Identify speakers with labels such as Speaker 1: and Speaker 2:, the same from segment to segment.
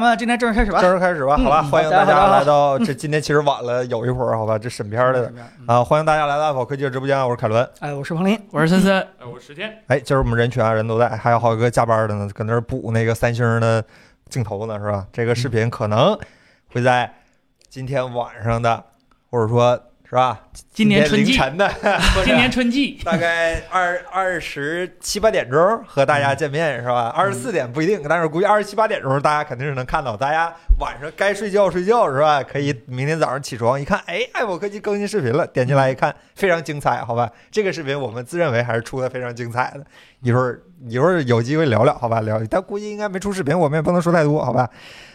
Speaker 1: 们今天正式开始吧。
Speaker 2: 正式开始吧，好吧，
Speaker 1: 嗯
Speaker 2: 欢迎
Speaker 1: 大
Speaker 2: 大
Speaker 1: 家
Speaker 2: 家
Speaker 1: 好
Speaker 2: 来到这今天其实晚了有一会儿，好吧，这审片儿的
Speaker 1: 嗯
Speaker 2: 啊，欢迎大家来到爱跑科技的直播间，我是凯伦。
Speaker 1: 哎，我是彭林，
Speaker 3: 我是森森，
Speaker 4: 哎，我是时间，
Speaker 2: 哎，今儿我们人全啊人都在，还有好几个加班的呢，搁那儿补那个三星的镜头呢，是吧？这个
Speaker 1: 嗯
Speaker 2: 视频可能会在今天晚上的，或者说是吧，
Speaker 3: 今年春
Speaker 2: 凌
Speaker 3: 季，
Speaker 2: 晨的，
Speaker 3: 今年春季，
Speaker 2: 大概二二十七八点钟和大家见面是吧？二十四点不一定，但是估计二十七八点钟大家肯定是能看到。大家晚上该睡觉睡觉是吧？可以明天早上起床一看，哎，爱博科技更新视频了，点进来一看，非常精彩，好吧？这个视频我们自认为还是出的非常精彩的。一会儿一会儿有机会聊聊，好吧？聊，但估计应该没出视频，我们也不能说太多，好吧？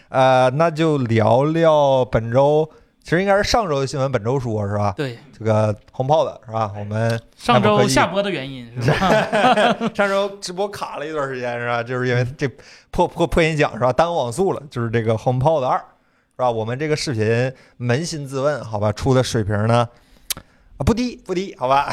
Speaker 2: 呃，那就聊聊本周，其实应该是上周的新闻，本周说是吧？
Speaker 3: 对，
Speaker 2: 这个红炮的是吧？我们。
Speaker 3: 上周下播的原因 是吧？
Speaker 2: 上周直播卡了一段时间是吧？就是因为这破破破音响是吧？单网速了，就是这个 HomePod 二是吧？我们这个视频扪心自问，好吧，出的水平呢啊不低不低，好 吧，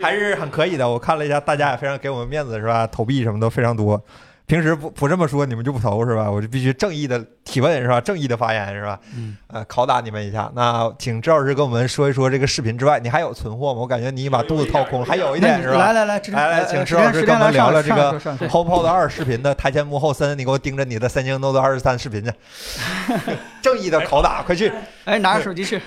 Speaker 2: 还是很可以的。我看了一下，大家也非常给我们面子是吧？投币什么都非常多。平时不不这么说，你们就不投是吧？我就必须正义的提问是吧？正义的发言是吧？
Speaker 3: 嗯，
Speaker 2: 呃，拷打你们一下。那请赵老师跟我们说一说这个视频之外，你还有存货吗？我感觉你把肚子掏空，还有一点是吧？
Speaker 1: 来来来，直接
Speaker 2: 来来
Speaker 1: 呃
Speaker 2: 请
Speaker 1: 呃
Speaker 2: 石老师
Speaker 1: 时间
Speaker 2: 跟我们
Speaker 1: 时间来
Speaker 2: 聊聊这
Speaker 1: 上
Speaker 2: 个
Speaker 1: 上上上上
Speaker 2: HomePod 二视频的台前幕后，森，你给我盯着你的三星 Note 二十三视频去， 正义的拷打，快去！
Speaker 1: 哎，拿着手 机去，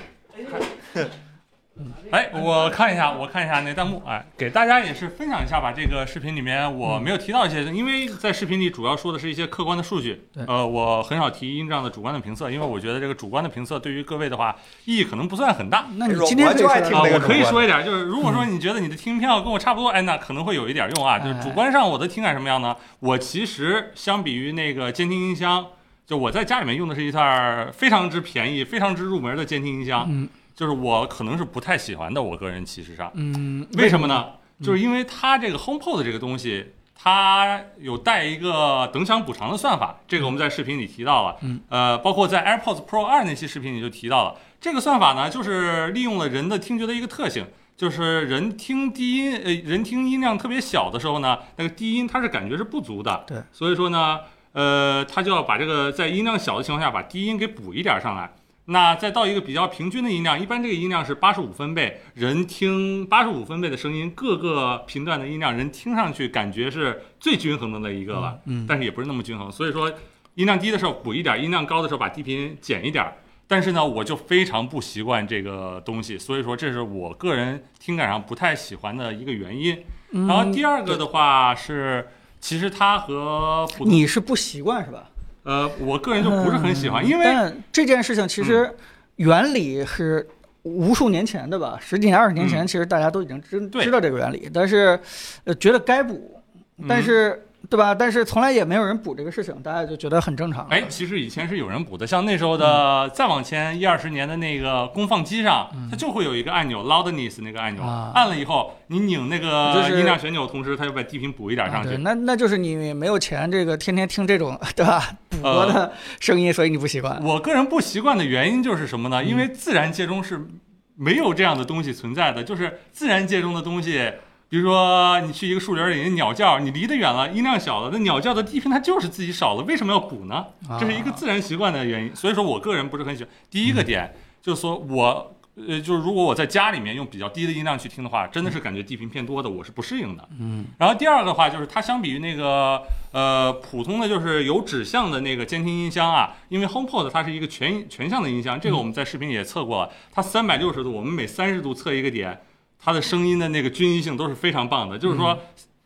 Speaker 4: 哎，我看一下，我看一下那弹幕，哎，给大家也是分享一下吧。这个视频里面我没有提到一些，因为在视频里主要说的是一些客观的数据
Speaker 3: 对，
Speaker 4: 呃，我很少提音障的主观的评测，因为我觉得这个主观的评测对于各位的话意义可能不算很大。
Speaker 1: 那你今天
Speaker 2: 哎我就爱听
Speaker 4: 啊，
Speaker 2: 那个
Speaker 4: 我可以
Speaker 2: 主观
Speaker 4: 说一点，就是如果说你觉得你的听票跟我差不多，哎，那可能会有一点用啊。
Speaker 2: 哎
Speaker 4: 就是主观上我的听感什么样呢？我其实相比于那个监听音箱，就我在家里面用的是一套非常之便宜、非常之入门的监听音
Speaker 1: 啊
Speaker 4: 箱，
Speaker 3: 嗯
Speaker 4: 就是我可能是不太喜欢的。我个人其实上，
Speaker 3: 嗯，
Speaker 4: 为什么？呢？
Speaker 3: 嗯
Speaker 4: 就是因为它这个 HomePod 这个东西，它有带一个等响补偿的算法，这个我们在视频里提到了。
Speaker 3: 嗯，
Speaker 4: 呃，包括在 AirPods Pro 二那期视频里就提到了这个算法呢，就是利用了人的听觉的一个特性。就是人听低音，呃，人听音量特别小的时候呢，那个低音它是感觉是不足的，
Speaker 1: 对，
Speaker 4: 所以说呢，呃，它就要把这个在音量小的情况下把低音给补一点上来，那再到一个比较平均的音量，一般这个音量是八十五分贝，人听八十五分贝的声音，各个频段的音量，人听上去感觉是最均衡的一个了，
Speaker 3: 嗯，
Speaker 4: 但是也不是那么均衡。所以说，音量低的时候补一点，音量高的时候把低频减一点。但是呢，我就非常不习惯这个东西，所以说这是我个人听感上不太喜欢的一个原因。
Speaker 1: 嗯
Speaker 4: 然后第二个的话是，其实它和普通
Speaker 1: 你是不习惯是吧？
Speaker 4: 呃，我个人就不是很喜欢，因为
Speaker 1: 嗯
Speaker 4: 嗯
Speaker 1: 但这件事情其实原理是无数年前的吧，十几年、二十年前，
Speaker 4: 嗯
Speaker 1: 其实大家都已经知
Speaker 4: 对
Speaker 1: 知道这个原理，但是呃觉得该补，但
Speaker 4: 嗯
Speaker 1: 是对吧？但是从来也没有人补这个事情，大家就觉得很正常。
Speaker 4: 哎，其实以前是有人补的，像那时候
Speaker 1: 嗯
Speaker 4: 的再往前一二十年的那个功放机上，它就会有一个按钮 loudness 那个按钮
Speaker 3: 啊，
Speaker 4: 按了以后你拧那
Speaker 1: 就
Speaker 4: 个
Speaker 1: 是
Speaker 4: 音量旋钮，同时它就把低频补一点
Speaker 1: 啊
Speaker 4: 上
Speaker 1: 对，
Speaker 4: 去。
Speaker 1: 那那就是你没有钱，这个天天听这种 对吧补
Speaker 4: 啊呃
Speaker 1: 播的声音，所以你不习惯。
Speaker 4: 我个人不习惯的原因就是什么呢？因为自然界中是没有这样的东西存在的，就是自然界中的东西。比如说，你去一个树林里，鸟叫，你离得远了，音量小了，那鸟叫的低频它就是自己少了，为什么要补呢？
Speaker 1: 啊
Speaker 4: 这嗯是一个自然习惯的原因。所以说我个人不是很喜欢。第一个点就是说我。呃，就是如果我在家里面用比较低的音量去听的话，真的是感觉低频偏多的，我是不适应的。
Speaker 3: 嗯，
Speaker 4: 然后第二个的话就是它相比于那个呃普通的就是有指向的那个监听音箱啊，因为 HomePod 它是一个全全向的音箱，这个我们在视频里也测过了，它三百六十度，我们每三十度测一个点，它的声音的那个均匀性都是非常棒的，就是说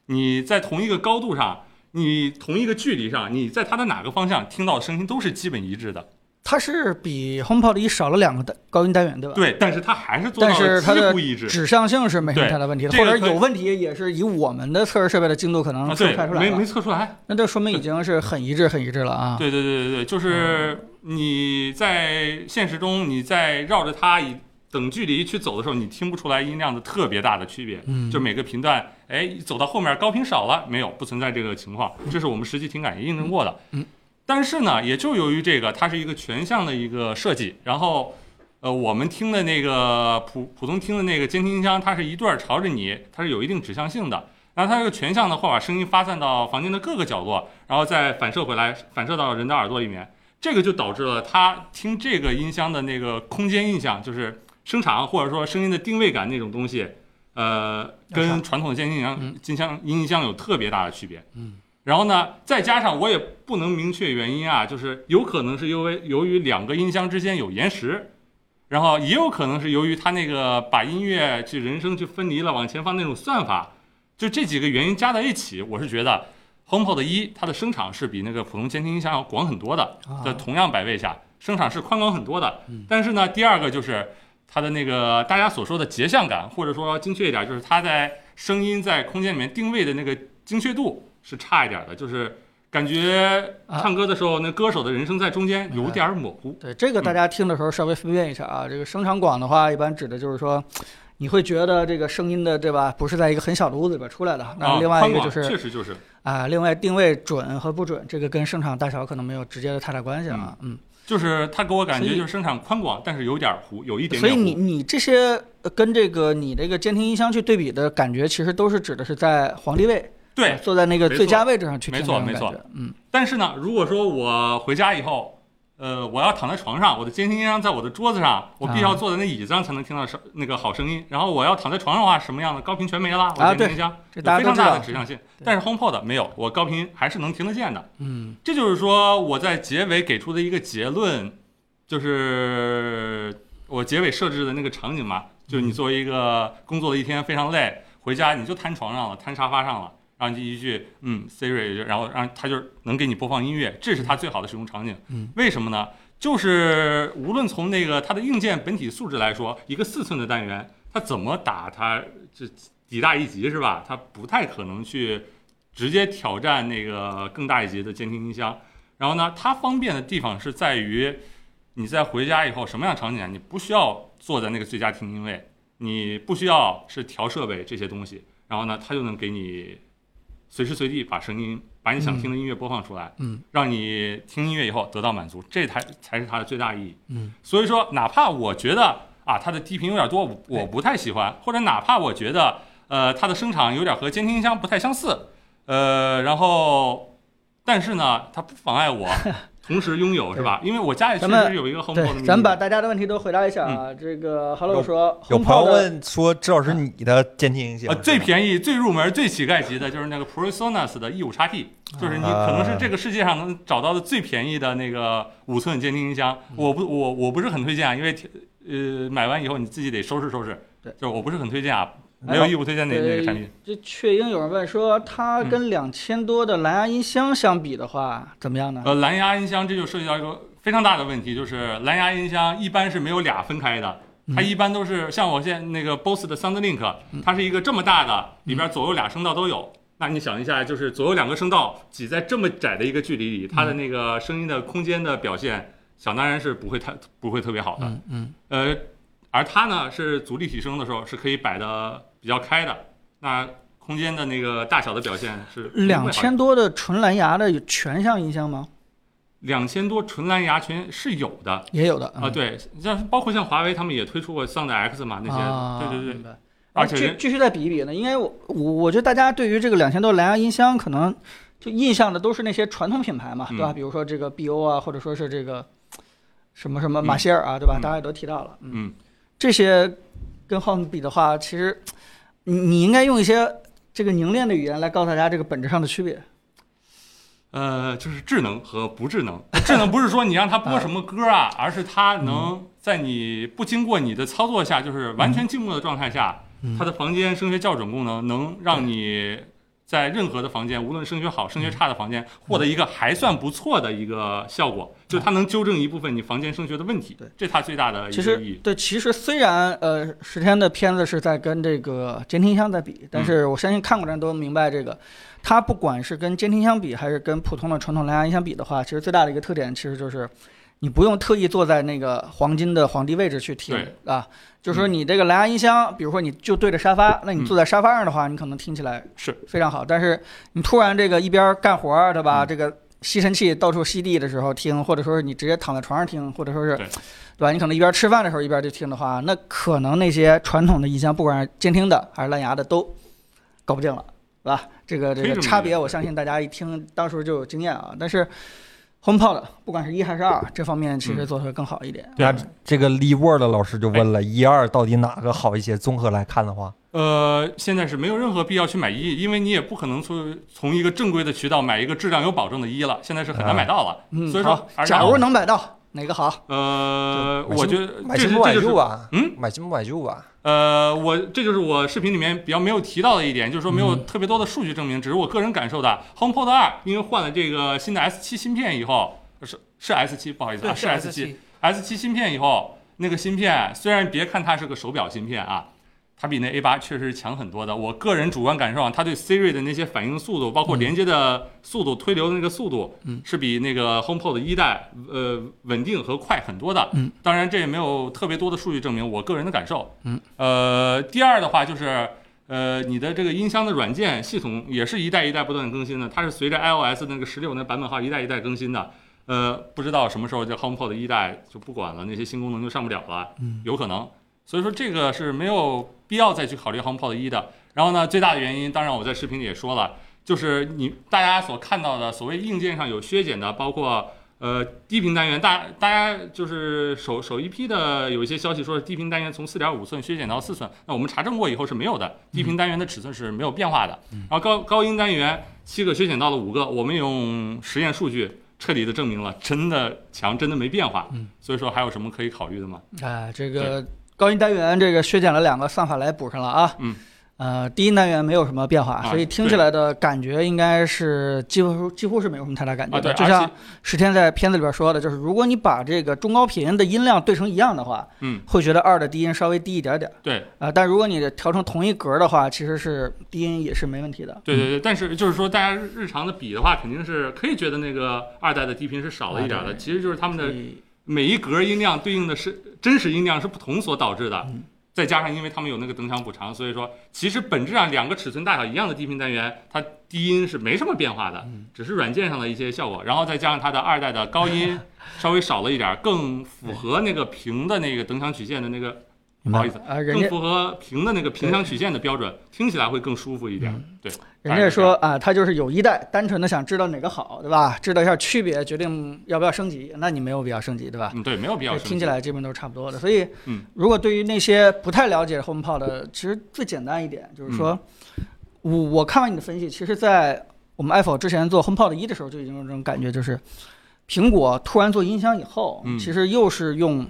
Speaker 4: 你在同一个高度上。你同一个距离上，你在它的哪个方向听到的声音都是基本一致的，
Speaker 1: 它是比 HomePod 一少了两个单高音单元，对吧？
Speaker 4: 对，但是它还是做
Speaker 1: 但
Speaker 4: 到了
Speaker 1: 是它
Speaker 4: 几
Speaker 1: 的
Speaker 4: 乎一致。
Speaker 1: 指向性是没什么
Speaker 4: 对
Speaker 1: 太大问题的，
Speaker 4: 这个
Speaker 1: 或者
Speaker 4: 可以
Speaker 1: 有问题也是以我们的测试设备的精度可能
Speaker 4: 啊，
Speaker 1: 测
Speaker 4: 对
Speaker 1: 不太出，来
Speaker 4: 没
Speaker 1: 了。
Speaker 4: 没测出来，
Speaker 1: 那这说明已经是很一致、很一致了啊。
Speaker 4: 对对对对对，
Speaker 3: 嗯
Speaker 4: 就是你在现实中，你在绕着它以等距离去走的时候，你听不出来音量的特别大的区别。
Speaker 3: 嗯
Speaker 4: 就每个频段，哎，走到后面高频少了没有？不存在这个情况，这是我们实际听感也印证过的。
Speaker 3: 嗯嗯
Speaker 4: 但是呢，也就由于这个，它是一个全向的一个设计，然后。呃，我们听的那个普普通听的那个监听音箱，它是一段朝着你，它是有一定指向性的。然后它这个全向呢会把声音发散到房间的各个角落，然后再反射回来，反射到人的耳朵里面。这个就导致了他听这个音箱的那个空间印象，就是声场或者说声音的定位感那种东西，呃，跟传统的监听音箱
Speaker 3: 嗯、
Speaker 4: 音箱、音箱有特别大的区别。
Speaker 3: 嗯。
Speaker 4: 然后呢，再加上我也不能明确原因啊，就是有可能是因为由于两个音箱之间有延时，然后也有可能是由于它那个把音乐去人声去分离了往前放那种算法，就这几个原因加在一起，我是觉得 HomePod 一它的声场是比那个普通监听音箱要广很多的，
Speaker 1: 啊
Speaker 4: 在同样百位下，声场是宽广很多的
Speaker 3: 嗯。
Speaker 4: 但是呢，第二个就是它的那个大家所说的节像感，或者说精确一点，就是它在声音在空间里面定位的那个精确度是差一点的，就是感觉
Speaker 1: 啊
Speaker 4: 唱歌的时候，那歌手的人声在中
Speaker 1: 嗯
Speaker 4: 间有点模糊。
Speaker 1: 对这个大家听的时候稍微分辨一下啊。这个声场广的话，一般指的就是说，你会觉得这个声音的对吧，不是在一个很小的屋子里边出来的。那
Speaker 4: 啊
Speaker 1: 另外一个
Speaker 4: 宽
Speaker 1: 就
Speaker 4: 广
Speaker 1: 是
Speaker 4: 确实就是
Speaker 1: 啊、另外定位准和不准，这个跟声场大小可能没有直接的太大关系啊。嗯，
Speaker 4: 就是它给我感
Speaker 1: 所
Speaker 4: 觉
Speaker 1: 以
Speaker 4: 就是声场宽广，但是有点糊，有一点
Speaker 1: 所
Speaker 4: 点
Speaker 1: 以
Speaker 4: 糊。
Speaker 1: 你你这些呃跟这个你这个监听音箱去对比的感觉，其实都是指的是在皇帝位，
Speaker 4: 对
Speaker 1: 呃，坐在那个
Speaker 4: 没
Speaker 1: 最
Speaker 4: 错
Speaker 1: 佳位置上去
Speaker 4: 没
Speaker 1: 听这
Speaker 4: 错
Speaker 1: 种
Speaker 4: 没
Speaker 1: 感
Speaker 4: 错
Speaker 1: 觉。嗯，
Speaker 4: 但是呢，如果说我回家以后，呃，我要躺在床上，我的监听音箱在我的桌子
Speaker 1: 啊
Speaker 4: 上，我必须要坐在那椅子上才能听到声那个好声音。然后我要躺在床上的话，什么样的高频全没了，我
Speaker 1: 啊
Speaker 4: 的监听音箱
Speaker 1: 这
Speaker 4: 有
Speaker 1: 大
Speaker 4: 非
Speaker 1: 家都
Speaker 4: 常
Speaker 1: 知
Speaker 4: 大的
Speaker 1: 道。
Speaker 4: 指向性。
Speaker 1: 对
Speaker 4: 但是 HomePod 没有，我高频还是能听得见的。
Speaker 3: 嗯，
Speaker 4: 这就是说我在结尾给出的一个结论，就是我结尾设置的那个场景嘛，就是你作为一个工作了一天非常累，回家你就瘫床上了，瘫沙发上了，然后你就一句嗯 Siri，然后让它就是能给你播放音乐，这是它最好的使用场景。
Speaker 3: 嗯
Speaker 4: 为什么呢？就是无论从那个它的硬件本体素质来说，一个四寸的单元，它怎么打它这底大一级是吧？它不太可能去直接挑战那个更大一级的监听音箱。然后呢，它方便的地方是在于，你在回家以后什么样的场景啊，你不需要坐在那个最佳听音位，你不需要是调设备这些东西，然后呢，它就能给你随时随地把声音，把你想听的音乐播放出来，
Speaker 3: 嗯，
Speaker 4: 让你听音乐以后得到满足，这才才是它的最大意义。
Speaker 3: 嗯，
Speaker 4: 所以说，哪怕我觉得啊，它的低频有点多，我我不太喜欢，或者哪怕我觉得呃，它的声场有点和监听音箱不太相似，呃，然后但是呢，它不妨 碍我同时拥有，是吧？因为我家里确
Speaker 1: 咱们
Speaker 4: 实有一个嗯 HomePod
Speaker 1: 对
Speaker 4: mini，
Speaker 1: 咱们把大家的问题都回答一下啊。这个 Hello
Speaker 2: 有
Speaker 1: 说，
Speaker 2: 有
Speaker 1: HomePod
Speaker 2: 朋友
Speaker 1: 的
Speaker 2: 问说，这老师你的监听音响
Speaker 4: 呃
Speaker 2: 是
Speaker 4: 最
Speaker 2: 吗
Speaker 4: 便宜、最入门、最乞丐级的就是那个 ProSonus 的 E 5 x T，就是你可能是
Speaker 1: 啊
Speaker 4: 这个世界上能找到的最便宜的那个五寸监听音箱。
Speaker 1: 嗯
Speaker 4: 我不，我我不是很推荐啊，因为呃买完以后你自己得收拾收拾。
Speaker 1: 对
Speaker 4: 就是我不是很推荐啊，
Speaker 1: 哎
Speaker 4: 没有义务推荐哪哪个产品。
Speaker 1: 这雀鹰有人问说，它
Speaker 4: 嗯
Speaker 1: 跟两千多的蓝牙音箱相比的话，怎么样呢？
Speaker 4: 呃，蓝牙音箱这就涉及到一个非常大的问题，就是蓝牙音箱一般是没有俩分开的，
Speaker 1: 嗯
Speaker 4: 它一般都是像我现在那个 BOSS 的 SoundLink，它是一个这么大的，里
Speaker 1: 嗯
Speaker 4: 边左右俩声道都有。那你想一下，就是左右两个声道挤在这么窄的一个距离里，它
Speaker 1: 嗯
Speaker 4: 的那个声音的空间的表现，想当然是不会太不会特别好的。
Speaker 3: 嗯嗯
Speaker 4: 呃，而它呢是足立体声的时候是可以摆的比较开的，那空间的那个大小的表现是
Speaker 1: 两
Speaker 4: 千。
Speaker 1: 千多的纯蓝牙的有全向音箱吗？
Speaker 4: 两千多纯蓝牙全是有的
Speaker 1: 也有的
Speaker 4: 啊，，对，像包括像华为他们也推出过 Sound X 嘛，那些，
Speaker 1: 啊
Speaker 4: 对对对，。
Speaker 1: 对。
Speaker 4: 而
Speaker 1: 继
Speaker 4: 且人
Speaker 1: 继续再比一比呢，应该我我我觉得大家对于这个两千多蓝牙音箱可能就印象的都是那些传统品牌嘛，
Speaker 4: 嗯
Speaker 1: 对吧？比如说这个 BO 啊，或者说是这个什么什么马歇尔啊，对吧？
Speaker 4: 嗯
Speaker 1: 大家也都提到了，嗯
Speaker 4: 嗯，
Speaker 1: 这些跟 Home 比的话，其实你你应该用一些这个凝练的语言来告诉大家这个本质上的区别。
Speaker 4: 呃，就是智能和不智能，智能不是说你让它
Speaker 1: 嗯
Speaker 4: 播什么歌啊，而是它能在你不经过你的操作下，就是完
Speaker 1: 嗯
Speaker 4: 全静默的状态下，它的房间声学校准功能能让你。在任何的房间，无论声学好、
Speaker 1: 嗯
Speaker 4: 声学差的房间，获得一个还算不错的一个效果，就它能纠正一部分你房间声学的问题
Speaker 1: 嗯对，
Speaker 4: 这是它最大的一
Speaker 1: 其
Speaker 4: 个意义
Speaker 1: 实。对，其实虽然呃，十天的片子是在跟这个监听箱在比，但
Speaker 4: 嗯
Speaker 1: 是我相信看过的人都明白这个，它不管是跟监听箱比，还是跟普通的传统蓝牙音箱比的话，其实最大的一个特点其实就是。你不用特意坐在那个黄金的皇帝位置去听
Speaker 4: 对
Speaker 1: 啊，就是说你这个蓝牙音箱，比如说你就对着沙发，那你
Speaker 4: 嗯
Speaker 1: 坐在沙发上的话，你可能听起来
Speaker 4: 是
Speaker 1: 非常好。但是你突然这个一边干活儿，对吧？
Speaker 4: 嗯
Speaker 1: 这个吸尘器到处吸地的时候听，或者说是你直接躺在床上听，或者说是
Speaker 4: 对
Speaker 1: 对吧？你可能一边吃饭的时候一边就听的话，那可能那些传统的音箱，不管是监听的还是蓝牙的，都搞不定了。吧？这个这
Speaker 4: 可以
Speaker 1: 个
Speaker 4: 这么
Speaker 1: 差
Speaker 4: 理解
Speaker 1: 别，我相信大家一听到时候就有经验啊。但是 HomePod 不管是一还是二，这方面其
Speaker 4: 嗯
Speaker 1: 实做得更好一点。
Speaker 2: 那这个 Lee Word 老师就
Speaker 4: 哎
Speaker 2: 问了，一二到底哪个好一些？综合来看的话，
Speaker 4: 呃，现在是没有任何必要去买一，因为你也不可能从从一个正规的渠道买一个质量有保证的一了，现在是很难买到了。
Speaker 1: 嗯，
Speaker 4: 所以
Speaker 1: 好
Speaker 4: 说，而
Speaker 1: 假
Speaker 4: 然
Speaker 1: 如
Speaker 4: 后
Speaker 1: 能买到哪个好？
Speaker 4: 呃，
Speaker 2: 买
Speaker 4: 我
Speaker 2: 新
Speaker 4: 觉得
Speaker 2: 买
Speaker 4: 这
Speaker 2: 新啊不
Speaker 4: 是这
Speaker 2: 买
Speaker 4: 就是
Speaker 2: 旧吧？
Speaker 4: 嗯，
Speaker 2: 买新不买旧啊吧？
Speaker 4: 呃，我这就是我视频里面比较没有提到的一点，就是说没有特别多的数据证明，只是我个人感受的。HomePod 二因为换了这个新的 S 7芯片以后，是是 S 7不好意思啊，
Speaker 3: 对，
Speaker 4: 是 S
Speaker 3: S
Speaker 4: 7
Speaker 3: 七，
Speaker 4: S 7芯片以后，那个芯片虽然别看它是个手表芯片啊，它比那 A 8确实是强很多的。我个人主观感受啊，它对 Siri 的那些反应速度，包括连接的速度、推流的那个速度，
Speaker 1: 嗯
Speaker 4: 是比那个 HomePod 一代呃稳定和快很多的。
Speaker 1: 嗯，
Speaker 4: 当然这也没有特别多的数据证明我个人的感受。
Speaker 1: 嗯，
Speaker 4: 呃，第二的话就是。呃，你的这个音箱的软件系统也是一代一代不断更新的，它是随着 iOS 那个十六那版本号一代一代更新的。呃，不知道什么时候这 HomePod 一代就不管了，那些新功能就上不了了，
Speaker 1: 嗯
Speaker 4: 有可能。所以说这个是没有必要再去考虑 HomePod 一的。然后呢，最大的原因，当然我在视频里也说了，就是你大家所看到的所谓硬件上有削减的，包括呃低频单元，大大家就是首首一批的有一些消息说是低频单元从四点五寸削减到四寸，那我们查证过以后是没有的，低频单元的尺寸是没有变化的。然后高高音单元七个削减到了五个，我们用实验数据彻底的证明了，真的强，真的没变化。
Speaker 1: 嗯
Speaker 4: 所以说还有什么可以考虑的吗？
Speaker 1: 啊，这个高音单元这个削减了两个，算法来补上了啊。
Speaker 4: 嗯。
Speaker 1: 呃，低音单元没有什么变化，
Speaker 4: 啊
Speaker 1: 所以听起来的感觉应该是几乎几乎是没有什么太大感觉
Speaker 4: 啊，
Speaker 1: 的。
Speaker 4: 对，
Speaker 1: 就
Speaker 4: 而
Speaker 1: 像
Speaker 4: 且
Speaker 1: 石天在片子里边说的，就是如果你把这个中高频的音量对成一样的话，
Speaker 4: 嗯，
Speaker 1: 会觉得二的低音稍微低一点点儿
Speaker 4: 对
Speaker 1: 啊、但如果你调成同一格的话，其实是低音也是没问题的。
Speaker 4: 对对对，但是就是说大家日常的比的话，肯定是可以觉得那个二代的低频是少了一点
Speaker 1: 啊
Speaker 4: 的，
Speaker 1: 对
Speaker 4: 其实就是他们
Speaker 1: 所
Speaker 4: 的
Speaker 1: 以
Speaker 4: 每一格音量对应的是真实音量是不同所导致的
Speaker 1: 嗯，
Speaker 4: 再加上因为他们有那个等场补偿，所以说其实本质上两个尺寸大小一样的低频单元，它低音是没什么变化的，
Speaker 1: 嗯
Speaker 4: 只是软件上的一些效果，然后再加上它的二代的高音稍微少了一点儿，更符合那个平的那个等响曲线的那个，不
Speaker 1: 明白
Speaker 4: 好意思，
Speaker 1: 啊、人
Speaker 4: 更
Speaker 1: 家
Speaker 4: 符合平的那个平响曲线的标准，听起来会更舒服一点。
Speaker 1: 嗯
Speaker 4: 对，
Speaker 1: 人家说啊，他就是有一代，单纯的想知道哪个好，对吧？知道一下区别，决定要不要升级，那你没有必要升级，对吧？
Speaker 4: 嗯，对，没有必要
Speaker 1: 这
Speaker 4: 升级。
Speaker 1: 听起来基本都是差不多的。所以
Speaker 4: 嗯，
Speaker 1: 如果对于那些不太了解 HomePod 的，其实最简单一点就是说，
Speaker 4: 嗯
Speaker 1: 我我看完你的分析，其实，在我们 Apple 之前做 HomePod 一的时候，就已经有这种感觉，就是苹果突然做音箱以后，
Speaker 4: 嗯
Speaker 1: 其实又是用。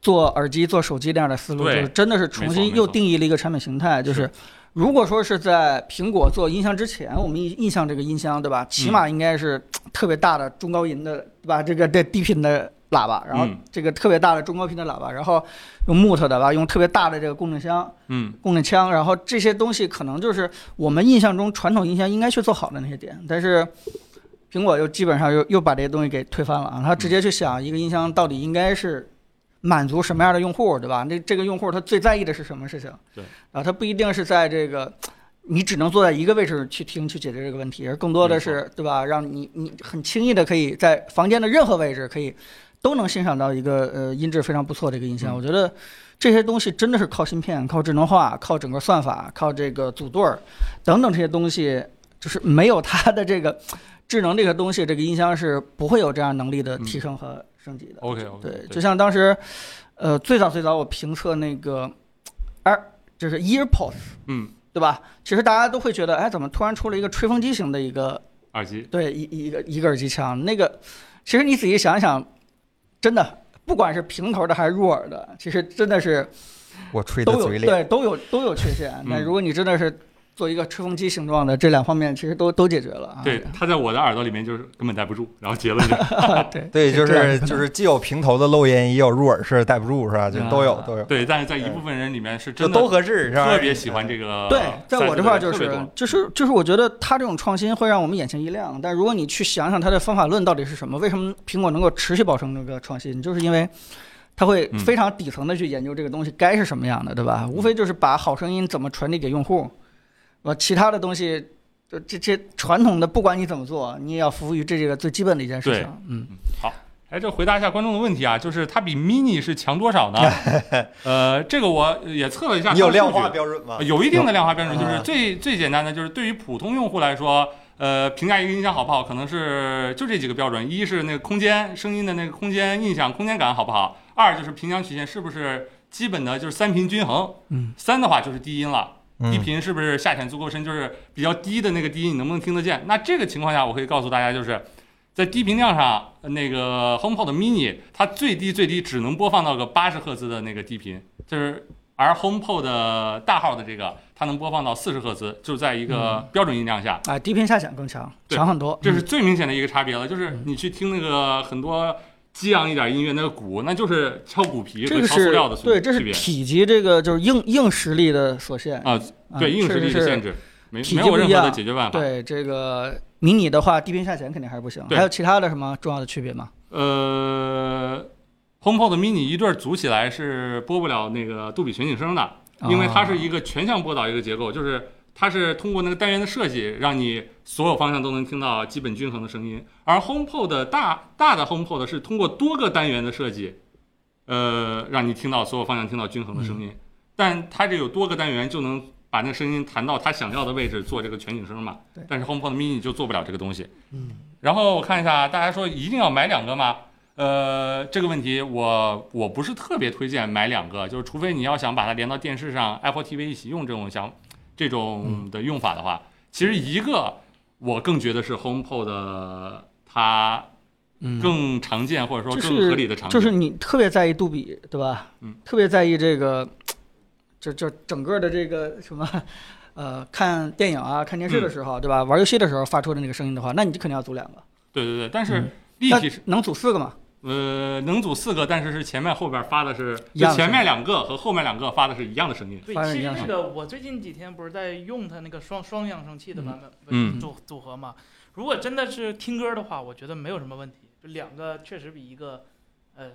Speaker 1: 做耳机、做手机这样的思路，就
Speaker 4: 对
Speaker 1: 是真的是重
Speaker 4: 没
Speaker 1: 新
Speaker 4: 错
Speaker 1: 又定义了一个产品形态。就是，如果说是在苹果做音箱之前，我们印印象这个音箱，对吧？起
Speaker 4: 嗯
Speaker 1: 码应该是特别大的中高音的，对吧？这个这低频的喇叭，然后
Speaker 4: 嗯
Speaker 1: 这个特别大的中高频的喇叭，然后用木头的吧，用特别大的这个共振箱、
Speaker 4: 嗯，
Speaker 1: 共振腔，然后这些东西可能就是我们印象中传统音箱应该去做好的那些点，但是苹果又基本上又又把这些东西给推翻了啊，他直接去想一个音箱到底应该是。满足什么样的用户，对吧？那这个用户他最在意的是什么事情？
Speaker 4: 对，
Speaker 1: 啊，他不一定是在这个，你只能坐在一个位置去听去解决这个问题，而更多的是，对吧？让你你很轻易的可以在房间的任何位置可以都能欣赏到一个呃音质非常不错的一个音箱。我觉得这些东西真的是靠芯片、靠智能化、靠整个算法、靠这个组队儿等等这些东西，就是没有它的这个 智能这个东西，这个音箱是不会有这样能力的提升和升级的。
Speaker 4: OK，OK，
Speaker 1: 对
Speaker 4: 哦对，
Speaker 1: 就像当时，呃，最早最早我评测那个 Air，就是 EarPods，
Speaker 4: 嗯，
Speaker 1: 对吧？其实大家都会觉得，哎，怎么突然出了一个吹风机型的一个
Speaker 4: 耳机，
Speaker 1: 对一一个一个耳机腔？那个，其实你仔细想一想，真的，不管是平头的还是入耳的，其实真的是
Speaker 2: 我吹的
Speaker 1: 都有
Speaker 2: 嘴脸。
Speaker 1: 对都有都有缺陷。那
Speaker 4: 嗯
Speaker 1: 如果你真的是做一个吹风机形状的，这两方面其实都都解决了啊。
Speaker 4: 对，它在我的耳朵里面就是根本待不住，然后结了 就。
Speaker 1: 对
Speaker 2: 对，就
Speaker 1: 这样
Speaker 2: 是
Speaker 1: 的
Speaker 2: 就是既有平头的漏音，也有入耳式戴不住是吧？就都有
Speaker 1: 啊
Speaker 2: 都有，
Speaker 4: 对，但是在一部分人里面是
Speaker 2: 就
Speaker 4: 真的
Speaker 2: 都合适是吧？
Speaker 4: 特别喜欢这个
Speaker 1: 对，在
Speaker 4: 三十
Speaker 1: 我这
Speaker 4: 啊的
Speaker 1: 块儿
Speaker 4: 人
Speaker 1: 就
Speaker 4: 特别
Speaker 1: 是
Speaker 4: 多
Speaker 1: 就是就是，我觉得它这种创新会让我们眼前一亮。但如果你去想想它的方法论到底是什么，为什么苹果能够持续保证这个创新，就是因为它会
Speaker 4: 嗯
Speaker 1: 非常底层的去研究这个东西该是什么样的，对吧？无非就是把好声音怎么传递给用户，呃，其他的东西，呃这这传统的不管你怎么做，你也要服务于这这个最基本的一件事
Speaker 4: 对
Speaker 1: 情。嗯，
Speaker 4: 嗯好，哎，这回答一下观众的问题啊，就是它比 mini 是强 多少呢？呃，这个我也测了一下，
Speaker 2: 你有
Speaker 4: 它的数
Speaker 2: 量化
Speaker 4: 据
Speaker 2: 标准吗？
Speaker 4: 呃有一定的量化标准，就是
Speaker 2: 啊
Speaker 4: 最最简单的，就是对于普通用户来说，呃，评价一个音箱好不好，可能是就这几个标准：一是那个空间声音的那个空间印象、空间感好不好；二就是频响曲线是不是基本的就是三频均衡；
Speaker 1: 嗯，
Speaker 4: 三的话就是低音了，低
Speaker 2: 嗯
Speaker 4: 频是不是下潜足够深，就是比较低的那个低音你能不能听得见？那这个情况下，我可以告诉大家，就是在低频量上，呃那个 HomePod Mini 它最低最低只能播放到个八十赫兹的那个低频，就是而 HomePod 的大号的这个它能播放到四十赫兹，就是在一
Speaker 1: 嗯
Speaker 4: 个标准音量下。
Speaker 1: 啊，低频下潜更强，
Speaker 4: 对
Speaker 1: 强很多。
Speaker 4: 这是
Speaker 1: 嗯
Speaker 4: 最明显的一个差别了，就是你去听那个很多激昂一点音乐，那个鼓，那就是敲鼓皮
Speaker 1: 这
Speaker 4: 和
Speaker 1: 个
Speaker 4: 敲塑
Speaker 1: 是
Speaker 4: 料的
Speaker 1: 对，这
Speaker 4: 区
Speaker 1: 是
Speaker 4: 别
Speaker 1: 体积这个就是硬硬实力的所限
Speaker 4: 啊，
Speaker 1: 啊
Speaker 4: 对硬
Speaker 1: 确
Speaker 4: 实力
Speaker 1: 实
Speaker 4: 的限
Speaker 1: 是
Speaker 4: 制，没
Speaker 1: 体积
Speaker 4: 没有
Speaker 1: 不
Speaker 4: 任
Speaker 1: 一
Speaker 4: 何的
Speaker 1: 样
Speaker 4: 解决办法。
Speaker 1: 对这个迷你的话，低频下潜肯定还是不行。
Speaker 4: 对
Speaker 1: 还有其他的什么重要的区别吗？
Speaker 4: 呃，HomePod mini 一对儿组起来是播不了那个杜比全景声的，因为它是一个全向波导一个结构，就是它是通过那个单元的设计，让你所有方向都能听到基本均衡的声音。而 HomePod 的大大的 HomePod 是通过多个单元的设计，呃，让你听到所有方向听到均衡的声音。但它这有多个单元就能把那个声音弹到它想要的位置，做这个全景声嘛
Speaker 1: 对。
Speaker 4: 但是 HomePod mini 就做不了这个东西。
Speaker 1: 嗯，
Speaker 4: 然后我看一下，大家说一定要买两个吗？呃，这个问题我我不是特别推荐买两个，就是除非你要想把它连到电视上 Apple TV 一起用这种想这种的用法的话，其实一个我更觉得是 HomePod 的它
Speaker 1: 嗯
Speaker 4: 更常见或者说
Speaker 1: 就
Speaker 4: 更
Speaker 1: 是
Speaker 4: 合理的场景，
Speaker 1: 就是你特别在意杜比，对吧？
Speaker 4: 嗯，
Speaker 1: 特别在意这个，这这整个的这个什么，呃，看电影啊、看电
Speaker 4: 嗯
Speaker 1: 视的时候，对吧？玩游戏的时候发出的那个声音的话，那你就肯定要组两个，
Speaker 4: 对对对，但是
Speaker 1: 嗯
Speaker 4: 立
Speaker 1: 那
Speaker 4: 体是、
Speaker 1: 能组四个嘛？
Speaker 4: 呃能组四个，但是是前面后边发的是
Speaker 1: 一样的
Speaker 4: 前面两个和后面两个发的是一样的声音，
Speaker 3: 对
Speaker 1: 发，现
Speaker 3: 其
Speaker 1: 一
Speaker 3: 实
Speaker 1: 样
Speaker 3: 那个我最近几天不是在用它那个双双扬声器的版本
Speaker 4: 嗯
Speaker 3: 组组合嘛？如果真的是听歌的话，我觉得没有什么问题，就两个确实比一个，呃，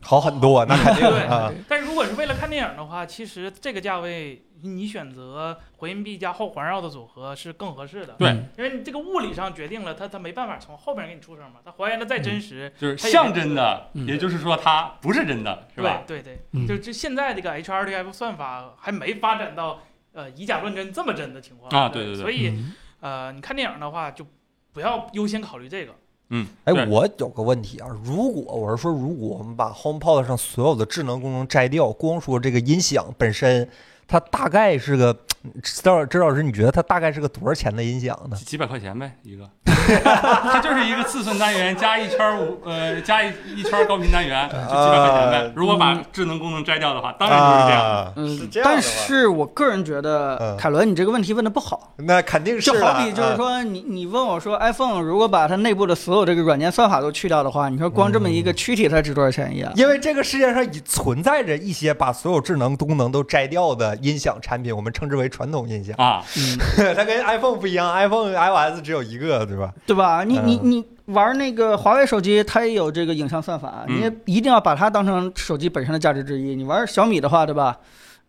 Speaker 2: 好很多，
Speaker 4: 嗯
Speaker 2: 那肯定
Speaker 3: 对
Speaker 2: 啊。
Speaker 3: 但是如果是为了看电影的话，其实这个价位你选择回音壁加后环绕的组合是更合适的，
Speaker 4: 对
Speaker 1: 嗯
Speaker 3: 因为你这个物理上决定了它它没办法从后边给你出声嘛，它还原的再真实，
Speaker 4: 就是
Speaker 3: 它也
Speaker 4: 象征的，
Speaker 1: 嗯
Speaker 4: 也就是说它不是真的，是吧？
Speaker 3: 对对
Speaker 1: 嗯
Speaker 3: 对，就就现在这个 HRDF 算法还没发展到呃以假乱真这么真的情况
Speaker 4: 啊对对对
Speaker 3: 所
Speaker 1: 嗯
Speaker 3: 以呃你看电影的话就不要优先考虑这个，
Speaker 4: 嗯，
Speaker 2: 哎
Speaker 4: 对，
Speaker 2: 我有个问题啊，如果我是说，如果我们把 HomePod 上所有的智能功能摘掉，光说这个音响本身，它大概是个，知道知道老师，你觉得它大概是个多少钱的音响呢？
Speaker 4: 几几百块钱呗一个， 它就是一个四寸单元加一圈儿五呃加一一圈儿高频单元，就几百块钱呗
Speaker 2: 啊。
Speaker 4: 如果把智能功能摘掉的话，当然就是这样了。
Speaker 2: 啊，
Speaker 1: 嗯
Speaker 2: 是这样的
Speaker 1: 但
Speaker 2: 吧
Speaker 1: 是我个人觉得
Speaker 2: 嗯，
Speaker 1: 凯伦，你这个问题问的不好。
Speaker 2: 那肯定是嗯
Speaker 1: 就
Speaker 2: 了啊
Speaker 1: 好比就是说，你你问我说，iPhone 如果把它内部的所有这个软件算法都去掉的话，你说光这么一个躯体它值多少钱一样？
Speaker 2: 因为这个世界上已存在着一些把所有智能功能都摘掉的音响产品，我们称之为传统音 响。
Speaker 4: 啊，
Speaker 1: 嗯，
Speaker 2: 它跟 iPhone 不一样，iPhone iOS 只有一个，对吧？
Speaker 1: 对吧？你你
Speaker 2: 嗯
Speaker 1: 你玩那个华为手机，它也有这个影像算法，
Speaker 4: 嗯
Speaker 1: 你也一定要把它当成手机本身的价值之一。你玩小米的话，对吧？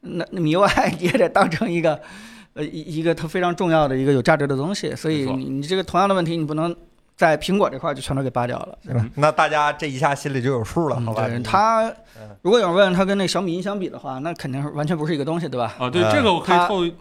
Speaker 1: 那那 MIUI 你也得当成一个，呃，一一个它非常重要的一个有价值的东西。所
Speaker 4: 没
Speaker 1: 以
Speaker 4: 错
Speaker 1: 你你这个同样的问题，你不能在苹果这块就全都给扒掉了。
Speaker 2: 对吧？那大家这一下心里就有数了，好吧？
Speaker 1: 嗯对
Speaker 2: 你
Speaker 1: 它
Speaker 2: 嗯，
Speaker 1: 如果有人问它跟那小米音响比的话，那肯定是完全不是一个东西，对吧？
Speaker 4: 啊，对
Speaker 2: 嗯
Speaker 4: 这个我可以
Speaker 1: 它
Speaker 4: 透露，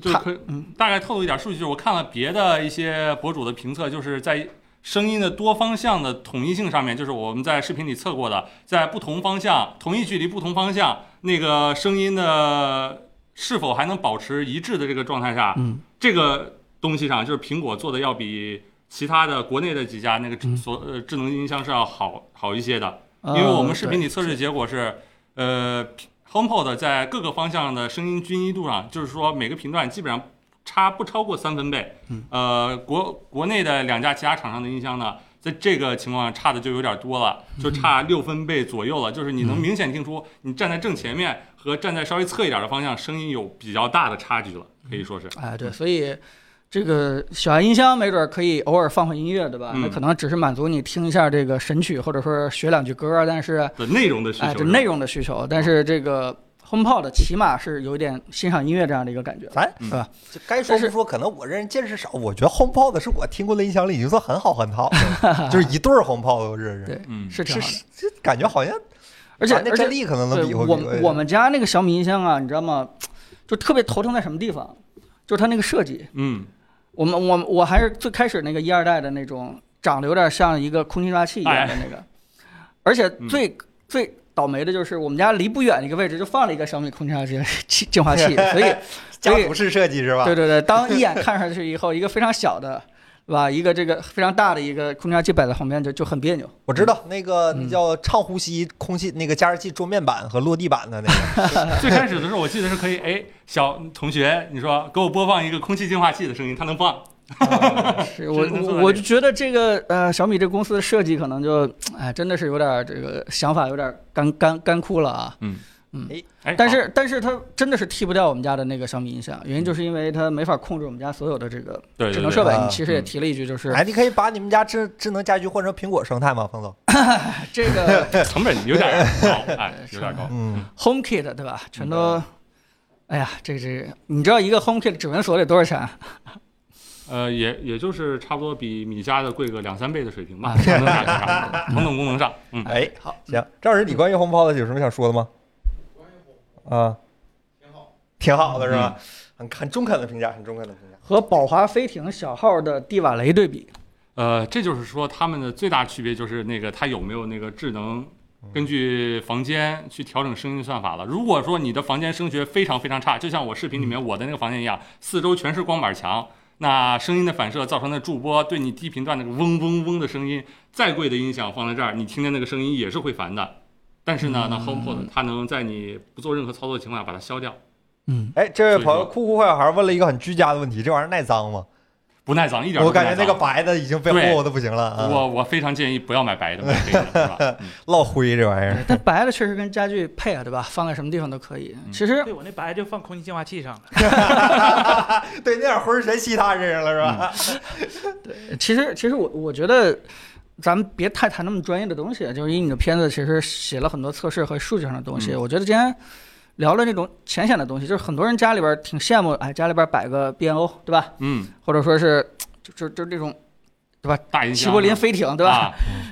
Speaker 4: 就
Speaker 1: 它
Speaker 4: 可以
Speaker 1: 嗯
Speaker 4: 大概透露一点数据，就是我看了别的一些博主的评测，就是在声音的多方向的统一性上面，就是我们在视频里测过的，在不同方向、同一距离、不同方向，那个声音的是否还能保持一致的这个状态下，
Speaker 1: 嗯，
Speaker 4: 这个东西上，就是苹果做的要比其他的国内的几家那个智
Speaker 1: 嗯
Speaker 4: 所呃智能音箱是要好好一些的，因
Speaker 1: 呃
Speaker 4: 为我们视频
Speaker 1: 对
Speaker 4: 里测试结果是，呃，HomePod 在各个方向的声音均一度上，就是说每个频段基本上差不超过三分贝
Speaker 1: 嗯。
Speaker 4: 呃，国国内的两家其他厂商的音箱呢，在这个情况下差的就有点多了，就差六分贝左右了，就是你能明显听出你站在正前面和站在稍微侧一点的方向，声音有比较大的差距了，可以说是。
Speaker 1: 哎，对，所以这个小孩音箱没准儿可以偶尔放放音乐，对吧？
Speaker 4: 嗯
Speaker 1: 那可能只是满足你听一下这个神曲，或者说学两句歌儿，但是
Speaker 4: 的内容的需求
Speaker 1: 哎，
Speaker 4: 是吧，
Speaker 1: 这内容的需求，但是这个 HomePod 起码是有一点欣赏音乐这样的一个感觉。
Speaker 2: 咱
Speaker 4: 嗯
Speaker 1: 啊
Speaker 2: 就该说不说，可能我这人见识少，我觉得轰炮的是我听过的音响里已经算很好很好的， 就是一对儿轰炮都认识。
Speaker 1: 对
Speaker 4: 嗯，
Speaker 1: 是挺
Speaker 2: 是
Speaker 1: 好的，
Speaker 2: 是，这感觉好像，
Speaker 1: 而且
Speaker 2: 咱那
Speaker 1: 而且
Speaker 2: 真力可能能
Speaker 1: 对，
Speaker 2: 比划
Speaker 1: 我
Speaker 2: 比划
Speaker 1: 们
Speaker 4: 呃
Speaker 1: 我们家那个小米音箱啊，你知道吗？就特别头疼在什么地方？就是它那个设计，
Speaker 4: 嗯
Speaker 1: 我们我我还是最开始那个一二代的那种，长得有点像一个空气净化器一样的那个，
Speaker 4: 哎
Speaker 1: 而且
Speaker 4: 嗯
Speaker 1: 最、最倒霉的就是我们家离不远的一个位置就放了一个小米空气净化器气净化器，所 以
Speaker 2: 家
Speaker 1: 所以
Speaker 2: 族式设计是吧？
Speaker 1: 对对对，当一眼看上去以后，一个非常小的，对吧？一个这个非常大的一个空气净化器摆在旁边就就很别扭。
Speaker 2: 我知道那个
Speaker 1: 嗯
Speaker 2: 那叫畅呼吸空气那个加湿器桌面版和落地版的那个，
Speaker 4: 最开始的时候我记得是可以，哎，小同学，你说给我播放一个空气净化器的声音，它能放，
Speaker 1: 是我
Speaker 4: 只能做到
Speaker 1: 我我
Speaker 4: 哎这
Speaker 1: 就觉得这个呃小米这公司的设计可能就哎真的是有点儿这个想法有点儿干干干枯了啊。
Speaker 4: 哎，
Speaker 1: 但是但是它真的是替不掉我们家的那个小米音响，原因就是因为它没法控制我们家所有的这个
Speaker 4: 好嗯对
Speaker 1: 智
Speaker 4: 对
Speaker 1: 能
Speaker 4: 对嗯
Speaker 1: 设备。
Speaker 2: 啊
Speaker 1: 你其实也提了一句，就是
Speaker 2: 哎，你可以把你们家智智能家居换成苹果生态吗，冯总？
Speaker 1: 这个
Speaker 4: 成本有点 高，哎，有点高，
Speaker 2: 嗯，
Speaker 1: HomeKit 对吧？全都，哎呀，这个这个，你知道一个 HomeKit 指纹锁得多少钱啊
Speaker 4: 呃，也也就是差不多比米家的贵个两三倍的水平
Speaker 1: 啊
Speaker 4: 吧，功能价值上，同等功能上，嗯，
Speaker 2: 哎，
Speaker 1: 好，
Speaker 2: 行，赵老师，你关于轰炮的有什么想说的吗？啊，挺好，挺好的
Speaker 1: 嗯
Speaker 2: 是吧？很很中肯的评价，很中肯的评价。
Speaker 1: 和宝华飞艇小号的蒂瓦雷对比，
Speaker 4: 呃，这就是说他们的最大区别就是那个它有没有那个智能。
Speaker 2: 嗯
Speaker 4: 根据房间去调整声音算法了。如果说你的房间声学非常非常差，就像我视频里
Speaker 2: 嗯
Speaker 4: 面我的那个房间一样，四周全是光板墙，那声音的反射造成的驻波对你低频段那个嗡嗡嗡的声音，再贵的音响放在这儿，你听见那个声音也是会烦的。但是呢，那
Speaker 2: 嗯
Speaker 4: HomePod 它能在你不做任何操作的情况下把它消掉，
Speaker 1: 嗯，
Speaker 2: 哎，这位朋
Speaker 4: 所以
Speaker 2: 友
Speaker 4: 说
Speaker 2: 酷酷坏小孩问了一个很居家的问题，这玩意儿耐脏吗？
Speaker 4: 不耐脏，一点儿都
Speaker 2: 我
Speaker 4: 不耐
Speaker 2: 感
Speaker 4: 脏。
Speaker 2: 觉那个白的已经被
Speaker 4: 对
Speaker 2: 霍霍的不行了啊，
Speaker 4: 我我非常建议不要买白的，买黑的，是吧？嗯
Speaker 2: 落灰这玩意儿。
Speaker 1: 但白的确实跟家具配啊，对吧？放在什么地方都可以。
Speaker 4: 嗯
Speaker 1: 其实
Speaker 3: 对我那白就放空气净化器上了，
Speaker 2: 对，那点灰儿全吸他身上了是吧？
Speaker 1: 其实，其实我我觉得，咱们别太谈那么专业的东西，啊就是因为你的片子其实写了很多测试和数据上的东西。
Speaker 4: 嗯
Speaker 1: 我觉得今天聊了那种浅显的东西，就是很多人家里边儿挺羡慕，哎，家里边儿摆个 BNO，对吧？
Speaker 4: 嗯，
Speaker 1: 或者说是就就就这种
Speaker 4: 大音
Speaker 1: 齐
Speaker 4: 箱，
Speaker 1: 柏林飞艇，对吧？
Speaker 4: 啊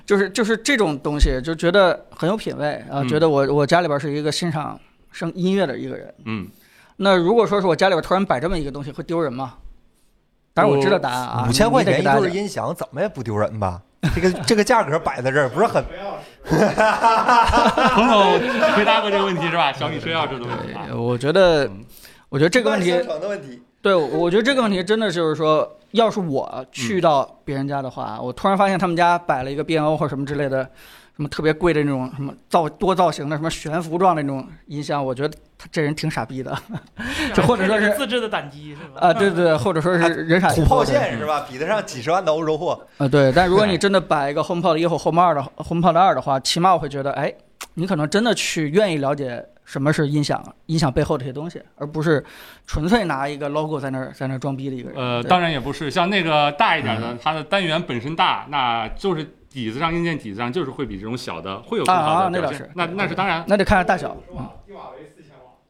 Speaker 1: 就是就是这种东西，就觉得很有品位啊，
Speaker 4: 嗯
Speaker 1: 觉得我我家里边儿是一个欣赏声音乐的一个人。
Speaker 4: 嗯，
Speaker 1: 那如果说是我家里边儿突然摆这么一个东西，会丢人吗？当然我知道答案啊，
Speaker 2: 五千块
Speaker 1: 你得给
Speaker 2: 钱一
Speaker 1: 大家
Speaker 2: 对
Speaker 1: 讲
Speaker 2: 音响，怎么也不丢 人吧？这个这个价格摆在这儿不是很
Speaker 4: 彭总回答过这个问题 是吧？小米车钥匙的问题啊
Speaker 1: 对，，我觉得
Speaker 4: 嗯，
Speaker 1: 我觉得这个问题
Speaker 2: 不按，商城的问题。
Speaker 1: 对我我觉得这个问题真的就是说，要是我去到别人家的话，我突然发现他们家摆了一个 BNO 或什么之类的，什么特别贵的那种什么造多造型的什么悬浮状的那种音箱，我觉得他这人挺傻逼的就或者说是
Speaker 3: 自制的胆机是吧？
Speaker 1: 啊，对对对，或者说是人傻
Speaker 2: 土
Speaker 1: 钱
Speaker 2: 炮
Speaker 1: 多的
Speaker 2: 线是吧？比得上几十万的欧洲货。
Speaker 1: 啊，对。但如果你真的摆一个 HomePod 一或 Home 二的 HomePod 二的话，起码我会觉得，哎，你可能真的去愿意了解什么是音响，音响背后这些东西，而不是纯粹拿一个 logo 在那儿在那儿装逼的一个人。
Speaker 4: 呃，
Speaker 1: 对
Speaker 4: 当然也不是，像那个大一点
Speaker 1: 嗯
Speaker 4: 的，它的单元本身大，那就是底子上硬件底子上就是会比这种小的会有更
Speaker 1: 啊
Speaker 4: 好
Speaker 1: 啊
Speaker 4: 的
Speaker 1: 那
Speaker 4: 表
Speaker 1: 倒
Speaker 4: 现
Speaker 1: 是，
Speaker 4: 那那是当然，
Speaker 1: 那得看大
Speaker 4: 呃
Speaker 1: 小。嗯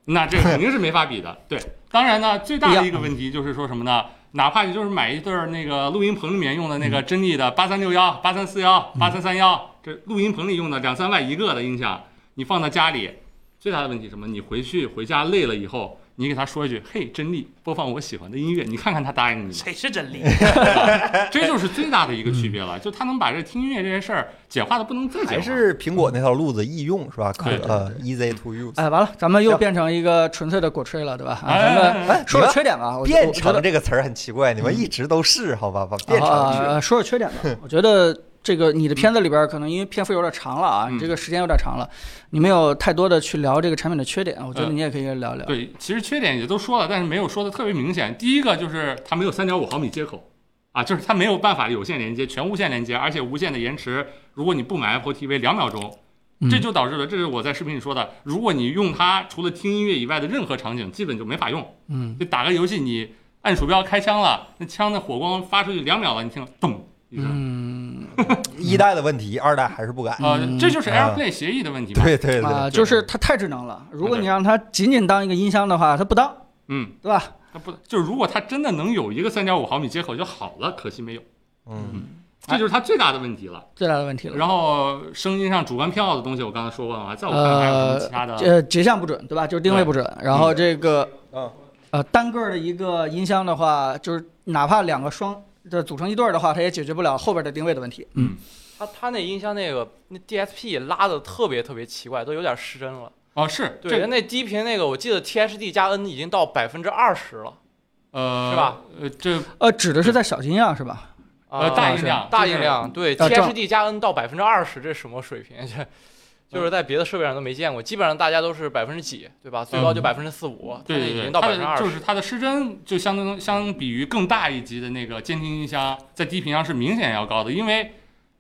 Speaker 4: 那这肯定是没法比的。对，当然呢，最大
Speaker 1: 一
Speaker 4: 的
Speaker 1: 样
Speaker 4: 一个问题就是说什么呢？哪怕你就是买一对儿那个录音棚里面用的那
Speaker 1: 嗯
Speaker 4: 个真力的八三六幺、八三四幺、八三三幺，这录音棚里用的两三万一个的音响，你放到家里，最大的问题是什么？你回去回家累了以后，你给他说一句：“嘿，真力，播放我喜欢的音乐。”你看看他答应你吗？
Speaker 3: 谁是 真理？
Speaker 4: 这就是最大的一个
Speaker 1: 嗯
Speaker 4: 区别了，就他能把这听音乐这件事儿简化的不能再简化。
Speaker 2: 还是苹果那条路子易用是吧？可
Speaker 4: 对
Speaker 2: 呃，easy to use。
Speaker 1: 哎，完了，咱们又
Speaker 2: 行
Speaker 1: 变成一个纯粹的果吹了，对吧？啊，
Speaker 4: 哎
Speaker 1: 咱们
Speaker 4: 哎哎
Speaker 2: 哎，
Speaker 1: 说说
Speaker 2: 你们
Speaker 1: 缺点吧。我觉
Speaker 2: 变
Speaker 1: 我觉得嗯
Speaker 2: 成这个词儿很奇怪，你们一直都是好吧？把变
Speaker 1: 啊啊
Speaker 2: 成
Speaker 1: 啊说说缺点 吧。我觉得这个你的片子里边儿可能因为篇幅有点长了啊，
Speaker 4: 嗯
Speaker 1: 你这个时间有点长了，你没有太多的去聊这个产品的缺点。我觉得
Speaker 4: 嗯
Speaker 1: 你也可以聊聊。
Speaker 4: 对，其实缺点也都说了，但是没有说的特别明显。第一个就是它没有三点五毫米接口，啊，就是它没有办法有线连接，全无线连接，而且无线的延迟，如果你不买 Apple TV 两秒钟，这就导致了，这是我在视频里说的，如果你用它除了听音乐以外的任何场景，基本就没法用。
Speaker 1: 嗯，
Speaker 4: 就打个游戏，你按鼠标开枪了，那枪的火光发出去两秒了，你听了咚一声，
Speaker 1: 嗯
Speaker 2: 一代的问题，二代还是不改。
Speaker 4: 啊
Speaker 1: 嗯，
Speaker 4: 这就是
Speaker 2: 啊
Speaker 4: AirPlay 协议的问题嘛。
Speaker 2: 对对
Speaker 1: 啊、
Speaker 2: 对，
Speaker 1: 就是它太智能了。如果你让它仅仅当一个音箱的话，它不当，
Speaker 4: 嗯，
Speaker 1: 对吧？
Speaker 4: 它不就是如果它真的能有一个三点五毫米接口就好了，可惜没有，
Speaker 2: 嗯，
Speaker 4: 这就是它最大的问题了。
Speaker 1: 最大的问题了。
Speaker 4: 然后声音上主观票的东西，我刚才说过了，在我看来还有什么其他的？
Speaker 1: 呃，节像不准，对吧？就是定位不准。然后这个，
Speaker 2: 嗯
Speaker 1: 呃，单个儿的一个音箱的话，就是哪怕两个双的组成一对儿的话，它也解决不了后边的定位的问题。
Speaker 5: 他他那音箱那个那 DSP 拉的特别特别奇怪，都有点失真了。
Speaker 4: 哦，是
Speaker 5: 对，
Speaker 4: 这
Speaker 5: 人那低频那个，我记得 THD 加 N 已经到百分之二十了。
Speaker 4: 呃
Speaker 5: 是吧？
Speaker 4: 呃，这
Speaker 1: 呃，指的是在小音量是吧？
Speaker 4: 呃
Speaker 5: 啊
Speaker 4: 大音量
Speaker 5: 大
Speaker 4: 就是
Speaker 5: 音量，对
Speaker 1: 啊这样
Speaker 5: ，THD 加 N 到百分之二十，这什么水平？这就是在别的设备上都没见过，基本上大家都是百分之几，对吧？最高就百分之四五，
Speaker 4: 对
Speaker 5: 已
Speaker 4: 对
Speaker 5: 经
Speaker 4: 对，
Speaker 5: 到
Speaker 4: 它
Speaker 5: 百分之
Speaker 4: 的
Speaker 5: 二
Speaker 4: 就
Speaker 5: 十
Speaker 4: 是。它的失真，就相当相比于更大一级的那个监听音箱，在低频上是明显要高的，因为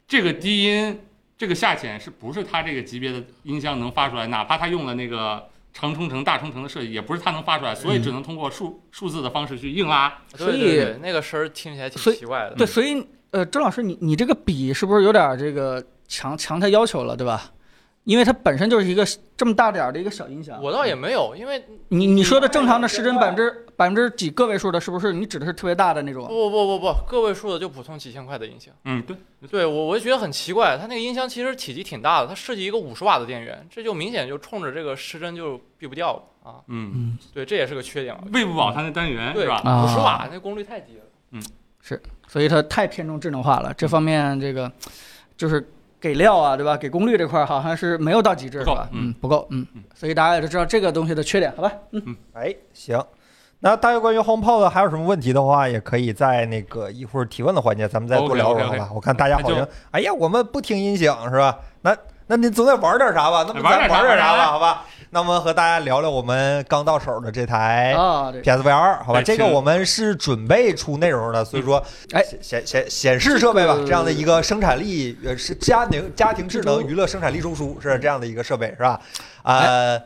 Speaker 4: 这个低音这个下潜是不是它这个级别的音箱能发出来？哪怕它用了那个长冲程、大冲程的设计，也不是它能发出来，所以只能通过数数字的方式去硬拉。
Speaker 1: 所
Speaker 5: 对
Speaker 1: 以
Speaker 5: 对对，那个声儿听起来
Speaker 1: 所
Speaker 5: 挺
Speaker 1: 以
Speaker 5: 奇怪的。
Speaker 1: 对，所以呃，周老师，你你这个比是不是有点儿这个强强它要求了，对吧？因为它本身就是一个这么大点儿的一个小音箱。
Speaker 5: 我倒也没有，因为
Speaker 1: 你你说的正常的失真百分之百分之几个位数的，是不是你指的是特别大的那
Speaker 5: 不
Speaker 1: 种？
Speaker 5: 不不不不，个位数的就普通几千块的音箱。
Speaker 4: 嗯，对，
Speaker 5: 对我我就觉得很奇怪，它那个音箱其实体积挺大的，它设计一个五十瓦的电源，这就明显就冲着这个失真就避不掉了啊。
Speaker 4: 嗯，
Speaker 1: 嗯，
Speaker 5: 对，这也是个缺点啊。
Speaker 4: 喂不饱它那单元
Speaker 5: 对，
Speaker 4: 是吧？
Speaker 5: 五十
Speaker 1: 啊
Speaker 5: 瓦那功率太低了。
Speaker 1: 所以它太偏重智能化了，这方面这个就是给料啊，对吧？给功率这块儿好像是没有到极致，
Speaker 4: 不
Speaker 1: 是
Speaker 4: 够
Speaker 1: 吧？
Speaker 4: 嗯
Speaker 1: 嗯，不够，嗯
Speaker 4: 嗯，
Speaker 1: 所以大家也都知道这个东西的缺点，好吧？
Speaker 2: 哎，行。那大家关于 HomePod 还有什么问题的话，也可以在那个一会儿提问的环节，咱们再多聊聊，好
Speaker 4: OK，OK，OK
Speaker 2: 吧？我看大家好
Speaker 4: 那
Speaker 2: 像，哎呀，我们不听音响是吧？那那您总得玩点啥吧？那么
Speaker 4: 玩
Speaker 2: 咱
Speaker 4: 点啥
Speaker 2: 玩点啥
Speaker 4: 玩点啥
Speaker 2: 吧？好吧？那我们和大家聊聊我们刚到手的这台
Speaker 1: 啊，对，
Speaker 2: PSVR，好吧，
Speaker 4: 对
Speaker 2: 这个
Speaker 4: 是
Speaker 2: 我们是准备出内容的，所以说，
Speaker 1: 哎
Speaker 2: 显，显显显示设备吧
Speaker 1: 这，个
Speaker 2: 这样的一个生产力，呃，是家庭家庭智能娱乐生产力中枢是这样的一个设备，是吧？呃，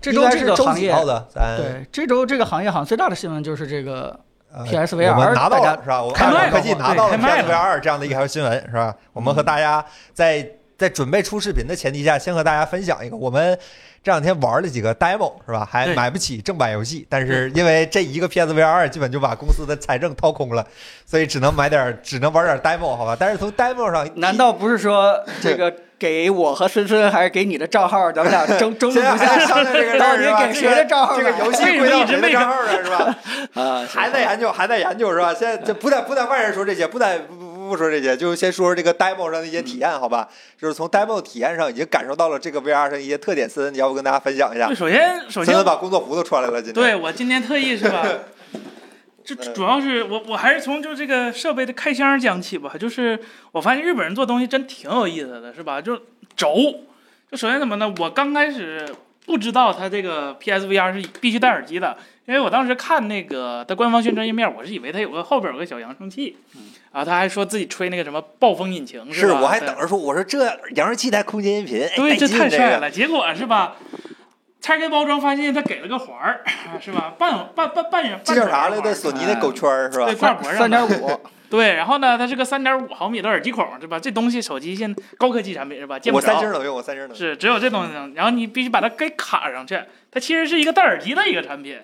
Speaker 1: 这
Speaker 2: 应
Speaker 1: 周
Speaker 2: 该
Speaker 1: 这
Speaker 2: 是
Speaker 1: 个
Speaker 2: 周
Speaker 1: 行
Speaker 2: 几
Speaker 1: 业，
Speaker 2: 号的？咱
Speaker 1: 对，这周这个行业好像最大的新闻就是这个
Speaker 2: 呃
Speaker 1: PSVR
Speaker 2: 我们拿到
Speaker 1: 大
Speaker 2: 了
Speaker 1: 家
Speaker 2: 是吧？我们
Speaker 1: 开
Speaker 3: 卖
Speaker 2: 爱
Speaker 3: 了
Speaker 2: 科技
Speaker 3: 我
Speaker 2: 拿到了
Speaker 3: 对开卖了
Speaker 2: PSVR 这样的一条新闻是吧？我们和大家在在准备出视频的前提下，先和大家分享一个我们这两天玩了几个 demo 是吧？还
Speaker 3: 对
Speaker 2: 买不起正版游戏，但是因为这一个 PSVR 基本就把公司的财政掏空了，所以只能买点，只能玩点 demo 好吧？但是从 demo 上，
Speaker 1: 难道不是说这个给我和森森，还是给你的账号，咱们俩争争
Speaker 2: 现
Speaker 1: 论
Speaker 2: 在
Speaker 1: 不
Speaker 2: 还在
Speaker 1: 下？
Speaker 2: 商量这个事
Speaker 1: 到
Speaker 2: 儿
Speaker 1: 底
Speaker 2: 是吧
Speaker 1: 给谁的账号
Speaker 2: 这个这个游戏归到谁的账号了是吧？
Speaker 1: 啊，
Speaker 2: 还在研究，还在研究是吧？现在这不在不在外人说这些，不在不不不说这些，就先说说这个 demo 上的一些体验，好吧？就是从 demo 体验上已经感受到了这个 VR 上一些特点，森森，你要不跟大家分享一下
Speaker 3: 对，？首先首
Speaker 2: 森
Speaker 3: 先
Speaker 2: 森把工作胡子穿来了，今天。
Speaker 3: 对我今天特意是 吧？这
Speaker 2: 嗯
Speaker 3: 主要是我我还是从就这个设备的开箱讲起吧，就是我发现日本人做东西真挺有意思的，是吧？就轴，就首先怎么呢？我刚开始不知道它这个 PSVR 是必须戴耳机的，因为我当时看那个它官方宣传页面，我是以为它有个后边有个小扬声器，啊，他还说自己吹那个什么暴风引擎
Speaker 2: 嗯是，
Speaker 3: 吧？
Speaker 2: 我还
Speaker 3: 对
Speaker 2: 等着说，我说这扬声器带空间音频，哎
Speaker 3: 对，
Speaker 2: 带
Speaker 3: 这
Speaker 2: 劲
Speaker 3: 太帅
Speaker 2: 个
Speaker 3: 了。结果是吧？拆开包装发现它给了个环儿，啊是吧？半半半半圆。
Speaker 2: 这叫啥来着？索尼的狗圈儿是吧
Speaker 3: 对，？挂脖
Speaker 1: 三
Speaker 3: 上的。
Speaker 1: 点五，
Speaker 3: 对，然后呢，它是个三点五毫米的耳机孔，是吧？这东西手机现高科技产品是吧？见
Speaker 2: 我
Speaker 3: 不
Speaker 2: 三星
Speaker 3: 着。
Speaker 2: 能用，我三星能用。
Speaker 3: 是只有这东西能，然后你必须把它给卡上去。它其实是一个戴耳机的一个产品，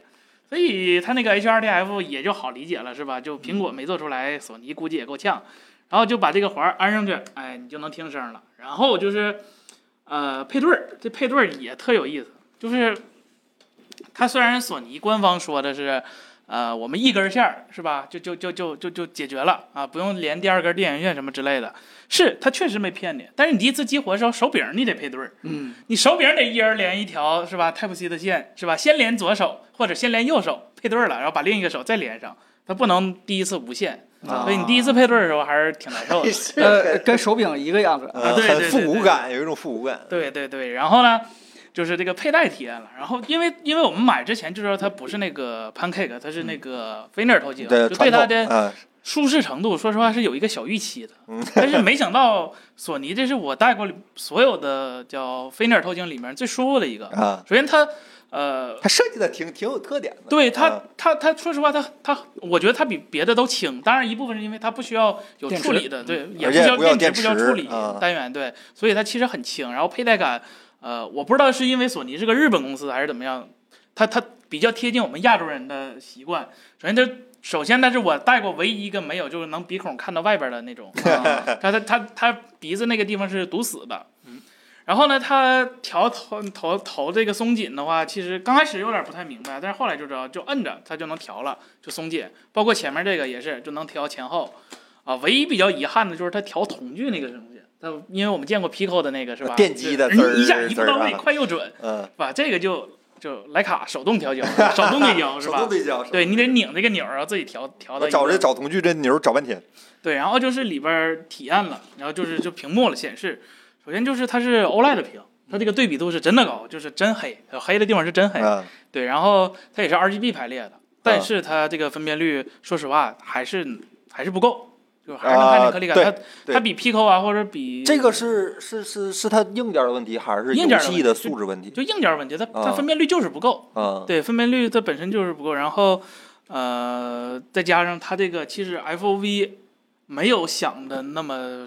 Speaker 3: 所以它那个 HRDF 也就好理解了，是吧？就苹果没做出来，索尼估计也够呛。然后就把这个环儿安上去，哎，你就能听声了。然后就是，呃，配对儿，这配对儿也特有意思，就是它虽然索尼官方说的是，呃，我们一根线儿是吧，就就就就就就解决了啊，不用连第二根电源线什么之类的，是它确实没骗你。但是你第一次激活的时候，手柄儿你得配对儿，
Speaker 1: 嗯，
Speaker 3: 你手柄得一人连一条是吧？Type C 的线是吧？先连左手或者先连右手配对儿了，然后把另一个手再连上，它不能第一次无限，
Speaker 1: 啊
Speaker 3: 所以你第一次配对儿的时候还是挺难受
Speaker 2: 哎
Speaker 3: 的。
Speaker 1: 呃，跟手柄一个样子。
Speaker 2: 呃
Speaker 3: 啊对
Speaker 2: 很
Speaker 3: 对对
Speaker 2: 复古
Speaker 3: 对
Speaker 2: 感，有一种复古感。
Speaker 3: 对对对，然后呢，就是这个佩戴体验了。然后因为因为我们买之前就知道它不是那个 Pancake，它是那个菲涅尔头颈，
Speaker 2: 嗯对，
Speaker 3: 就对
Speaker 2: 传
Speaker 3: 它
Speaker 2: 统。
Speaker 3: 的
Speaker 2: 嗯，
Speaker 3: 舒适程度，说实话是有一个小预期的
Speaker 2: 嗯。
Speaker 3: 但是没想到 索尼，这是我戴过里所有的叫菲涅尔头颈里面最舒服的一个。
Speaker 2: 啊，
Speaker 3: 首先它呃，
Speaker 2: 它设计的挺挺有特点的。
Speaker 3: 对它
Speaker 2: 啊，
Speaker 3: 它它说实话，它它，我觉得它比别的都轻。当然，一部分是因为它不需要有
Speaker 1: 电池
Speaker 3: 处理的，对，也
Speaker 2: 嗯而
Speaker 3: 不
Speaker 2: 且
Speaker 3: 需要
Speaker 2: 不要
Speaker 3: 电池，不需要
Speaker 2: 电池
Speaker 3: 处理
Speaker 2: 啊
Speaker 3: 单元，对，所以它其实很轻。然后佩戴感，呃，我不知道是因为索尼是个日本公司还是怎么样，它它比较贴近我们亚洲人的习惯。首先它。首先，那是我戴过唯一一个没有，就是能鼻孔看到外边的 那种。啊它它它它鼻子那个地方是堵死的，然后呢，他调头头头这个松紧的话，其实刚开始有点不太明白，但是后来就知道，就摁着它就能调了，就松紧。包括前面这个也是，就能调前后。啊，唯一比较遗憾的就是它调瞳距那个东西，它因为我们见过 Pico 的那个是吧？
Speaker 2: 啊电机的
Speaker 3: 对
Speaker 2: 滋儿
Speaker 3: 一下一
Speaker 2: 滋儿
Speaker 3: 步到位，
Speaker 2: 啊
Speaker 3: 快又准，
Speaker 2: 嗯，
Speaker 3: 把这个就就徕卡手动调焦，手 动对焦是
Speaker 2: 嗯手
Speaker 3: 吧
Speaker 2: 动？对焦。手
Speaker 3: 对
Speaker 2: 动
Speaker 3: 你得拧这个钮儿，然后自己调调到
Speaker 2: 我哦
Speaker 3: 一
Speaker 2: 找
Speaker 3: 个
Speaker 2: 这找同具这牛找半天，
Speaker 3: 对，然后就是里边儿体验了，然后就是就屏幕了显示。首先就是它是 OLED 屏，它这个对比度是真的高，就是真黑，呃黑的地方是真黑。
Speaker 2: 嗯，
Speaker 3: 对，然后它也是 RGB 排列的，但是它这个分辨率，说实话还是还是不够，就还是能看见颗粒感。
Speaker 2: 啊
Speaker 3: 它
Speaker 2: 对
Speaker 3: 它比 Pico 啊，或者比
Speaker 2: 这个是是是是它硬件的问题，还是
Speaker 3: 硬
Speaker 2: 游
Speaker 3: 件的问
Speaker 2: 戏
Speaker 3: 题
Speaker 2: 的
Speaker 3: 就
Speaker 2: 素质问题？
Speaker 3: 就硬件儿问题，它它
Speaker 2: 啊
Speaker 3: 分辨率就是不够。
Speaker 2: 嗯，
Speaker 3: 对，分辨率它本身就是不够，然后呃，再加上它这个其实 FOV 没有想的那么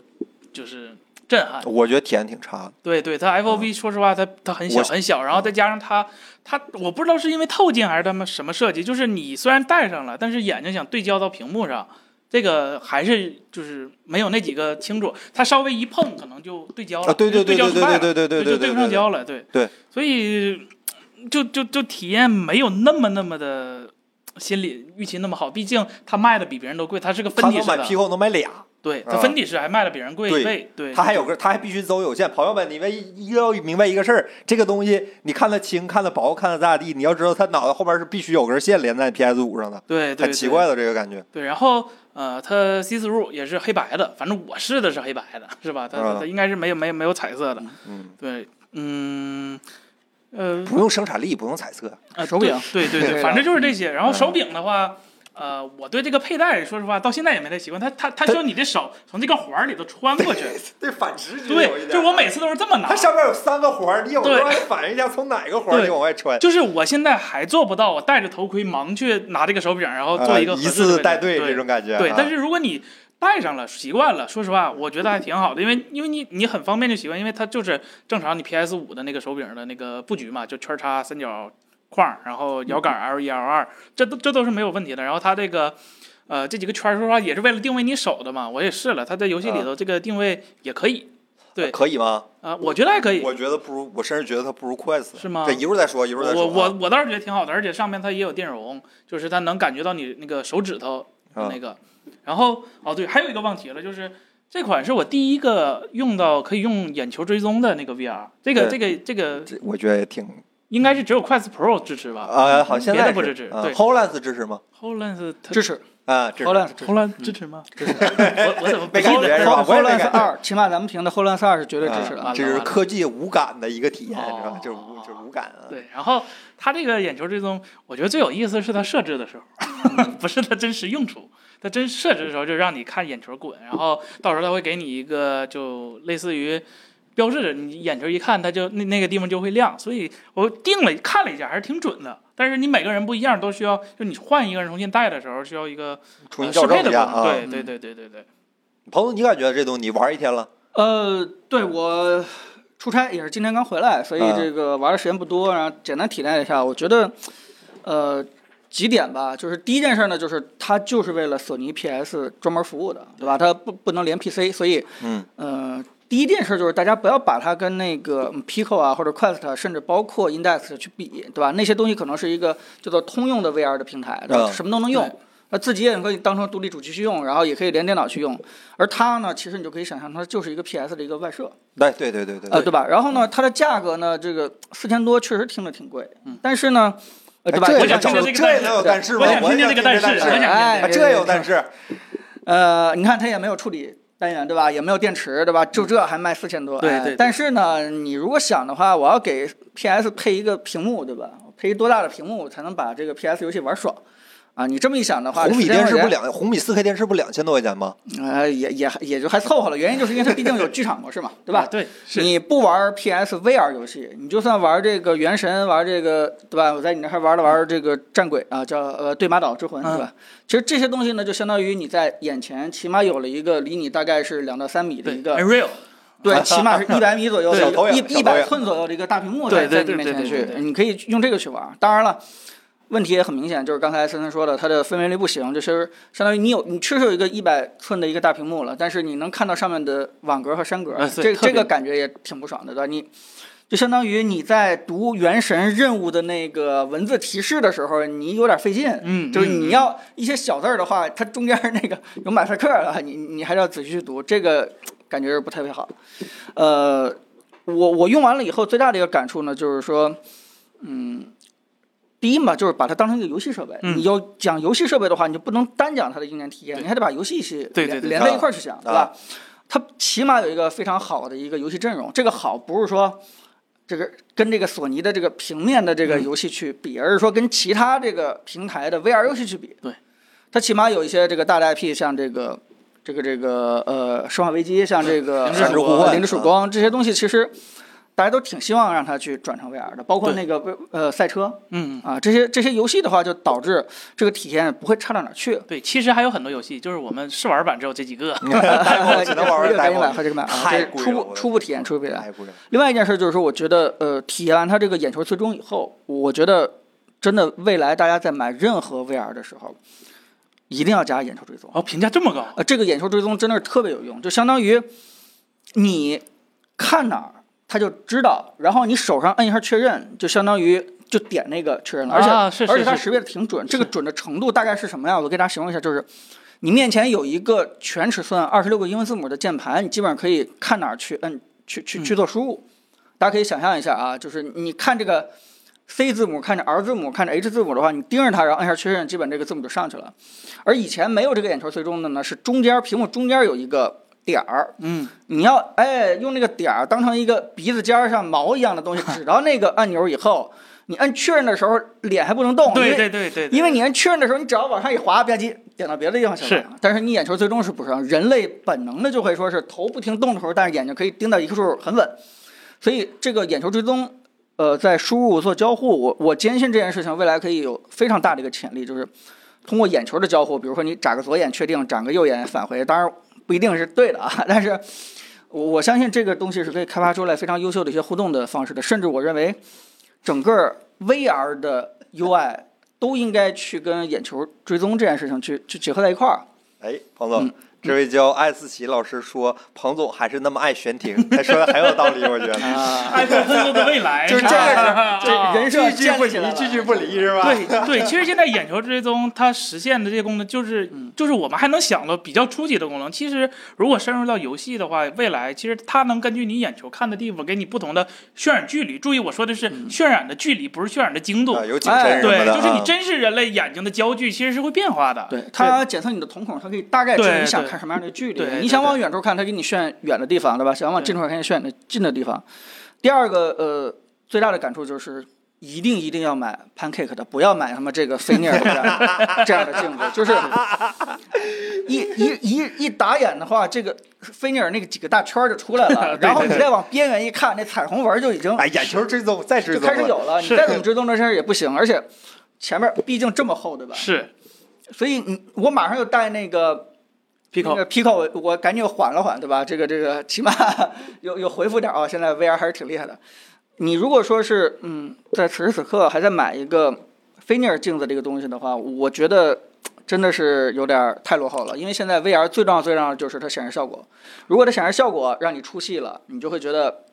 Speaker 3: 就是震撼。
Speaker 2: 我觉得体验挺差的。
Speaker 3: 对对，它 FOV 说实话，它它很
Speaker 2: 嗯
Speaker 3: 小
Speaker 2: 我
Speaker 3: 很小，然后再加上它它，我不知道是因为透镜还是他们什么设计，就是你虽然戴上了，但是眼睛想对焦到屏幕上，这个还是就是没有那几个清楚，它稍微一碰可能就对焦了，
Speaker 2: 啊，对对对
Speaker 3: 就
Speaker 2: 对对
Speaker 3: 对焦失败
Speaker 2: 对
Speaker 3: 了
Speaker 2: 对对对对
Speaker 3: 就对
Speaker 2: 对
Speaker 3: 不上
Speaker 2: 对，
Speaker 3: 焦了，对
Speaker 2: 对
Speaker 3: 所以就就就体验没有那么那么的心理预期那么好，毕竟它卖的比别人都贵，它是个
Speaker 2: 他
Speaker 3: 分体
Speaker 2: 能
Speaker 3: 式
Speaker 2: 买
Speaker 3: 的，
Speaker 2: Pico 能买俩，
Speaker 3: 对，它
Speaker 2: 啊
Speaker 3: 分体式还卖的比人贵
Speaker 2: 对
Speaker 3: 一倍，对，
Speaker 2: 他还有个他还必须走有线。朋友们，你们一定要明白一个事儿，这个东西你看它轻，看它薄，看它咋地，你要知道它脑袋后边是必须有根线连在 PS 五上的，
Speaker 3: 对对
Speaker 2: 很
Speaker 3: 对
Speaker 2: 奇怪的这个感觉。
Speaker 3: 对，然后呃，它 C 四入也是黑白的，反正我试的是黑白的，是吧？它它
Speaker 2: 啊
Speaker 3: 它应该是没有没有没有彩色的，
Speaker 2: 嗯，
Speaker 3: 对，嗯，呃
Speaker 2: 不用生产力，不用彩色，
Speaker 3: 呃
Speaker 1: 手柄
Speaker 3: 对对对
Speaker 1: 对
Speaker 3: 对，
Speaker 1: 的
Speaker 3: 反正就是
Speaker 2: 嗯
Speaker 3: 这些。然后手柄的话。呃，我对这个佩戴，说实话，到现在也没太习惯。它它它需要你的手从这个环儿里头穿过去，
Speaker 2: 对反直
Speaker 3: 对，就是我每次都是这么拿
Speaker 2: 它。上面有三个环儿，你有时候
Speaker 3: 对
Speaker 2: 还反应一下从哪个环儿里往外穿。
Speaker 3: 就是我现在还做不到，我戴着头盔盲去拿这个手柄，然后做一个
Speaker 2: 啊
Speaker 3: 合
Speaker 2: 一
Speaker 3: 适的位
Speaker 2: 次
Speaker 3: 置
Speaker 2: 带队
Speaker 3: 对
Speaker 2: 这种感觉啊。
Speaker 3: 对，但是如果你戴上了习惯了，说实话，我觉得还挺好的，因为因为你你很方便就习惯，因为它就是正常你 PS 五的那个手柄的那个布局嘛，就圈叉三角框，然后摇杆 L 一 L 二，这都这都是没有问题的。然后它这个。呃，这几个圈儿说实话也是为了定位你手的嘛，我也试了，它在游戏里头这个定位也可以，对
Speaker 2: 可以吗？
Speaker 3: 啊、我觉得还可以，
Speaker 2: 我觉得不如，我甚至觉得它不如筷子。
Speaker 3: 是吗
Speaker 2: 这一会儿再说，一会儿再
Speaker 3: 我
Speaker 2: 说啊。
Speaker 3: 我我倒是觉得挺好的，而且上面它也有电容，就是它能感觉到你那个手指头
Speaker 2: 啊
Speaker 3: 那个。然后哦对，还有一个忘提了，就是这款是我第一个用到可以用眼球追踪的那个 VR，这个这
Speaker 2: 对
Speaker 3: 个这个
Speaker 2: 这我觉得也挺
Speaker 3: 应该是只有 Quest Pro 支持吧
Speaker 2: 啊，好，现
Speaker 3: 别
Speaker 2: 在
Speaker 3: 的不
Speaker 2: 是
Speaker 3: 支持
Speaker 2: 啊
Speaker 3: 对
Speaker 2: HoloLens 支持吗？
Speaker 3: ，HoloLens 它
Speaker 1: 支持
Speaker 2: 啊，支持。嗯
Speaker 1: ，HoloLens 支持
Speaker 3: HoloLens 支持吗？我我怎么不
Speaker 2: 没
Speaker 3: 记
Speaker 2: 感觉
Speaker 3: 得
Speaker 2: 是吧我也没
Speaker 1: HoloLens
Speaker 2: 感觉
Speaker 1: 二，起码咱们评的 HoloLens 二是绝对支持的。
Speaker 2: 啊
Speaker 3: 完了
Speaker 2: 这是
Speaker 3: 完了
Speaker 2: 科技无感的一个体验，
Speaker 3: 哦
Speaker 2: 是吧？就是无就是无感啊。
Speaker 3: 对，然后它这个眼球追踪，我觉得最有意思是它设置的时候， 不是它真实用处。它真设置的时候就让你看眼球滚，然后到时候它会给你一个就类似于标志着你眼球一看，它就那那个地方就会亮。所以我定了看了一下，还是挺准的。但是你每个人不一样，都需要就你换一个人重新戴的时候，需要一个
Speaker 2: 重
Speaker 3: 呃
Speaker 2: 新
Speaker 3: 适
Speaker 2: 校
Speaker 3: 配
Speaker 2: 正
Speaker 3: 的
Speaker 2: 一下
Speaker 3: 功能。
Speaker 2: 啊。
Speaker 3: 对
Speaker 1: 嗯
Speaker 3: 对对对对对，
Speaker 2: 朋友，你感觉这东西你玩一天了？
Speaker 1: 呃，对我出差也是今天刚回来，所以
Speaker 2: 啊
Speaker 1: 这个玩的时间不多，然后简单体验一下。我觉得，呃，几点吧，就是第一件事呢，就是它就是为了索尼 PS 专门服务的，对吧？它不不能连 PC，所以
Speaker 2: 嗯，
Speaker 1: 呃，第一件事就是大家不要把它跟那个嗯 Pico 啊或者 Quest，啊甚至包括 Index 去比，对吧？那些东西可能是一个叫做通用的 VR 的平台，对吧？
Speaker 2: 嗯
Speaker 1: 什么都能用
Speaker 3: 对。
Speaker 1: 那自己也可以当成独立主机去用，然后也可以连电脑去用。而它呢，其实你就可以想象，它就是一个 PS 的一个外设，
Speaker 2: 对对对对对嗯
Speaker 1: 呃，对吧？然后呢，它的价格呢，这个四千多确实听着挺贵，
Speaker 3: 嗯
Speaker 1: 但是呢，呃，对吧？
Speaker 2: 哎
Speaker 1: 我
Speaker 2: 这也
Speaker 1: 想
Speaker 3: 听
Speaker 1: 说
Speaker 3: 着
Speaker 2: 能
Speaker 3: 这个
Speaker 2: 这也
Speaker 3: 但是
Speaker 2: 能有但是吗？
Speaker 3: 我想听见这个
Speaker 2: 但
Speaker 3: 但是，我想听见这个
Speaker 1: 哎
Speaker 2: 啊这也有但是，
Speaker 1: 呃，你看它也没有处理单元，对吧？也没有电池，对吧？
Speaker 2: 嗯
Speaker 1: 就这还卖四千多，
Speaker 3: 对
Speaker 1: 哎
Speaker 3: 对对
Speaker 1: 但是呢，你如果想的话，我要给 PS 配一个屏幕，对吧？配多大的屏幕才能把这个 PS 游戏玩爽？啊，你这么一想的话，
Speaker 2: 红米
Speaker 1: 4000
Speaker 2: 电视
Speaker 1: 块
Speaker 2: 不
Speaker 1: 钱
Speaker 2: 两，红米四 K 电视不两千多块钱吗？
Speaker 1: 呃，也也也就还凑合了。原因就是因为它毕竟有剧场模式嘛，哎对吧？
Speaker 3: 对，是
Speaker 1: 你不玩 PS VR 游戏，你就算玩这个《原神》，玩这个对吧？我在你那还玩了玩这个《战鬼》啊，叫呃《对马岛之魂》，
Speaker 3: 嗯
Speaker 1: 对吧？其实这些东西呢，就相当于你在眼前，起码有了一个离你大概是两到三米的
Speaker 3: 对
Speaker 1: 一个，
Speaker 3: ，Unreal，
Speaker 1: 对，起码是一百米左右的
Speaker 2: 小投影
Speaker 1: 一
Speaker 2: 小
Speaker 1: 一
Speaker 2: 投
Speaker 1: 百
Speaker 2: 影
Speaker 1: 寸左右的一个大屏幕
Speaker 3: 对
Speaker 1: 在在你
Speaker 3: 对对
Speaker 1: 面前
Speaker 3: 对对
Speaker 1: 去
Speaker 3: 对，对
Speaker 1: 你可以用这个去玩。当然了。问题也很明显，就是刚才森森说的，它的分辨率不行，就是相当于你有你确实有一个一百寸的一个大屏幕了，但是你能看到上面的网格和栅格，
Speaker 3: 啊对
Speaker 1: 这
Speaker 3: 特别
Speaker 1: 这个感觉也挺不爽的，对吧？你就相当于你在读《原神》任务的那个文字提示的时候，你有点费劲，
Speaker 3: 嗯，
Speaker 1: 就是
Speaker 3: 嗯
Speaker 1: 你要一些小字儿的话，它中间儿那个有马赛克了，你你还是要仔细去读，这个感觉是不特别好。呃，我我用完了以后最大的一个感触呢，就是说，嗯，第一嘛，就是把它当成一个游戏设备。
Speaker 3: 嗯
Speaker 1: 你要讲游戏设备的话，你就不能单讲它的硬件体验，
Speaker 3: 对
Speaker 1: 你还得把游戏系
Speaker 3: 对对对
Speaker 1: 连连在一块儿去
Speaker 3: 啊
Speaker 1: 讲，对吧？它起码有一个非常好的一个游戏阵容，这个好不是说。这个跟这个索尼的这个平面的这个
Speaker 3: 嗯
Speaker 1: 游戏去比，而是说跟其他这个平台的 VR 游戏去比。
Speaker 3: 对，
Speaker 1: 它起码有一些这个大的 IP，像这个这个这个呃《生化危机》，像这个
Speaker 3: 零之曙嗯
Speaker 2: 光
Speaker 1: 呃零之曙光这些东西，其实大家都挺希望让它去转成 VR 的，包括
Speaker 3: 对
Speaker 1: 那个呃赛车
Speaker 3: 嗯，
Speaker 1: 啊这些这些游戏的话，就导致这个体验不会差到哪儿去。
Speaker 3: 对，其实还有很多游戏，就是我们试玩版只有这几个，
Speaker 2: 只能玩玩
Speaker 1: 这个赶紧
Speaker 2: demo
Speaker 1: 买，快这个买啊！
Speaker 2: 太
Speaker 1: 这
Speaker 2: 贵
Speaker 1: 是
Speaker 2: 了
Speaker 1: 初
Speaker 2: 我
Speaker 1: 步
Speaker 2: 的
Speaker 1: 初步体验，初步体验。
Speaker 2: 哎，不是，
Speaker 1: 另外一件事就是说，我觉得呃，体验完它这个眼球最终以后，我觉得真的未来大家在买任何 VR 的时候，一定要加眼球追踪。
Speaker 3: 哦，评价这么高，
Speaker 1: 呃，这个眼球追踪真的是特别有用，就相当于你看哪儿它就知道，然后你手上摁一下确认，就相当于就点那个确认了，而且、
Speaker 3: 啊是是
Speaker 1: 而且它
Speaker 3: 是
Speaker 1: 识别的挺准。这个
Speaker 3: 是
Speaker 1: 准的程度大概是什么样？我给大家形容一下，就是你面前有一个全尺寸二十六个英文字母的键盘，你基本上可以看哪儿去摁去去
Speaker 3: 嗯
Speaker 1: 去做输入。大家可以想象一下啊，就是你看这个 C 字母，看着 R 字母，看着 H 字母的话，你盯着它，然后按下确认，基本这个字母就上去了。而以前没有这个眼球追踪的呢，是中间屏幕中间有一个点儿，
Speaker 3: 嗯，
Speaker 1: 你要哎用那个点儿当成一个鼻子尖儿像毛一样的东西，指到那个 按钮以后，你按确认的时候脸还不能动，因
Speaker 3: 对
Speaker 1: 为
Speaker 3: 对对对，对
Speaker 1: 因为你按确认的时候，你只要往上一滑，吧唧点到别的地方去了。
Speaker 3: 是，
Speaker 1: 但是你眼球最终是不是让人类本能的就会说是头不停动的时候，但是眼睛可以盯到一个数很稳。所以这个眼球追踪，呃，在输入做交互，我我坚信这件事情未来可以有非常大的一个潜力，就是通过眼球的交互，比如说你眨个左眼确定，眨个右眼返回，当然不一定是对的啊， 但是我我相信这个东西是可以开发出来非常优秀的一些互动的方式的，甚至我认为整个 VR 的 UI 都应该去跟眼球追踪这件事情去去结合在一块儿。
Speaker 2: 哎，彭总
Speaker 1: 嗯，
Speaker 2: 这位叫艾思琪老师说，彭总还是那么爱悬停，他说的很有道理，我觉得。
Speaker 1: 啊，
Speaker 3: 爱国奋斗的未 来，
Speaker 2: 就是
Speaker 3: 是
Speaker 2: 这
Speaker 3: 吧
Speaker 2: 样
Speaker 1: 这人设
Speaker 2: 句句
Speaker 1: 建
Speaker 2: 不
Speaker 1: 立起来
Speaker 2: 离，
Speaker 1: 了
Speaker 2: 句句不离，是吧？
Speaker 3: 对啊对，其实现在眼球追踪它实现的这些功能，就是
Speaker 1: 嗯
Speaker 3: 就是我们还能想到比较初级的功能。其实如果深入到游戏的话，未来其实它能根据你眼球看的地方，给你不同的渲染距离。注意，我说的是渲染的距离，不是渲染的精度
Speaker 2: 啊，。有精神
Speaker 1: 哎
Speaker 2: 什么
Speaker 3: 对，
Speaker 2: 的啊。
Speaker 3: 就是你真是人类眼睛的焦距，其实是会变化的。
Speaker 1: 对，它检测你的瞳孔，它可以大概知道
Speaker 3: 对
Speaker 1: 你想
Speaker 3: 对
Speaker 1: 看什么样的距离
Speaker 3: 对对。
Speaker 1: 你想往远处看，它给你炫远的地方，对吧？想往近处看，给你炫的近的地方。第二个，呃，最大的感触就是。一定一定要买 Pancake 的，不要买他妈这个菲涅尔这样 的这样的镜子，就是一一一一打眼的话，这个菲涅尔那个几个大圈儿就出来 了，然后你再往边缘一看，那彩虹纹就已经
Speaker 2: 哎，眼球追踪再追
Speaker 1: 就
Speaker 2: 踪
Speaker 1: 开始
Speaker 2: 了，
Speaker 1: 有了，你再怎么追踪这事儿也不行，而且前面毕竟这么厚，对吧？
Speaker 3: 是
Speaker 1: 所以你我马上就带那个那
Speaker 3: Pico，
Speaker 1: 个 Pico，我我赶紧缓了缓，对吧？这个这个起码 有有回复点啊，现在 VR 还是挺厉害的。你如果说是嗯，在此时此刻还在买一个菲涅尔镜子这个东西的话，我觉得真的是有点儿太落后了，因为现在 VR 最重要最重要的就是它显示效果。如果它显示效果让你出戏了，你就会觉得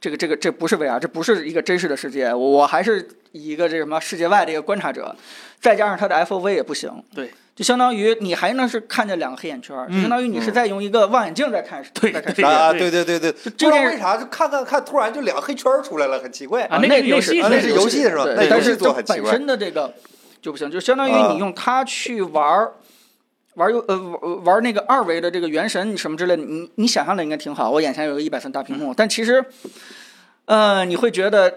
Speaker 1: 这个这个这不是 VR，这不是一个真实的世界，我我还是一个这什么世界外的一个观察者。再加上它的 FOV 也不行，
Speaker 3: 对，
Speaker 1: 就相当于你还能是看见两个黑眼圈儿，
Speaker 3: 嗯
Speaker 1: 就相当于你是在用一个望远镜在看，
Speaker 3: 对
Speaker 1: 在看
Speaker 3: 对
Speaker 2: 啊，
Speaker 3: 对
Speaker 2: 对对对，不知
Speaker 1: 这
Speaker 2: 道
Speaker 1: 件事
Speaker 2: 为啥就看看看，突然就两个黑圈儿出来了，很奇怪。
Speaker 3: 啊那
Speaker 1: 那
Speaker 3: 个
Speaker 1: 个游
Speaker 3: 游戏
Speaker 1: 戏
Speaker 3: 是
Speaker 2: 那是游戏是吧
Speaker 1: 对
Speaker 2: 那游戏
Speaker 1: 但是这
Speaker 2: 做得很奇
Speaker 1: 本
Speaker 2: 怪
Speaker 1: 身的这个就不行，就相当于
Speaker 2: 啊
Speaker 1: 你用它去玩儿。玩游呃玩玩那个二维的这个原神什么之类的，你你想象的应该挺好。我眼前有个一百寸大屏幕，但其实，呃，你会觉得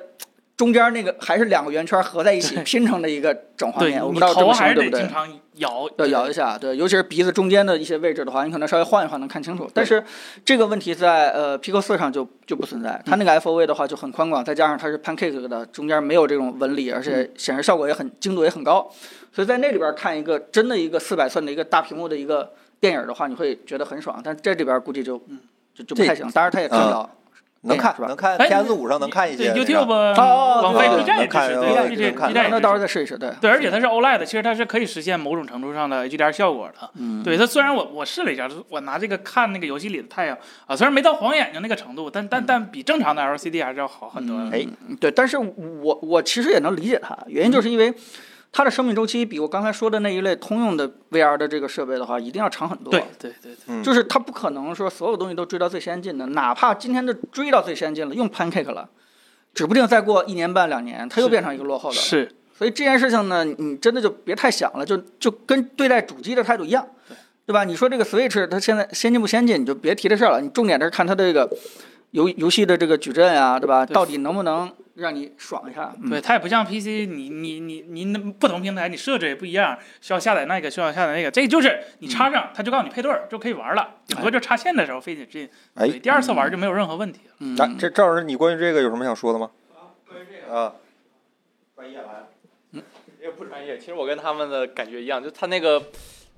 Speaker 1: 中间那个还是两个圆圈合在一起
Speaker 3: 对
Speaker 1: 拼成的一个整画
Speaker 3: 对
Speaker 1: 面，我不
Speaker 3: 你
Speaker 1: 知道这
Speaker 3: 头
Speaker 1: 么形
Speaker 3: 还
Speaker 1: 容对
Speaker 3: 是得
Speaker 1: 不对
Speaker 3: 经？常摇，
Speaker 1: 要摇一下，对，尤其是鼻子中间的一些位置的话，你可能稍微晃一晃能看清楚。但是这个问题在呃 Pico 四上就就不存在，它那个 F O V 的话就很宽广，再加上它是 Pancake 的，中间没有这种纹理，而且显示效果也很精度也很高，所以在那里边看一个真的一个四百寸的一个大屏幕的一个电影的话，你会觉得很爽。但这里边估计就
Speaker 3: 嗯
Speaker 1: 就就不太行，当然它也看不到。
Speaker 6: 能看
Speaker 1: 是吧
Speaker 6: 能看
Speaker 3: 哎
Speaker 6: PS 五上能看一些
Speaker 3: 对
Speaker 6: 是吧
Speaker 3: YouTube
Speaker 1: 哦
Speaker 3: 网飞
Speaker 1: 对
Speaker 3: B 站也支持，
Speaker 6: 能看
Speaker 3: 对 B 站
Speaker 6: 能看
Speaker 3: B 站
Speaker 1: 那
Speaker 3: 也
Speaker 1: 那
Speaker 3: 支
Speaker 1: 到时
Speaker 3: 持
Speaker 1: 候。再试一试，对，
Speaker 3: 对，而且它是 OLED，其实它是可以实现某种程度上的 HDR 效果的。
Speaker 1: 嗯，
Speaker 3: 对它虽然我我试了一下，我拿这个看那个游戏里的太阳啊，虽然没到晃眼睛那个程度，但但但比正常的 LCD 还是要好很多的。
Speaker 6: 哎
Speaker 1: 嗯对，但是我我其实也能理解它，原因就是因为它的生命周期比我刚才说的那一类通用的 VR 的这个设备的话，一定要长很多。
Speaker 3: 对对对对，
Speaker 6: 嗯
Speaker 1: 就是它不可能说所有东西都追到最先进的，哪怕今天就追到最先进了，用 Pancake 了，指不定再过一年半两年，它又
Speaker 3: 是
Speaker 1: 变成一个落后的了。
Speaker 3: 是
Speaker 1: 所以这件事情呢，你真的就别太想了，就就跟对待主机的态度一样，对吧？你说这个 Switch 它现在先进不先进，你就别提这事儿了，你重点是看它这个游游戏的这个矩阵啊，对吧？
Speaker 3: 对
Speaker 1: 到底能不能让你爽一下？嗯
Speaker 3: 对，它也不像 PC，你你你你那不同平台你设置也不一样，需要下载那个，需要下载那个，这就是你
Speaker 1: 嗯
Speaker 3: 插上，它就告诉你配对儿就可以玩了，
Speaker 1: 哎
Speaker 3: 顶多就插线的时候费点劲。
Speaker 6: 哎
Speaker 3: 对，第二次玩就没有任何问题了。
Speaker 1: 嗯，
Speaker 6: 来，这赵老师，你关于这个有什么想说的吗？啊，
Speaker 2: 专业来了，
Speaker 5: 也不专业。其实我跟他们的感觉一样，就他那个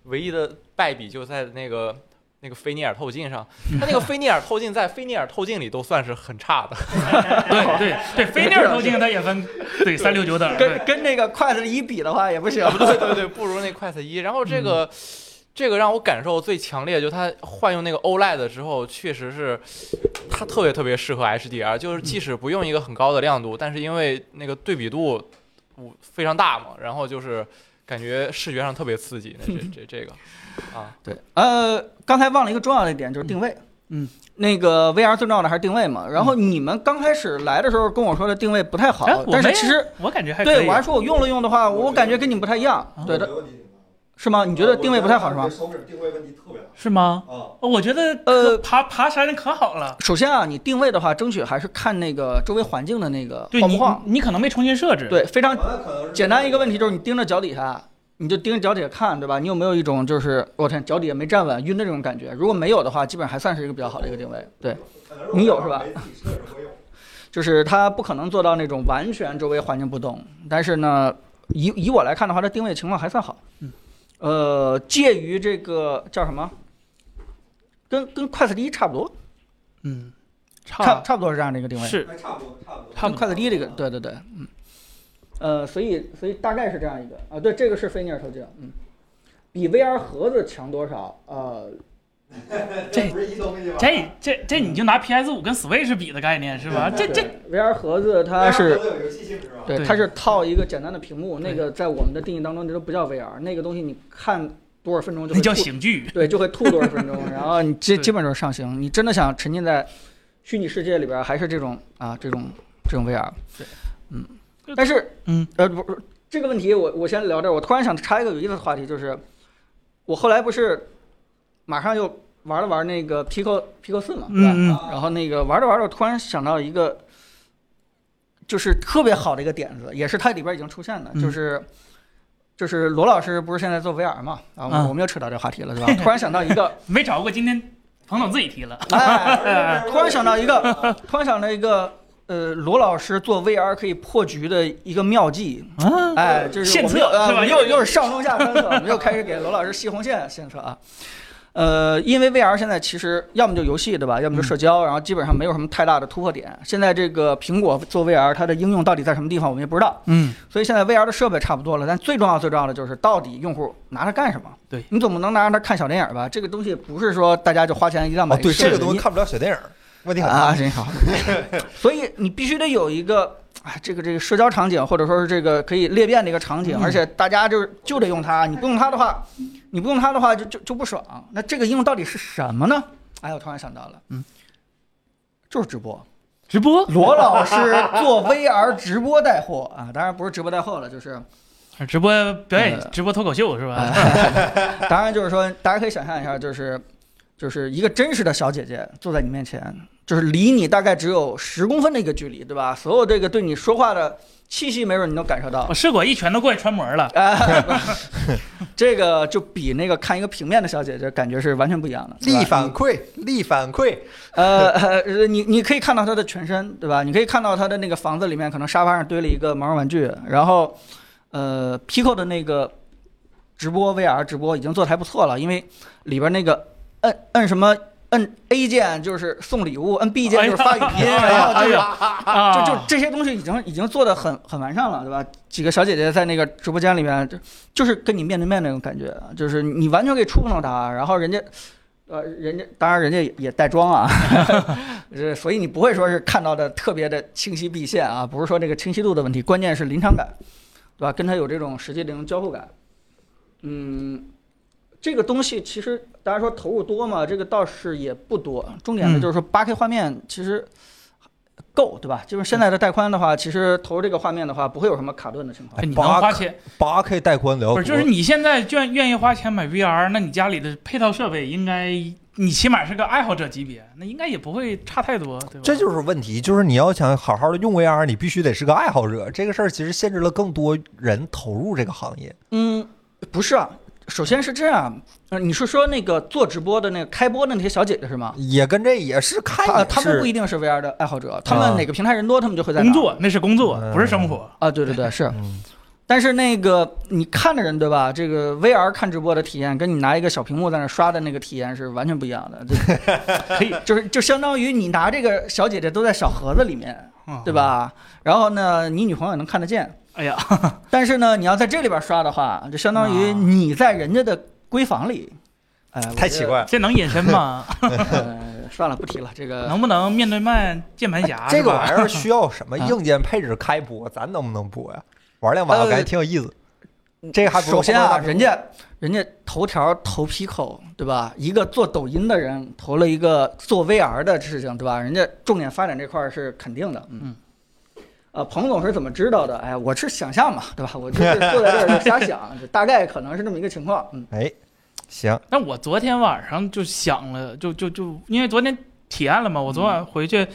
Speaker 5: 唯一的败笔就在那个那个菲涅尔透镜上，他那个菲涅尔透镜在菲涅尔透镜里都算是很差的。
Speaker 3: 对对 对，飞鸟透镜它也分对三六九等，对
Speaker 1: 跟跟这个筷子一比的话也不行。
Speaker 5: 对对嗯对，不如那快 u 一。然后这个、这个让我感受最强烈，就它换用那个 E OLED 之后，确实是它特别特别适合 HDR，就是即使不用一个很高的亮度，但是因为那个对比度我非常大嘛，然后就是感觉视觉上特别刺激。那这这这个啊，
Speaker 1: 对，呃，刚才忘了一个重要的一点，就是定位。
Speaker 3: 嗯，
Speaker 1: 那个 VR 最重要的还是定位嘛。然后你们刚开始来的时候跟我说的定位不太好
Speaker 3: 哎，我
Speaker 1: 但是
Speaker 3: 没
Speaker 1: 其实
Speaker 3: 我感觉还可
Speaker 1: 对
Speaker 3: 以
Speaker 1: 我还说我用了用的话，我感觉跟你们不太一样。
Speaker 3: 啊
Speaker 1: 对的，是吗？呃你觉得定位不太好是吗？
Speaker 2: 手柄定位问题特别大
Speaker 3: 是吗？
Speaker 2: 啊，
Speaker 3: 哦我觉得
Speaker 1: 呃
Speaker 3: 可爬爬山可好了。
Speaker 1: 首先啊，你定位的话，争取还是看那个周围环境的那个
Speaker 3: 对
Speaker 1: 晃不
Speaker 3: 你
Speaker 1: 晃。
Speaker 3: 你可能没重新设置。
Speaker 1: 对，非常
Speaker 2: 那可能是
Speaker 1: 简单一个问题就是你盯着脚底下，你就盯着脚底下看，对吧？你有没有一种就是我天脚底下没站稳晕的这种感觉？如果没有的话，基本上还算是一个比较好的一个定位。对，你有是吧？就是它不可能做到那种完全周围环境不动，但是呢，以以我来看的话，它定位情况还算好。
Speaker 3: 嗯，
Speaker 1: 呃，介于这个叫什么？跟跟快速第一差不多，
Speaker 3: 嗯，
Speaker 1: 差
Speaker 3: 差
Speaker 1: 差不多是这样的一个定位。
Speaker 3: 是
Speaker 2: 哎差不多差不多
Speaker 3: 差不
Speaker 1: 跟快
Speaker 3: 多。
Speaker 1: 速第一这个，对对对，嗯，呃，所以所以大概是这样一个啊，对，这个是菲涅尔透镜，嗯，比 VR 盒子强多少？呃，
Speaker 3: 这
Speaker 2: 不是一东西吧？
Speaker 3: 这这这你就拿 PS 五跟 Switch 比的概念是吧？这这
Speaker 1: 对 VR 盒子它是。
Speaker 2: 有游戏性质吧？
Speaker 1: 对，
Speaker 3: 对
Speaker 1: 它是套一个简单的屏幕，那
Speaker 3: 对
Speaker 1: 个在我们的定义当中，这都不叫 VR，那个东西你看多少分钟就
Speaker 3: 那
Speaker 1: 会
Speaker 3: 叫
Speaker 1: 吐
Speaker 3: 刑具。
Speaker 1: 对，就会吐多少分 钟，然后你基
Speaker 3: 对
Speaker 1: 基本就是上行。你真的想沉浸在虚拟世界里边儿，还是这种啊这种这种 VR？
Speaker 3: 对，
Speaker 1: 嗯
Speaker 3: 就，
Speaker 1: 但是
Speaker 3: 嗯
Speaker 1: 呃不是这个问题我我先聊这儿，我突然想插一个有意思的话题，就是我后来不是马上又玩了玩那个 Pico Pico 四嘛，对吧？
Speaker 3: 嗯嗯，
Speaker 1: 然后那个玩着玩着，我突然想到一个，就是特别好的一个点子，也是它里边已经出现的，
Speaker 3: 嗯
Speaker 1: 就是就是罗老师不是现在做 VR 嘛？啊，
Speaker 3: 啊
Speaker 1: 我我们又扯到这话题了，是吧？突然想到一个，
Speaker 3: 没找过，今天彭总自己提了。
Speaker 1: 哎，
Speaker 2: 哎
Speaker 1: 突然想到一个，突然想到一个，呃，罗老师做 VR 可以破局的一个妙计，
Speaker 3: 啊，
Speaker 1: 哎，就是我们又
Speaker 3: 献策
Speaker 1: 呃
Speaker 3: 是
Speaker 1: 我
Speaker 3: 吧
Speaker 1: 们又又是上中下三策，我们又开始给罗老师系红线献策啊。呃，因为 VR 现在其实要么就游戏对吧，要么就社交，然后基本上没有什么太大的突破点。现在这个苹果做 VR，它的应用到底在什么地方，我们也不知道。
Speaker 3: 嗯，
Speaker 1: 所以现在 VR 的设备差不多了，但最重要最重要的就是到底用户拿它干什么？
Speaker 3: 对
Speaker 1: 你总不能拿着它看小电影吧？这个东西不是说大家就花钱一定要买
Speaker 2: 哦，
Speaker 1: 一
Speaker 2: 对，这
Speaker 1: 设
Speaker 2: 个
Speaker 1: 备
Speaker 2: 东西
Speaker 1: 你
Speaker 2: 看不了小电影，问题很
Speaker 1: 啊，
Speaker 2: 大。
Speaker 1: 真好。 所以你必须得有一个啊，这个这个社交场景，或者说是这个可以裂变的一个场景，而且大家就是就得用它，你不用它的话，你不用它的话就就就不爽。那这个应用到底是什么呢？哎，我突然想到了，嗯，就是直播。
Speaker 3: 直播
Speaker 1: 罗老师做 VR 直播带货啊，当然不是直播带货了，就是
Speaker 3: 直播表演
Speaker 1: 呃哎
Speaker 3: 直播脱口秀是吧？
Speaker 1: 当然就是说，大家可以想象一下，就是就是一个真实的小姐姐坐在你面前，就是离你大概只有十公分的一个距离，对吧？所有这个对你说话的气息，没准你都感受到
Speaker 3: 我。试过一拳都过去穿模了，
Speaker 1: 啊， 这个就比那个看一个平面的小姐姐感觉是完全不一样的。对吧
Speaker 2: 力反馈，力反馈，
Speaker 1: 呃呃，你你可以看到他的全身，对吧？你可以看到他的那个房子里面可能沙发上堆了一个毛绒玩具，然后呃，Pico 的那个直播 VR 直播已经做的还不错了，因为里边那个摁摁什么摁 A 键就是送礼物，摁 B 键就是发语音，
Speaker 3: 哎呀
Speaker 1: 然后
Speaker 3: 哎
Speaker 1: 这个
Speaker 3: 呀啊，
Speaker 1: 就就这些东西已经已经做的很很完善了，对吧？几个小姐姐在那个直播间里面，就就是跟你面对面那种感觉，就是你完全可以触碰到她，然后人家，呃，人家当然人家也也带妆啊， 呃，所以你不会说是看到的特别的清晰毕现啊，不是说这个清晰度的问题，关键是临场感，对吧？跟她有这种实际的这种交互感，嗯。这个东西其实大家说投入多嘛，这个倒是也不多。重点呢
Speaker 3: 嗯
Speaker 1: 就是说，八 K 画面其实够，对吧？就是现在的带宽的话，其实投这个画面的话，不会有什么卡顿的情况。
Speaker 3: 哎你能花钱，
Speaker 2: 八 K 带宽聊
Speaker 3: 不是就是你现在愿愿意花钱买 VR，那你家里的配套设备应该，你起码是个爱好者级别，那应该也不会差太多，对吧？
Speaker 2: 这就是问题，就是你要想好好的用 VR，你必须得是个爱好者。这个事儿其实限制了更多人投入这个行业。
Speaker 1: 嗯，不是啊，首先是这样，呃，你是说那个做直播的那个开播的那些小姐姐是吗？
Speaker 2: 也跟这也是看
Speaker 1: 她
Speaker 2: 也
Speaker 1: 她们不
Speaker 2: 是
Speaker 1: 一定是 VR 的爱好者，她
Speaker 2: 啊
Speaker 1: 们哪个平台人多，她们就会在哪
Speaker 3: 工作那是工作，
Speaker 2: 嗯
Speaker 3: 不是生活。
Speaker 1: 啊。对对对，是。
Speaker 2: 嗯
Speaker 1: 但是那个你看的人对吧？这个 VR 看直播的体验，跟你拿一个小屏幕在那刷的那个体验是完全不一样的。就
Speaker 3: 可以，
Speaker 1: 就是就相当于你拿这个小姐姐都在小盒子里面，
Speaker 3: 嗯
Speaker 1: 对吧？然后呢，你女朋友也能看得见，
Speaker 3: 哎呀，
Speaker 1: 但是呢，你要在这里边刷的话，就相当于你在人家的闺房里。哎，我
Speaker 2: 太
Speaker 1: 这
Speaker 2: 奇怪。了。
Speaker 3: 这能隐身 吗？
Speaker 1: 呃算了，不提了。这个
Speaker 3: 能不能面对面键盘侠？
Speaker 2: 这个
Speaker 3: 是吧
Speaker 2: 玩意儿需要什么硬件配置开播？咱能不能播呀？玩两把，我
Speaker 1: 呃
Speaker 2: 感觉挺有意思。这个还不如
Speaker 1: 首先
Speaker 2: 后
Speaker 1: 啊，
Speaker 2: 边大
Speaker 1: 人家人家头条投 Pico 对吧？一个做抖音的人投了一个做 VR 的事情对吧？人家重点发展这块儿是肯定的，
Speaker 3: 嗯。
Speaker 1: 呃，彭总是怎么知道的？哎，我是想象嘛，对吧？我就是坐在这儿就瞎想， 就大概可能是这么一个情况。 嗯，
Speaker 2: 哎，行，
Speaker 3: 但我昨天晚上就想了，就就就因为昨天体验了嘛，我昨晚
Speaker 2: 嗯
Speaker 3: 回去。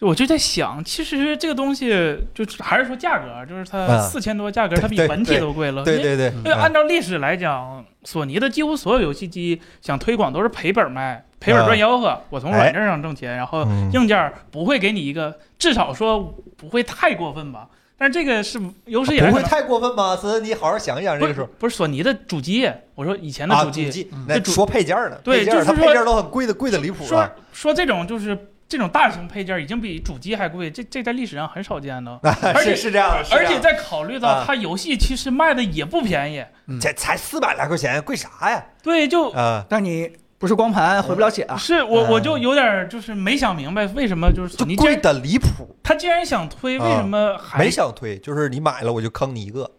Speaker 3: 我就在想，其实这个东西就是还是说价格，就是它
Speaker 2: 嗯
Speaker 3: 四千多价格，
Speaker 2: 对
Speaker 3: 它比
Speaker 2: 对
Speaker 3: 本体
Speaker 2: 对
Speaker 3: 都贵了。
Speaker 2: 对对对，
Speaker 3: 因为
Speaker 2: 嗯
Speaker 3: 哎呃按照历史来讲，索尼的几乎所有游戏机想推广都是赔本卖，赔本赚吆喝。我从软件上挣钱，然后
Speaker 2: 嗯
Speaker 3: 硬件不会给你一个，至少说不会太过分吧。但是这个是有史以来
Speaker 2: 啊不
Speaker 3: 可
Speaker 2: 会
Speaker 3: 能
Speaker 2: 太过分吧？森森，你好好想一想，这
Speaker 3: 不
Speaker 2: 个时
Speaker 3: 是
Speaker 2: 候
Speaker 3: 不是索尼的主机，我说以前的
Speaker 2: 啊，
Speaker 3: 主机，
Speaker 2: 机
Speaker 3: 嗯
Speaker 2: 那
Speaker 3: 这主
Speaker 2: 说配件呢？
Speaker 3: 对
Speaker 2: 配件
Speaker 3: 就是
Speaker 2: 它
Speaker 3: 说
Speaker 2: 配件都很贵的，贵的离谱
Speaker 3: 说
Speaker 2: 啊！
Speaker 3: 说这种就是这种大型配件已经比主机还贵，这这在历史上很少见的。而且
Speaker 2: 是是这样的，是这啊
Speaker 3: 而
Speaker 2: 样
Speaker 3: 且
Speaker 2: 的
Speaker 3: 再考虑到
Speaker 2: 啊
Speaker 3: 它游戏其实卖的也不便宜，
Speaker 2: 这才四百来块钱，贵啥呀？
Speaker 3: 对，就
Speaker 2: 啊，
Speaker 1: 但你不是光盘回不了血啊。
Speaker 3: 是我我就
Speaker 2: 嗯
Speaker 3: 有点儿就是没想明白，为什么就是
Speaker 2: 就
Speaker 3: 索尼既
Speaker 2: 贵
Speaker 3: 然
Speaker 2: 的离谱，
Speaker 3: 他既然想推，为
Speaker 2: 啊
Speaker 3: 什么还
Speaker 2: 没想推，就是你买了我就坑你一个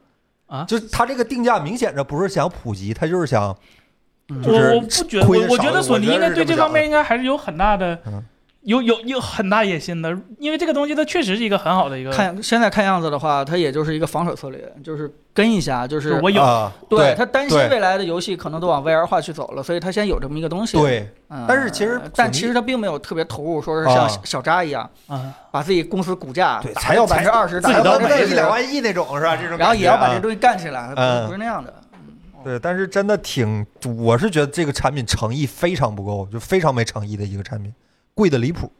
Speaker 3: 啊
Speaker 2: 就是他这个定价明显的不是想普及，他就是想
Speaker 1: 嗯
Speaker 2: 就
Speaker 3: 我
Speaker 2: 是
Speaker 3: 我不觉得，
Speaker 2: 亏着
Speaker 3: 我我
Speaker 2: 少
Speaker 3: 觉得
Speaker 2: 了
Speaker 3: 索尼
Speaker 2: 我
Speaker 3: 应
Speaker 2: 觉得
Speaker 3: 该
Speaker 2: 是
Speaker 3: 对
Speaker 2: 这
Speaker 3: 这
Speaker 2: 么
Speaker 3: 方
Speaker 2: 想
Speaker 3: 面应该还是有很大的
Speaker 2: 嗯，
Speaker 3: 有有有很大野心的，因为这个东西它确实是一个很好的一个。
Speaker 1: 看现在看样子的话，它也就是一个防守策略，就是跟一下，就是
Speaker 3: 我有
Speaker 2: 啊，
Speaker 1: 对
Speaker 2: 对
Speaker 1: 他担心
Speaker 2: 对
Speaker 1: 未来的游戏可能都往 VR 化去走了，所以他先有这么一个东西。，
Speaker 2: 对，
Speaker 1: 嗯、
Speaker 2: 但是其实索
Speaker 1: 但
Speaker 2: 尼
Speaker 1: 其实他并没有特别投入，说是
Speaker 2: 啊
Speaker 1: 像小小扎一样，
Speaker 3: 啊，
Speaker 1: 把自己公司股价
Speaker 2: 对
Speaker 1: 打
Speaker 2: 才
Speaker 1: 到百
Speaker 2: 才
Speaker 1: 分之二十，
Speaker 2: 自
Speaker 1: 打
Speaker 2: 己
Speaker 1: 到百
Speaker 2: 都
Speaker 1: 分之
Speaker 2: 卖
Speaker 1: 四
Speaker 2: 一
Speaker 1: 十，
Speaker 2: 两万亿那种是吧？这种
Speaker 1: 然后也要把这
Speaker 2: 感觉啊
Speaker 1: 东西干起来，
Speaker 2: 嗯
Speaker 1: 不不是那样的。
Speaker 2: 对，但是真的挺，我是觉得这个产品诚意非常不够，就非常没诚意的一个产品，贵的离谱，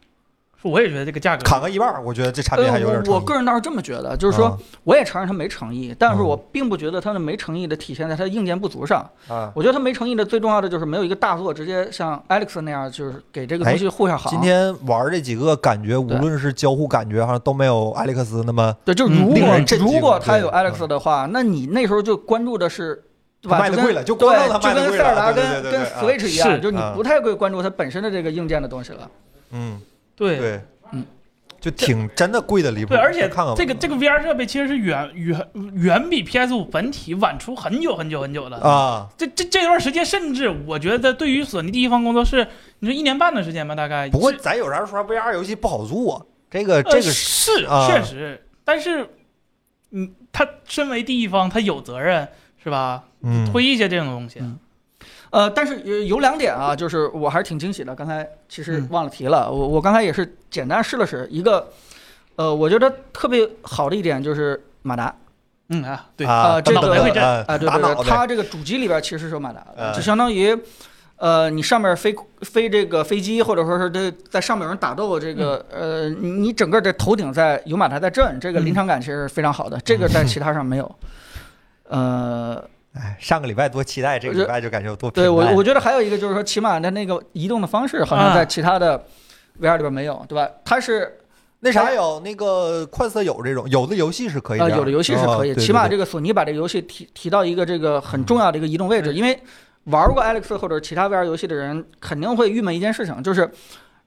Speaker 3: 我也觉得这个价格
Speaker 2: 砍个一半儿，我觉得这产品还
Speaker 1: 呃，
Speaker 2: 有点
Speaker 1: 我
Speaker 2: 诚
Speaker 1: 我
Speaker 2: 意
Speaker 1: 个。人倒是这么觉得，就是说
Speaker 2: 啊，
Speaker 1: 我也承认他没诚意，但是
Speaker 2: 嗯
Speaker 1: 我并不觉得他的没诚意的体现在他的硬件不足上。
Speaker 2: 啊，
Speaker 1: 我觉得他没诚意的最重要的就是没有一个大作直接像 Alex 那样，就是给这个东西护下好。
Speaker 2: 哎今天玩这几个感觉，无
Speaker 1: 对
Speaker 2: 论是交互感觉，好像都没有艾利克斯那么
Speaker 1: 对，就是
Speaker 3: 嗯
Speaker 1: 如
Speaker 2: 令
Speaker 1: 果
Speaker 2: 人震惊
Speaker 1: 如果他有
Speaker 2: 对嗯
Speaker 1: Alex 的话，那你那时候就关注的是，对吧？
Speaker 2: 卖的
Speaker 1: 就跟
Speaker 2: 贵了，就光让它
Speaker 1: 对，
Speaker 2: 卖
Speaker 1: 就
Speaker 2: 的
Speaker 1: 跟
Speaker 2: 贵
Speaker 1: 塞尔达
Speaker 2: 了，对对
Speaker 1: 跟
Speaker 2: 对
Speaker 1: 跟
Speaker 2: 对对啊
Speaker 1: Switch 一样，
Speaker 3: 是
Speaker 1: 就你
Speaker 2: 啊
Speaker 1: 不太会关注它本身的这个硬件的东西了。
Speaker 2: 嗯，
Speaker 3: 对
Speaker 2: 对，
Speaker 1: 嗯，
Speaker 2: 就挺真的贵的离谱。
Speaker 3: 对，而且
Speaker 2: 就看看
Speaker 3: 这个这个 VR 设备其实是远远远比 PS 五本体晚出很久很久很久的。
Speaker 2: 啊，
Speaker 3: 这这这段时间，甚至我觉得对于索尼第一方工作室，你说一年半的时间吧，大概
Speaker 2: 不过
Speaker 3: 是
Speaker 2: 咱有啥说，VR 游戏不好做，这个
Speaker 3: 呃
Speaker 2: 这个
Speaker 3: 是、
Speaker 2: 啊
Speaker 3: 确实，但是，嗯，他身为第一方，他有责任是吧？
Speaker 2: 嗯，
Speaker 3: 推一些这种东西，
Speaker 1: 嗯呃，但是有有两点啊，就是我还是挺惊喜的。刚才其实忘了提了，我我刚才也是简单试了试一个，呃，我觉得特别好的一点就是马达
Speaker 3: 嗯啊，对，
Speaker 2: 啊，
Speaker 1: 呃这
Speaker 2: 笨
Speaker 1: 个
Speaker 2: 笨的
Speaker 3: 会震
Speaker 2: 嗯
Speaker 1: 啊，对
Speaker 2: 打
Speaker 1: 对
Speaker 2: 脑
Speaker 1: 对，
Speaker 2: 袋，
Speaker 1: 它这个主机里边其实是有马达的，
Speaker 2: 嗯
Speaker 1: 就相当于。呃，你上面飞飞这个飞机，或者说是这在上面有人打斗，这个、
Speaker 2: 嗯
Speaker 1: 呃，你你整个这头顶在有马达在震，这个临场感其实是非常好的，这个在其他上没有。呃，
Speaker 2: 哎上个礼拜多期待，这个
Speaker 1: 我觉
Speaker 2: 礼拜就感觉有多
Speaker 1: 对
Speaker 2: 平
Speaker 1: 我
Speaker 2: 淡，
Speaker 1: 我觉得还有一个就是说，起码它那个移动的方式好像在
Speaker 3: 啊
Speaker 1: 其他的 VR 里边没有，对吧？它是
Speaker 2: 那啥有那个快色有这种，有的游戏是可以这
Speaker 1: 呃，
Speaker 2: 样，
Speaker 1: 有的游戏是
Speaker 2: 哦
Speaker 1: 可以，
Speaker 2: 对对
Speaker 1: 起码
Speaker 2: 对
Speaker 1: 这个索尼把这个游戏提提到一个这个很重要的一个移动位置，因为玩过 Alex 或者其他 VR 游戏的人肯定会郁闷一件事情，就是。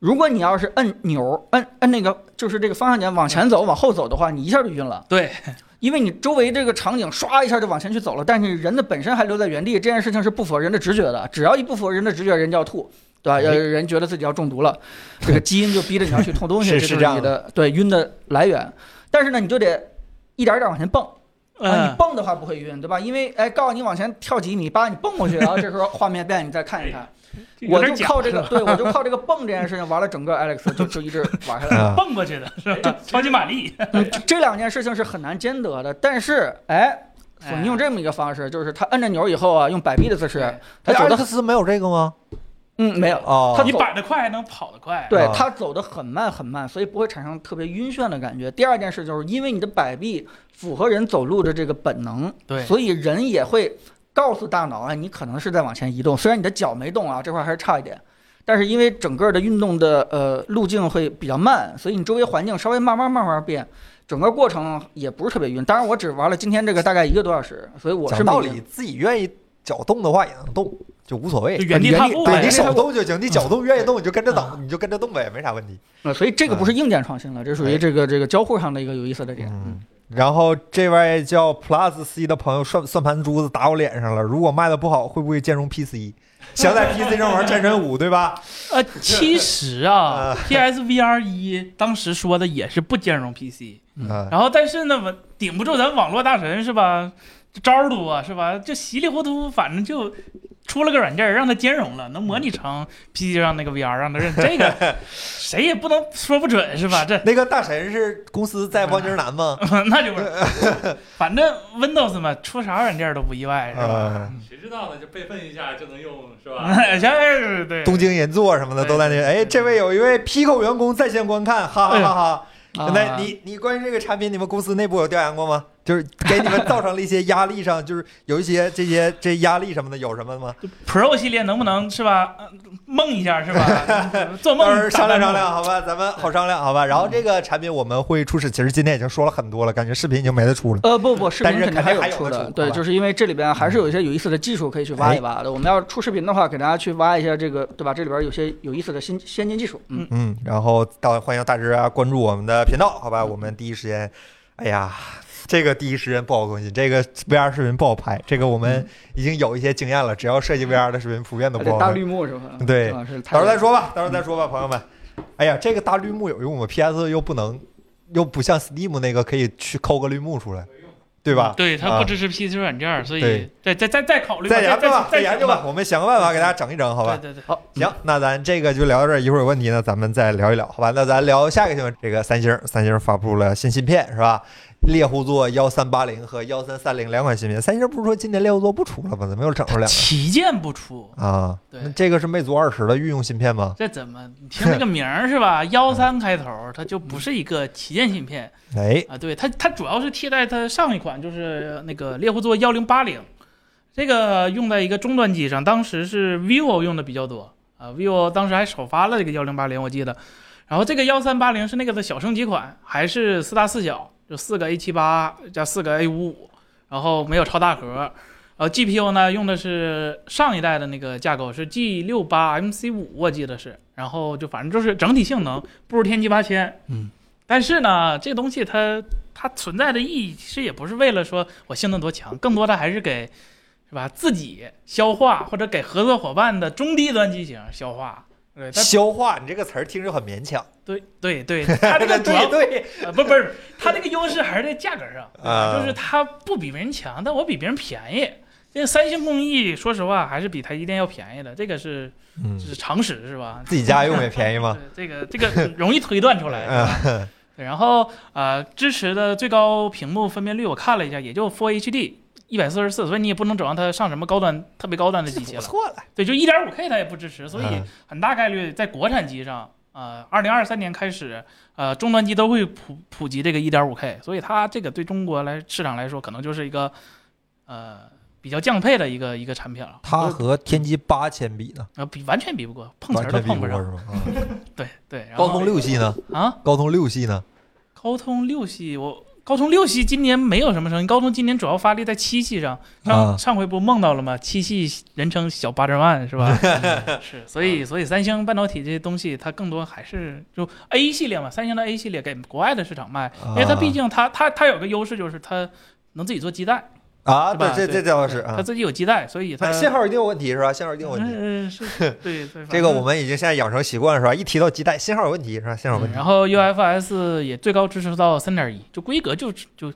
Speaker 1: 如果你要是摁钮，摁摁那个就是这个方向键往前走、往后走的话，你一下就晕了。
Speaker 3: 对，
Speaker 1: 因为你周围这个场景唰一下就往前去走了，但是人的本身还留在原地，这件事情是不符合人的直觉的。只要一不符合人的直觉，人就要吐，对吧？
Speaker 2: 哎
Speaker 1: 要人觉得自己要中毒了，这个基因就逼着你要去吐东西，
Speaker 2: 是
Speaker 1: 这
Speaker 2: 是
Speaker 1: 就
Speaker 2: 这
Speaker 1: 是
Speaker 2: 样
Speaker 1: 你的对晕的来源。但是呢，你就得一点一点往前蹦。啊，你
Speaker 3: 嗯，
Speaker 1: 蹦的话不会晕，对吧？因为哎，告诉你往前跳几米，把你蹦过去，然后这时候画面变，你再看一看。我就靠这个，对我就靠这个蹦这件事情玩了整个 Alex，就就一直玩下来了。
Speaker 2: 啊
Speaker 3: 蹦过去的
Speaker 1: 哎
Speaker 3: 是吧？超级玛丽，
Speaker 1: 嗯，这这两件事情是很难兼得的。但是，哎，索
Speaker 3: 哎
Speaker 1: 尼用这么一个方式，就是他摁着钮以后啊，用摆臂的姿 势，他
Speaker 2: 哎，
Speaker 1: 走的
Speaker 2: 阿克
Speaker 1: 很，
Speaker 2: 斯没有这个吗？
Speaker 1: 嗯，没有，
Speaker 2: 哦，
Speaker 1: 他
Speaker 3: 你
Speaker 1: 走
Speaker 3: 摆得快还能跑 得快，
Speaker 1: 对
Speaker 2: 啊
Speaker 1: 他走的很慢很慢，所以不会产生特别晕眩的感觉。第二件事就是因为你的摆臂符合人走路的这个本能，
Speaker 3: 对
Speaker 1: 所以人也会告诉大脑啊，你可能是在往前移动，虽然你的脚没动啊，这块还是差一点。但是因为整个的运动的呃路径会比较慢，所以你周围环境稍微慢慢慢慢变，整个过程也不是特别晕。当然，我只玩了今天这个大概一个多小时，所以我是
Speaker 2: 讲
Speaker 1: 没
Speaker 2: 道
Speaker 1: 晕
Speaker 2: 理，自己愿意脚动的话也能动，就无所谓
Speaker 3: 就。原地踏步
Speaker 2: 对
Speaker 3: 呗
Speaker 2: 你。 手动就行，你脚动愿意动你就跟着走，
Speaker 1: 嗯
Speaker 2: 你就跟着动呗，没啥问题。
Speaker 1: 呃，所以这个不是硬件创新了，这属于这个这个交互上的一个有意思的点。
Speaker 2: 哎嗯，然后这位叫 Plus C 的朋友算算盘珠子打我脸上了，如果卖的不好，会不会兼容 PC？想在 PC 上玩战神五，对吧？
Speaker 3: 呃，其实啊，PSVR 一当时说的也是不兼容 PC，
Speaker 2: 嗯，
Speaker 3: 然后但是呢，顶不住咱网络大神是吧？这招儿多是吧？就稀里糊涂，反正就出了个软件儿让它兼容了，能模拟
Speaker 2: 嗯
Speaker 3: 成 PC 上那个 VR，让它认这 个，谁也不能说不准是吧？这
Speaker 2: 那个大神是公司在汪精 南吗？
Speaker 3: 那就不是，反正 Windows 嘛，出啥软件儿都不意外是吧？
Speaker 2: 嗯，
Speaker 4: 谁知道呢？就备份一下就能用，是 吧？
Speaker 3: 行，哎对，
Speaker 2: 啊东京银座什么的都在那。哎，这位有一位 Pico 员工在线观看，哈哈哈哈。
Speaker 1: 啊
Speaker 2: 那你你关于这个产品，你们公司内部有调研过吗？就是给你们造成了一些压力上，就是有一些这些这压力什么的，有什么吗？
Speaker 3: Pro 系列能不能是吧？呃梦一下 是吧？做
Speaker 2: 到
Speaker 3: 梦
Speaker 2: 时候商量
Speaker 3: 打
Speaker 2: 商
Speaker 3: 扮
Speaker 2: 量，好吧，咱们好商量，好吧。然后这个产品我们会出事，其实今天已经说了很多了，感觉视频已经没得出了。
Speaker 1: 呃，不不，视
Speaker 2: 但
Speaker 1: 频
Speaker 2: 是
Speaker 1: 肯定
Speaker 2: 肯
Speaker 1: 还
Speaker 2: 定还有
Speaker 1: 出
Speaker 2: 的
Speaker 1: 的，
Speaker 2: 出好
Speaker 1: 对，
Speaker 2: 吧哎
Speaker 1: 就是因为这里边还是有一些有意思的技术可以去挖一挖的。我们要出视频的话，给大家去挖一下这个，对吧？这里边有些有意思的新先进技术，嗯，
Speaker 2: 嗯，然后到欢迎大家关注我们的频道，好吧？我们第一时间，哎呀，这个第一时间不好更新，这个 VR 视频不好拍，这个我们已经有一些经验了，只要设计 VR 的视频，普遍都
Speaker 1: 还
Speaker 2: 嗯不
Speaker 1: 得
Speaker 2: 好
Speaker 1: 大
Speaker 2: 拍。
Speaker 1: 绿幕是吧？
Speaker 2: 对
Speaker 1: 是吧是
Speaker 2: 到
Speaker 1: 太
Speaker 2: 时候再说吧，到时候再说吧，朋友们。哎呀，这个大绿幕有用吗？PS 又不能，又不像 Steam 那个可以去抠个绿幕出来，对吧？
Speaker 3: 对，它
Speaker 2: 啊
Speaker 3: 不支持 PC 软件儿，所以
Speaker 2: 对
Speaker 3: 再再再再考虑吧，
Speaker 2: 再研究吧，
Speaker 3: 再
Speaker 2: 再研究吧，。我们想个办法给大家整一整，好
Speaker 3: 再
Speaker 2: 吧
Speaker 3: 对？对对，
Speaker 1: 好，
Speaker 2: 行，那咱这个就聊到这儿，一会儿有问题呢，咱们再聊一聊，好吧？那咱聊下一个新闻，这个三星，三星发布了新芯片，是吧？猎户座幺三八零和幺三三零两款芯片，三星不是说今年猎户座不出了吗？怎么又整出两
Speaker 3: 旗舰不出，
Speaker 2: 个啊？
Speaker 3: 对
Speaker 2: 那这个是魅族二十的御用芯片吗？
Speaker 3: 这怎么？你听这个名儿是吧？幺三开头，它就不是一个旗舰芯片
Speaker 2: 哎，
Speaker 3: 啊。对，它它主要是替代它上一款，就是那个猎户座幺零八零，这个用在一个终端机上，当时是 vivo 用的比较多啊。vivo 当时还首发了这个幺零八零，我记得。然后这个幺三八零是那个的小升级款，还是四大四小，就四个 A 七八加四个 A 五五，然后没有超大核。呃，GPU 呢用的是上一代的那个架构，是 G 六八 MC 五，我记得是。然后就反正就是整体性能不如天玑八千，
Speaker 4: 嗯。
Speaker 3: 但是呢，这东西它它存在的意义其实也不是为了说我性能多强，更多的还是给是吧自己消化，或者给合作伙伴的中低端机型消化。对，它
Speaker 2: 消化，你这个词儿听着很勉强。
Speaker 3: 对对对， 它这个主要
Speaker 2: 对对，
Speaker 3: 呃，不不是，它这个优势还是在价格上，
Speaker 2: 啊
Speaker 3: 就是它不比别人强，但我比别人便宜，这三星工艺，说实话还是比台积电要便宜的，这个是
Speaker 2: 嗯
Speaker 3: 这，是常识是吧？
Speaker 2: 自己家用也便宜吗？
Speaker 3: 对，这个这个容易推断出来。
Speaker 2: 嗯
Speaker 3: 是吧 对然后呃，支持的最高屏幕分辨率我看了一下，也就 Full HD 一百四十四，所以你也不能指望它上什么高端特别高端的机器
Speaker 2: 不
Speaker 3: 了。
Speaker 2: 错了，
Speaker 3: 对，就一点五 K 它也不支持，所以
Speaker 2: 嗯
Speaker 3: 很大概率在国产机上，呃，二零二三年开始，呃，终端机都会普普及这个一点五 K，所以它这个对中国来市场来说，可能就是一个呃比较降配的一个一个产品了，
Speaker 2: 它和天玑八千比呢，
Speaker 3: 呃比完全比不过，碰瓷
Speaker 2: 完
Speaker 3: 儿都
Speaker 2: 全比
Speaker 3: 碰
Speaker 2: 不
Speaker 3: 不
Speaker 2: 过
Speaker 3: 上。
Speaker 2: 是吗？嗯
Speaker 3: 对对，然后
Speaker 2: 高通六系呢？
Speaker 3: 啊。
Speaker 2: 高通六系呢？
Speaker 3: 高通六系，我高通六系今年没有什么声音。高通今年主要发力在七系上，上、
Speaker 2: 啊
Speaker 3: 上回不梦到了吗？七系人称小八针万 是吧？是，所以所以三星半导体这些东西，它更多还是就 A 系列嘛，三星的 A 系列给国外的市场卖，
Speaker 2: 啊
Speaker 3: 因为它毕竟它它它有个优势就是它能自己做基带，
Speaker 2: 啊，
Speaker 3: 是吧
Speaker 2: 对，这这
Speaker 3: 对
Speaker 2: 这倒是
Speaker 3: 它
Speaker 2: 啊。
Speaker 3: 自己有基带，所以它
Speaker 2: 哎信号一定有问题是吧？信号一定有问题。
Speaker 3: 嗯嗯是，对对，
Speaker 2: 这个
Speaker 3: 反正
Speaker 2: 我们已经现在养成习惯了是吧？一提到基带，信号有问题是吧？信号有问
Speaker 3: 嗯
Speaker 2: 题。
Speaker 3: 然后 UFS 也最高支持到三点一，就规格就就，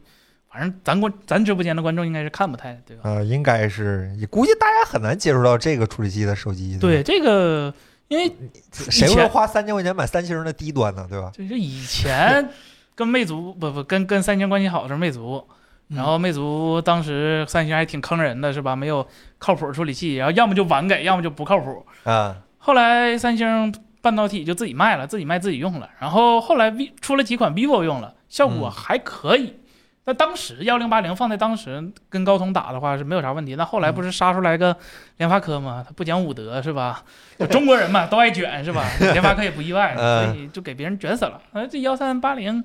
Speaker 3: 反正咱观咱直播间的观众应该是看不太对吧？
Speaker 2: 呃，应该是，也估计大家很难接触到这个处理器的手机。
Speaker 3: 对，这个，因为
Speaker 2: 吧，嗯谁会
Speaker 3: 前
Speaker 2: 花三千块钱买三星的低端呢？对吧？
Speaker 3: 就是以前跟魅族 不不跟跟三星关系好的是魅族，
Speaker 2: 嗯
Speaker 3: 然后魅族当时三星还挺坑人的是吧？没有靠谱处理器，然后要么就晚给，要么就不靠谱。
Speaker 2: 啊，
Speaker 3: 后来三星半导体就自己卖了，自己卖自己用了。然后后来 V 出了几款 vivo 用了，效果
Speaker 2: 嗯
Speaker 3: 还可以。那当时幺零八零放在当时跟高通打的话是没有啥问题。那后来
Speaker 2: 嗯
Speaker 3: 不是杀出来个联发科吗？他不讲武德是吧？就中国人嘛，都爱卷是 吧？联发科也不意外，
Speaker 2: 嗯
Speaker 3: 所以就给别人卷死了。呃，这幺三八零，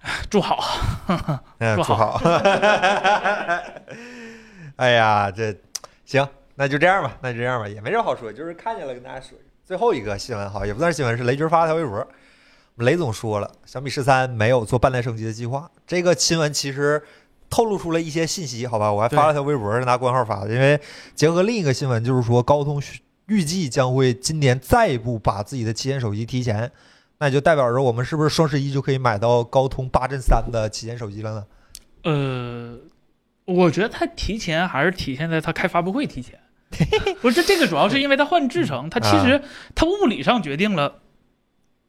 Speaker 3: 唉祝好。
Speaker 2: 嗯，
Speaker 3: 不
Speaker 2: 不好。 哎呀，这行，那就这样吧，那就这样吧，也没什么好说，就是看见了跟大家说。最后一个新闻哈，也不算是新闻，是雷军发了条微博，我们雷总说了，小米十三没有做半代升级的计划。这个新闻其实透露出了一些信息，好吧？我还发了条微博，是拿官号发的，因为结合另一个新闻，就是说高通预计将会今年再一步把自己的旗舰手机提前，那也就代表着我们是不是双十一就可以买到高通八阵三的旗舰手机了呢？
Speaker 3: 呃，我觉得它提前还是体现在它开发布会提前。不是，这这个主要是因为它换制程，它其实它物理上决定了，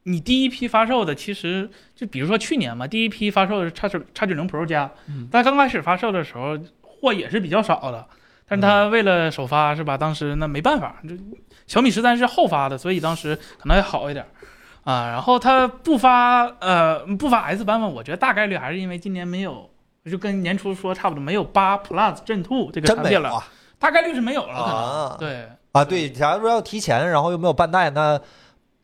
Speaker 3: 你第一批发售的其实就比如说去年嘛，第一批发售的是叉九叉九零 Pro 加，它刚开始发售的时候货也是比较少的，但是它为了首发是吧？当时那没办法，就小米十三是后发的，所以当时可能还好一点。啊，然后它不发呃不发 S 版本，我觉得大概率还是因为今年没有，就跟年初说差不多，没有八 Plus 阵兔这个
Speaker 2: 真
Speaker 3: 产
Speaker 2: 没有
Speaker 3: 品了，
Speaker 2: 啊
Speaker 3: 大概率是没有了。可能
Speaker 2: 啊
Speaker 3: 对，
Speaker 2: 啊！对，假如说要提前，然后又没有半代，那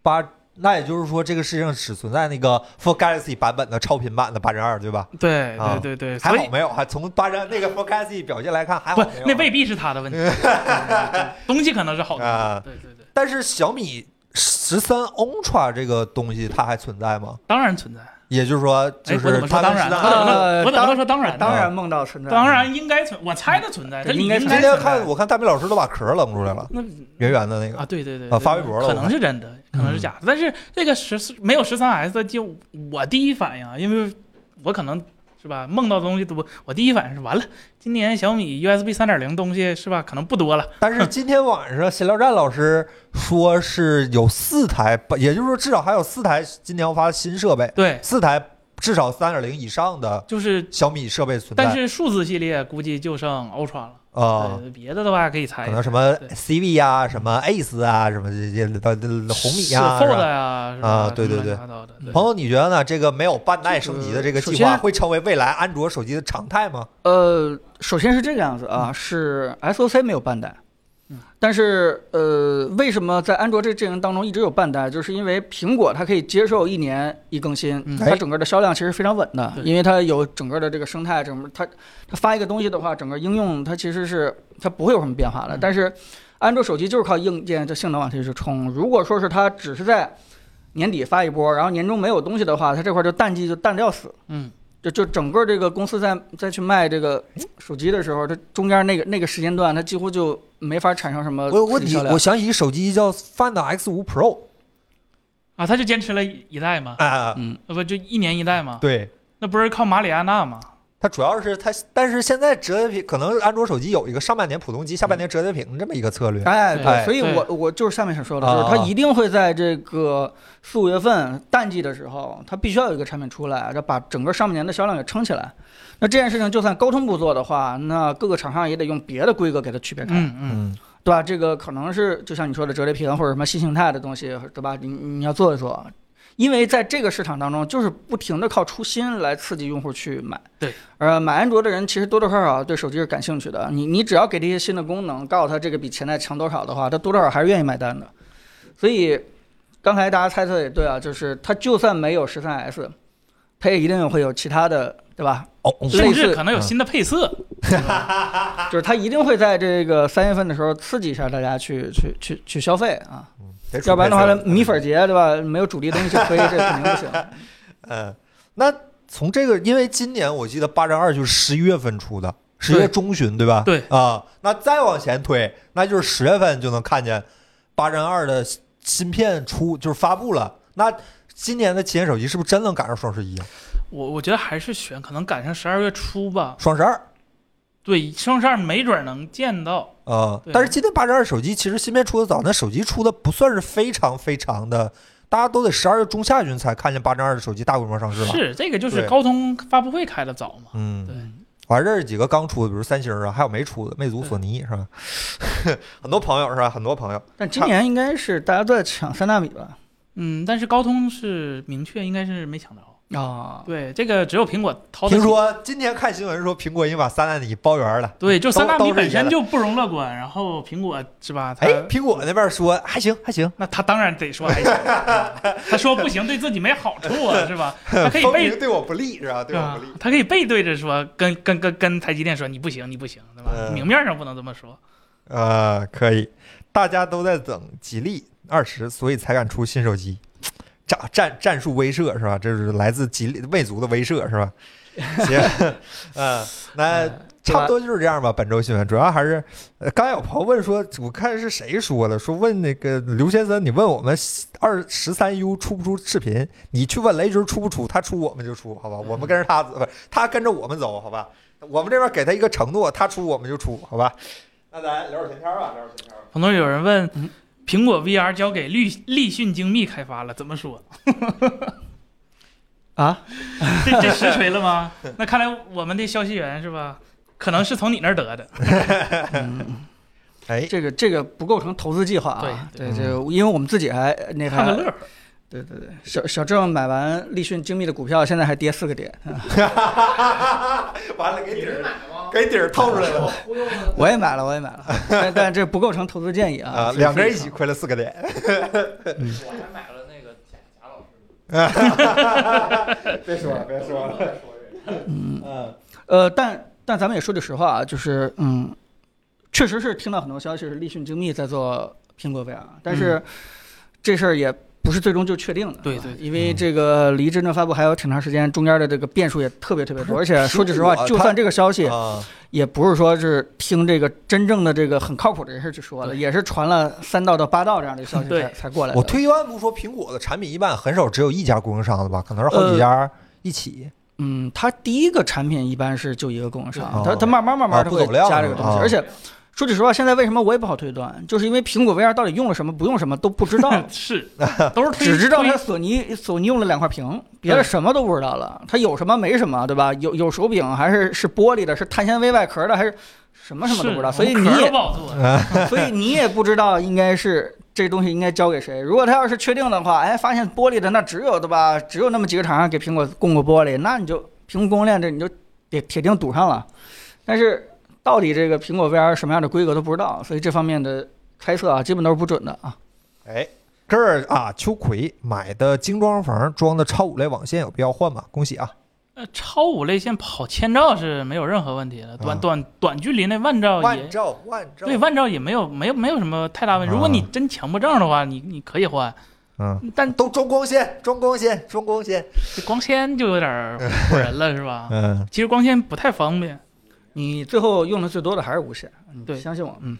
Speaker 2: 八那也就是说这个世界上只存在那个 For Galaxy 版本的超频版的八阵二，对吧？
Speaker 3: 对
Speaker 2: 啊
Speaker 3: 对对对，
Speaker 2: 还
Speaker 3: 所
Speaker 2: 好
Speaker 3: 以
Speaker 2: 没有，还从八阵那个 For Galaxy 表现来看，还好
Speaker 3: 不
Speaker 2: 没有啊。
Speaker 3: 那未必是他的 问题，对对对东西可能是好
Speaker 2: 啊
Speaker 3: 的。对对对，
Speaker 2: 但是小米十三 Ultra 这个东西它还存在吗？
Speaker 3: 当然存在。
Speaker 2: 也就是说，
Speaker 3: 哎
Speaker 2: 就，
Speaker 3: 我怎
Speaker 2: 是
Speaker 3: 么
Speaker 2: 它
Speaker 3: 说当然？我怎么
Speaker 1: 呃
Speaker 3: 能我怎么能说当然呢？
Speaker 1: 啊当然梦到存在，
Speaker 3: 当然应该存，我猜它存在，它
Speaker 1: 对
Speaker 3: 理
Speaker 1: 应该
Speaker 2: 今
Speaker 1: 存在
Speaker 3: 存
Speaker 2: 天
Speaker 3: 在
Speaker 2: 看我看大明老师都把壳扔出来了，
Speaker 3: 那
Speaker 2: 圆圆的那个
Speaker 3: 啊，对对对，
Speaker 2: 啊发
Speaker 3: 对
Speaker 2: 微博了
Speaker 3: 可
Speaker 2: 我
Speaker 3: 能
Speaker 2: 看嗯
Speaker 3: 是真的，可能是假的。但是这个十四没有十三 S 就我第一反应啊，因为我可能是吧梦到的东西多，我第一反应是完了，今年小米 USB 三点零东西是吧可能不多了。
Speaker 2: 但是今天晚上闲聊站老师说是有四台，也就是说至少还有四台今年要发的新设备，
Speaker 3: 对，
Speaker 2: 四台至少三点零以上的
Speaker 3: 就是
Speaker 2: 小米设备存在。
Speaker 3: 但是数字系列估计就剩 Ultra 了，
Speaker 2: 啊、
Speaker 3: 对别的的话可以猜
Speaker 2: 可
Speaker 3: 一
Speaker 2: 能
Speaker 3: 下。
Speaker 2: 什么
Speaker 3: 哎对
Speaker 2: CV 呀、啊、什么 Ace 啊、什么这些呃红米
Speaker 3: 是
Speaker 2: 呀、是
Speaker 3: Fold
Speaker 2: 吧
Speaker 3: 呀，是
Speaker 2: 啊
Speaker 3: 吧？
Speaker 2: 对对
Speaker 3: 乱七
Speaker 2: 对
Speaker 3: 八糟的对
Speaker 2: 朋友，你觉得呢？这个没有半代升级的这个计划
Speaker 1: 这个首先
Speaker 2: 会成为未来安卓手机的常态吗？
Speaker 1: 呃，首先是这个样子啊，是 SOC 没有半代
Speaker 3: 嗯，
Speaker 1: 但是呃，为什么在安卓这个阵营当中一直有半代？就是因为苹果它可以接受一年一更新，
Speaker 3: 嗯
Speaker 1: 它整个的销量其实非常稳的，
Speaker 3: 对
Speaker 1: 因为它有整个的这个生态，整个它它发一个东西的话，整个应用它其实是它不会有什么变化的。
Speaker 3: 嗯
Speaker 1: 但是安卓手机就是靠硬件的性能往上去冲，如果说是它只是在年底发一波，然后年终没有东西的话，它这块儿就淡季就淡的要死。
Speaker 3: 嗯，
Speaker 1: 就就整个这个公司在再去卖这个手机的时候，它中间那个那个时间段，它几乎就没法产生什
Speaker 3: 呃
Speaker 1: 么
Speaker 2: 我我
Speaker 1: 实
Speaker 2: 你
Speaker 1: 际销量
Speaker 2: 我想起一手机叫 Find X 5 Pro
Speaker 3: 啊，他就坚持了一代嘛，
Speaker 2: 啊、
Speaker 1: 嗯，
Speaker 3: 呃不就一年一代嘛？
Speaker 2: 对，
Speaker 3: 那不是靠马里亚纳吗？
Speaker 2: 它主要是它，但是现在折叠屏可能安卓手机有一个上半年普通机，下半年折叠屏这么一个策略。
Speaker 1: 哎，
Speaker 2: 哎
Speaker 1: 对，所以我我就是下面想说的，就是
Speaker 2: 啊
Speaker 1: 它一定会在这个四五月份淡季的时候，它必须要有一个产品出来，要把整个上半年的销量给撑起来。那这件事情就算高通不做的话，那各个厂商也得用别的规格给它区别开，
Speaker 3: 嗯嗯，
Speaker 2: 嗯，
Speaker 1: 对吧？这个可能是就像你说的折叠屏或者什么新形态的东西，对吧？你你要做一做，因为在这个市场当中，就是不停的靠出新来刺激用户去买。
Speaker 3: 对，
Speaker 1: 呃，买安卓的人其实多多少少对手机是感兴趣的。你你只要给这些新的功能，告诉他这个比前代强多少的话，他多多少还是愿意买单的。所以刚才大家猜测也对啊，就是他就算没有十三 S，他也一定会有其他的，对吧？
Speaker 2: 哦，嗯
Speaker 1: 类
Speaker 3: 甚
Speaker 1: 似
Speaker 3: 至可能有新的配色，
Speaker 1: 就是他一定会在这个三月份的时候刺激一下大家去去去去消费啊。
Speaker 2: 得出
Speaker 1: 要不然的话，
Speaker 2: 配
Speaker 1: 这
Speaker 2: 色
Speaker 1: 米粉节对吧？没有主力东西去推，这肯定不行。
Speaker 2: 嗯，那从这个，因为今年我记得八战二就是十一月份出的，十月中旬对吧？
Speaker 3: 对
Speaker 2: 啊，那再往前推，那就是十月份就能看见八战二的芯片出，就是发布了。那今年的旗舰手机是不是真能赶上双十一啊？
Speaker 3: 我我觉得还是选可能赶上十二月初吧，
Speaker 2: 双十二？
Speaker 3: 对，双十二没准能见到，
Speaker 2: 啊、
Speaker 3: 对
Speaker 2: 但是今年八战二手机其实芯片出的早，那手机出的不算是非常非常的，大家都得十二月中下旬才看见八战二的手机大规模上市吧？
Speaker 3: 是这个就是
Speaker 2: 对
Speaker 3: 高通发布会开的早嘛，
Speaker 2: 嗯，
Speaker 3: 对，
Speaker 2: 我还认识几个刚出的，比如三星啊，还有没出的，魅族、索尼是吧？ 很多朋友是吧？很多朋友，
Speaker 1: 但今年应该是大家都在抢三纳米吧？
Speaker 3: 嗯，但是高通是明确应该是没抢着，
Speaker 1: 啊，
Speaker 3: 对，这个只有苹果掏得
Speaker 2: 听
Speaker 3: 起，
Speaker 2: 说今天看新闻说苹果已经把三纳米包圆了。
Speaker 3: 对，就三纳
Speaker 2: 都
Speaker 3: 米
Speaker 2: 都是
Speaker 3: 本
Speaker 2: 一样
Speaker 3: 身
Speaker 2: 的
Speaker 3: 就不容乐观，然后苹果是吧？它
Speaker 2: 哎，苹果那边说还行还行，
Speaker 3: 那他当然得说 还行，他说不行对自己没好处啊，是吧？他可以
Speaker 2: 风
Speaker 3: 背
Speaker 2: 评对我不利是吧？对我
Speaker 3: 啊
Speaker 2: 不利。，
Speaker 3: 他可以背对着说，跟跟跟跟台积电说你不行，你不行，对吧？
Speaker 2: 嗯
Speaker 3: 明面上不能这么说。
Speaker 2: 呃，可以，大家都在等吉利二十，所以才敢出新手机。战战战术威慑是吧？这是来自吉利魅族的威慑是吧？行，嗯，那差不多就是这样吧。本周新闻主要还是，呃刚才有朋友问说，我看是谁说的，说问那个刘先生，你问我们二十三 U 出不出视频？你去问雷军出不出，他出我们就出，好吧？我们跟着他，不是他跟着我们走，好吧？我们这边给他一个承诺，他出我们就出，好吧？那咱聊会儿闲天儿吧，聊会儿闲天儿吧。
Speaker 3: 很多有人问
Speaker 1: 嗯，
Speaker 3: 苹果 VR 交给立立讯精密开发了，怎么说？
Speaker 1: 啊，
Speaker 3: 这这实锤了吗？那看来我们的消息源是吧？可能是从你那儿得的。
Speaker 1: 嗯，
Speaker 2: 哎，
Speaker 1: 这个这个不构成投资计划啊。
Speaker 3: 对
Speaker 1: 对，这个因为我们自己还那
Speaker 3: 看个乐
Speaker 1: 个，
Speaker 3: 呵，
Speaker 1: 对对对，小小郑买完立讯精密的股票，现在还跌四个点，
Speaker 2: 完了给底儿给底儿套出来了
Speaker 1: 我也买了，我也买了，但但这不构成投资建议啊
Speaker 2: 啊！。两个人一起亏了四个点，
Speaker 1: 嗯
Speaker 5: 我还买了那个贾贾老师，
Speaker 2: 别说了，别说了。 嗯，
Speaker 1: 呃，但但咱们也说句实话啊，就是嗯，确实是听到很多消息是立讯精密在做苹果 VR，但是这事儿也不是最终就确定的。
Speaker 3: 嗯对
Speaker 1: 吧
Speaker 3: 对
Speaker 1: 因为这个离真正发布还有挺长时间，中间的这个变数也特别特别多。而且说句实话
Speaker 2: 苹果，
Speaker 1: 就
Speaker 2: 它
Speaker 1: 算这个消息
Speaker 2: 啊，
Speaker 1: 也不是说是听这个真正的这个很靠谱的人士去说的，
Speaker 3: 对
Speaker 1: 也是传了三道到八道这样的消息
Speaker 3: 对，
Speaker 1: 才才过来的。
Speaker 2: 我推一万步说，苹果的产品一般很少只有一家供应商的吧？可能是好几家一起。
Speaker 1: 嗯，它第一个产品一般是就一个供应商，
Speaker 2: 对
Speaker 1: 它它慢慢慢慢
Speaker 2: 啊
Speaker 1: 它
Speaker 2: 不
Speaker 1: 会
Speaker 2: 走量
Speaker 1: 加
Speaker 2: 了
Speaker 1: 这个东西，
Speaker 2: 啊
Speaker 1: 而且说句实话，现在为什么我也不好推断，就是因为苹果 VR 到底用了什么，不用什么都不知道
Speaker 3: 是都是推
Speaker 1: 哦只知道
Speaker 3: 推
Speaker 1: 它索尼索尼用了两块屏，别
Speaker 3: 嗯
Speaker 1: 的什么都不知道了，它有什么没什么，对吧？有有手柄还是是玻璃的，是碳纤维外壳的，还是什么什么都不知道，
Speaker 3: 是
Speaker 1: 所以
Speaker 3: 我
Speaker 1: 你
Speaker 3: 们壳都
Speaker 1: 也嗯
Speaker 3: 不好做。
Speaker 1: 所以你也不知道应该是这东西应该交给谁。如果他要是确定的话，哎，发现玻璃的那只有对吧？只有那么几个厂商给苹果供过玻璃，那你就苹果供应链这你就铁铁定堵上了。但是到底这个苹果 VR 什么样的规格都不知道，所以这方面的猜测啊，基本都是不准的啊。
Speaker 2: 哎，这儿啊，秋葵买的精装房装的超五类网线有必要换吗？恭喜啊！
Speaker 3: 呃，超五类线跑千兆是没有任何问题的，短
Speaker 1: 嗯
Speaker 2: 啊
Speaker 3: 短短距离那万兆也
Speaker 2: 万兆万兆，
Speaker 3: 对，万兆也没有没有没有什么太大问题。如
Speaker 1: 嗯
Speaker 3: 果你
Speaker 2: 啊
Speaker 3: 真强迫症的话，你你可以换，
Speaker 2: 嗯，
Speaker 3: 但
Speaker 2: 都装光纤，装光纤，装光纤。
Speaker 3: 这光纤就有 点儿唬人了，是吧？
Speaker 2: 嗯，
Speaker 3: 其实光纤不太方便。
Speaker 1: 你最后用的最多的还是无线，你
Speaker 3: 对
Speaker 1: 相信我，嗯。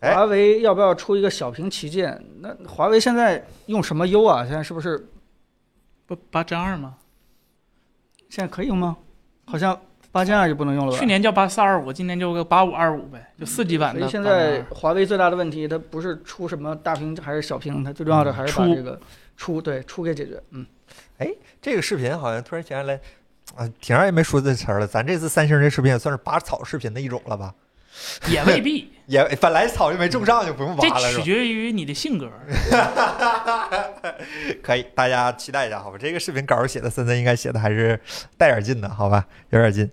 Speaker 2: 哎
Speaker 1: 华为要不要出一个小屏旗舰？那华为现在用什么 U 啊？现在是不是
Speaker 3: 不八针二吗？
Speaker 1: 现在可以用吗？好像八千二就不能用了吧？
Speaker 3: 去年叫八四二五，今年就个八五二五呗，就四 G 版
Speaker 1: 所以
Speaker 3: 的。
Speaker 1: 现在华为最大的问题，它不是出什么大屏还是小屏，它最重要的还是把
Speaker 3: 嗯出
Speaker 1: 这个出对出给解决。嗯，
Speaker 2: 这个视频好像突然想起来，啊，挺长也没说这词儿了。咱这次三星这视频也算是拔草视频的一种了吧？
Speaker 3: 也 未必，
Speaker 2: 也本来草就没种上，就不用
Speaker 3: 这
Speaker 2: 拔了是
Speaker 3: 取
Speaker 2: 吧？
Speaker 3: 决于你的性格。
Speaker 2: 可以，大家期待一下，好吧？这个视频稿写的森森应该写的还是带点劲的，好吧？有点劲。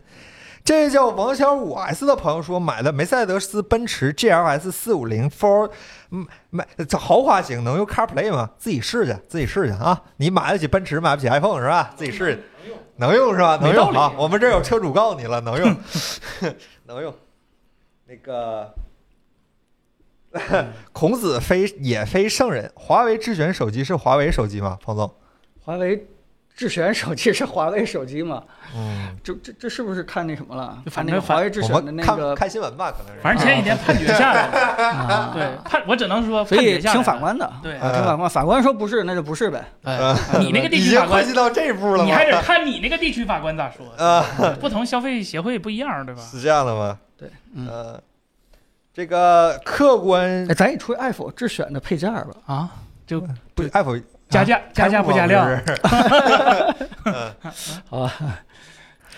Speaker 2: 这叫王小五 S 的朋友说，买了梅赛德斯奔驰 GLS 四五零 Four，嗯，买这豪华型能用 CarPlay 吗？自己试去，自己试去啊！你买得起奔驰，买不起 iPhone 是吧？自己试去，能用是吧？能
Speaker 3: 没道
Speaker 2: 用
Speaker 3: 理
Speaker 2: 啊！我们这有车主告诉你了，能 用，能用。那个 孔子非也非圣人，华为智选手机是华为手机吗？彭总，
Speaker 1: 华为智选手机 是华为手机嘛？
Speaker 2: 嗯，
Speaker 1: 这这这是不是看那什么了？
Speaker 3: 反
Speaker 1: 看那
Speaker 3: 正
Speaker 1: 个华为智
Speaker 2: 我
Speaker 1: 选的
Speaker 2: 们
Speaker 1: 那
Speaker 2: 看
Speaker 1: 个，
Speaker 2: 看新闻吧，可能是。
Speaker 3: 反正前几天判决下来了，
Speaker 1: 啊
Speaker 3: 对判，我只能说
Speaker 1: 所
Speaker 3: 判
Speaker 1: 以
Speaker 3: 决下来
Speaker 1: 听
Speaker 3: 了
Speaker 1: 法。官的，
Speaker 3: 对，
Speaker 2: 呃
Speaker 1: 听法官，法官说不是，那就不是呗。
Speaker 3: 哎，你那个地
Speaker 2: 已
Speaker 3: 区
Speaker 2: 经
Speaker 3: 法
Speaker 2: 关
Speaker 3: 官，
Speaker 2: 系到这步了
Speaker 3: 你
Speaker 2: 吗？
Speaker 3: 还得呃看你那个地区法官咋说。
Speaker 2: 啊，
Speaker 3: 不同消费协会不一样，对吧？
Speaker 2: 是这样的吗？
Speaker 1: 对，
Speaker 2: 嗯、这个客观
Speaker 1: 哎，咱也出 iPhone 智选的配件儿吧。
Speaker 3: 啊，就
Speaker 2: 不 Apple
Speaker 3: 加价加价不加料，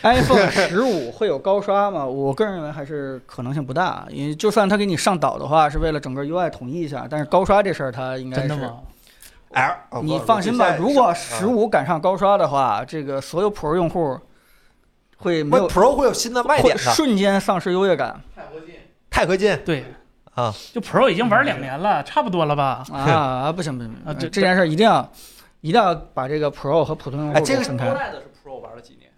Speaker 1: iPhone 十五会有高刷吗？我个人认为还是可能性不大，因为就算它给你上岛的话，是为了整个 UI 统一一下，但是高刷这事儿它应该
Speaker 3: 真
Speaker 1: 是
Speaker 3: 的吗？
Speaker 2: L，哦
Speaker 1: 你
Speaker 2: 不
Speaker 1: 放心吧，
Speaker 2: 这
Speaker 1: 如果
Speaker 2: 是嗯
Speaker 1: 十五赶上高刷的话，这个所有 Pro 用户会没
Speaker 2: 不
Speaker 1: 有
Speaker 2: Pro 会有新的卖
Speaker 1: 会
Speaker 2: 点的，
Speaker 1: 瞬间丧失优越感
Speaker 2: 钛合金
Speaker 3: 对，
Speaker 2: 啊，
Speaker 3: 就 Pro 已经玩两年了，差不多了吧？
Speaker 1: 啊啊！不行不行不行
Speaker 3: 啊这
Speaker 1: 这这件事儿一定要一定要把这个 Pro 和普通用户
Speaker 2: 哎这个
Speaker 1: 给
Speaker 2: 是
Speaker 1: 分开。
Speaker 5: OLED 是 Pro 玩了几年？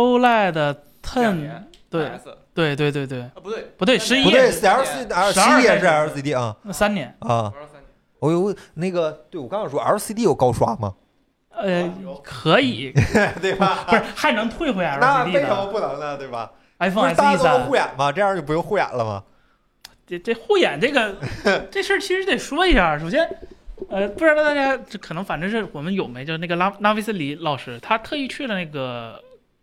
Speaker 3: OLED
Speaker 5: 两
Speaker 3: Ten，
Speaker 5: 年。
Speaker 3: 对
Speaker 5: S 啊
Speaker 3: 对对对对，
Speaker 5: 不对
Speaker 3: 不对
Speaker 5: 三
Speaker 3: 11
Speaker 2: 不
Speaker 5: 年
Speaker 2: 对
Speaker 3: 也
Speaker 2: ，LCD
Speaker 3: 12
Speaker 2: LCD 也是
Speaker 3: 开始
Speaker 2: LCD 啊
Speaker 3: 那三年，
Speaker 2: 啊！
Speaker 5: 玩了三年
Speaker 2: 我有那个，对我刚想说 LCD 有高刷 吗？
Speaker 5: 啊
Speaker 3: 呃，可以，
Speaker 2: 对吧？
Speaker 3: 不是还能退回
Speaker 2: 嗯 那
Speaker 3: LCD
Speaker 2: 为什么
Speaker 3: 的
Speaker 2: 不能呢？对吧？不
Speaker 3: iPhone
Speaker 2: 是大
Speaker 3: SE
Speaker 2: 家都
Speaker 3: 三
Speaker 2: 互？演吗？这样就不用互演了吗？
Speaker 3: 这这护眼这 个这事儿其实得说一下，首先。呃，不知道大家这可能反正是我们有没，就那个拉拉维斯里老师，他特意去了那个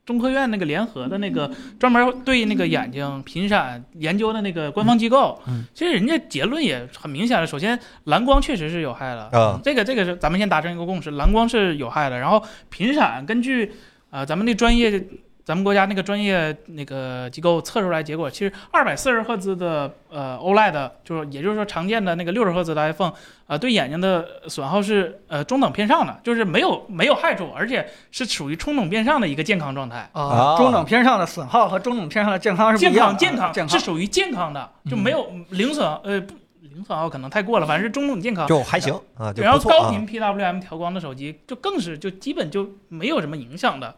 Speaker 3: 中科院那个联合的那个
Speaker 2: 嗯
Speaker 3: 专门对那个眼睛频闪研究的那个官方机构，
Speaker 1: 嗯
Speaker 3: 其实人家结论也很明显了。首先，蓝光确实是有害了，
Speaker 2: 啊，
Speaker 3: 这个这个是咱们先达成一个共识，蓝光是有害的。然后频闪根据呃咱们那专业，咱们国家那个专业那个机构测出来结果，其实二百四十赫兹的呃 OLED，就是也就是说常见的那个六十赫兹的 iPhone，呃对眼睛的损耗是呃中等偏上的，就是没有没有害处，而且是属于中等偏上的一个健康状态。
Speaker 1: 啊，
Speaker 2: 啊
Speaker 1: 中等偏上的损耗和中等偏上的健康是不
Speaker 3: 健
Speaker 1: 一样
Speaker 3: 康
Speaker 1: 的。
Speaker 3: 健康
Speaker 1: 健嗯
Speaker 3: 是属于健康的，就没有零损呃不零损耗可能太过了，反正是中等健康。
Speaker 2: 就还行啊，就
Speaker 3: 嗯然
Speaker 2: 不
Speaker 3: 后
Speaker 2: 错
Speaker 3: 高
Speaker 2: 啊。
Speaker 3: 频 PWM 调光的手机就更是就基本就没有什么影响的，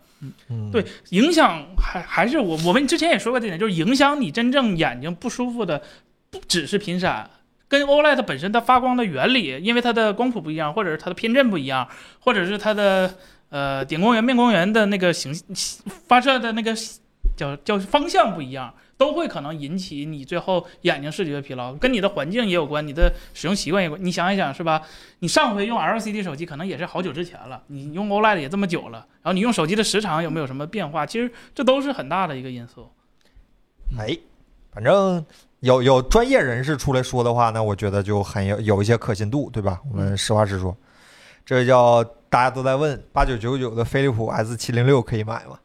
Speaker 2: 嗯
Speaker 3: 对，影响还还是我我们之前也说过这点，就是影响你真正眼睛不舒服的不只是频闪。跟 OLED 本身它发光的原理，因为它的光谱不一样，或者是它的偏振不一样，或者是它的呃点光源、面光源的那个形发射的那个叫叫方向不一样，都会可能引起你最后眼睛视觉疲劳，跟你的环境也有关，你的使用习惯也有关。你想一想是吧？你上回用 LCD 手机可能也是好久之前了，你用 OLED 也这么久了，然后你用手机的时长有没有什么变化？其实这都是很大的一个因素。
Speaker 1: 嗯
Speaker 2: 哎，反正有有专业人士出来说的话，那我觉得就很有有一些可信度，对吧？
Speaker 1: 嗯
Speaker 2: 我们实话实说，这叫大家都在问八九九九的飞利浦 S 七零六可以买吗？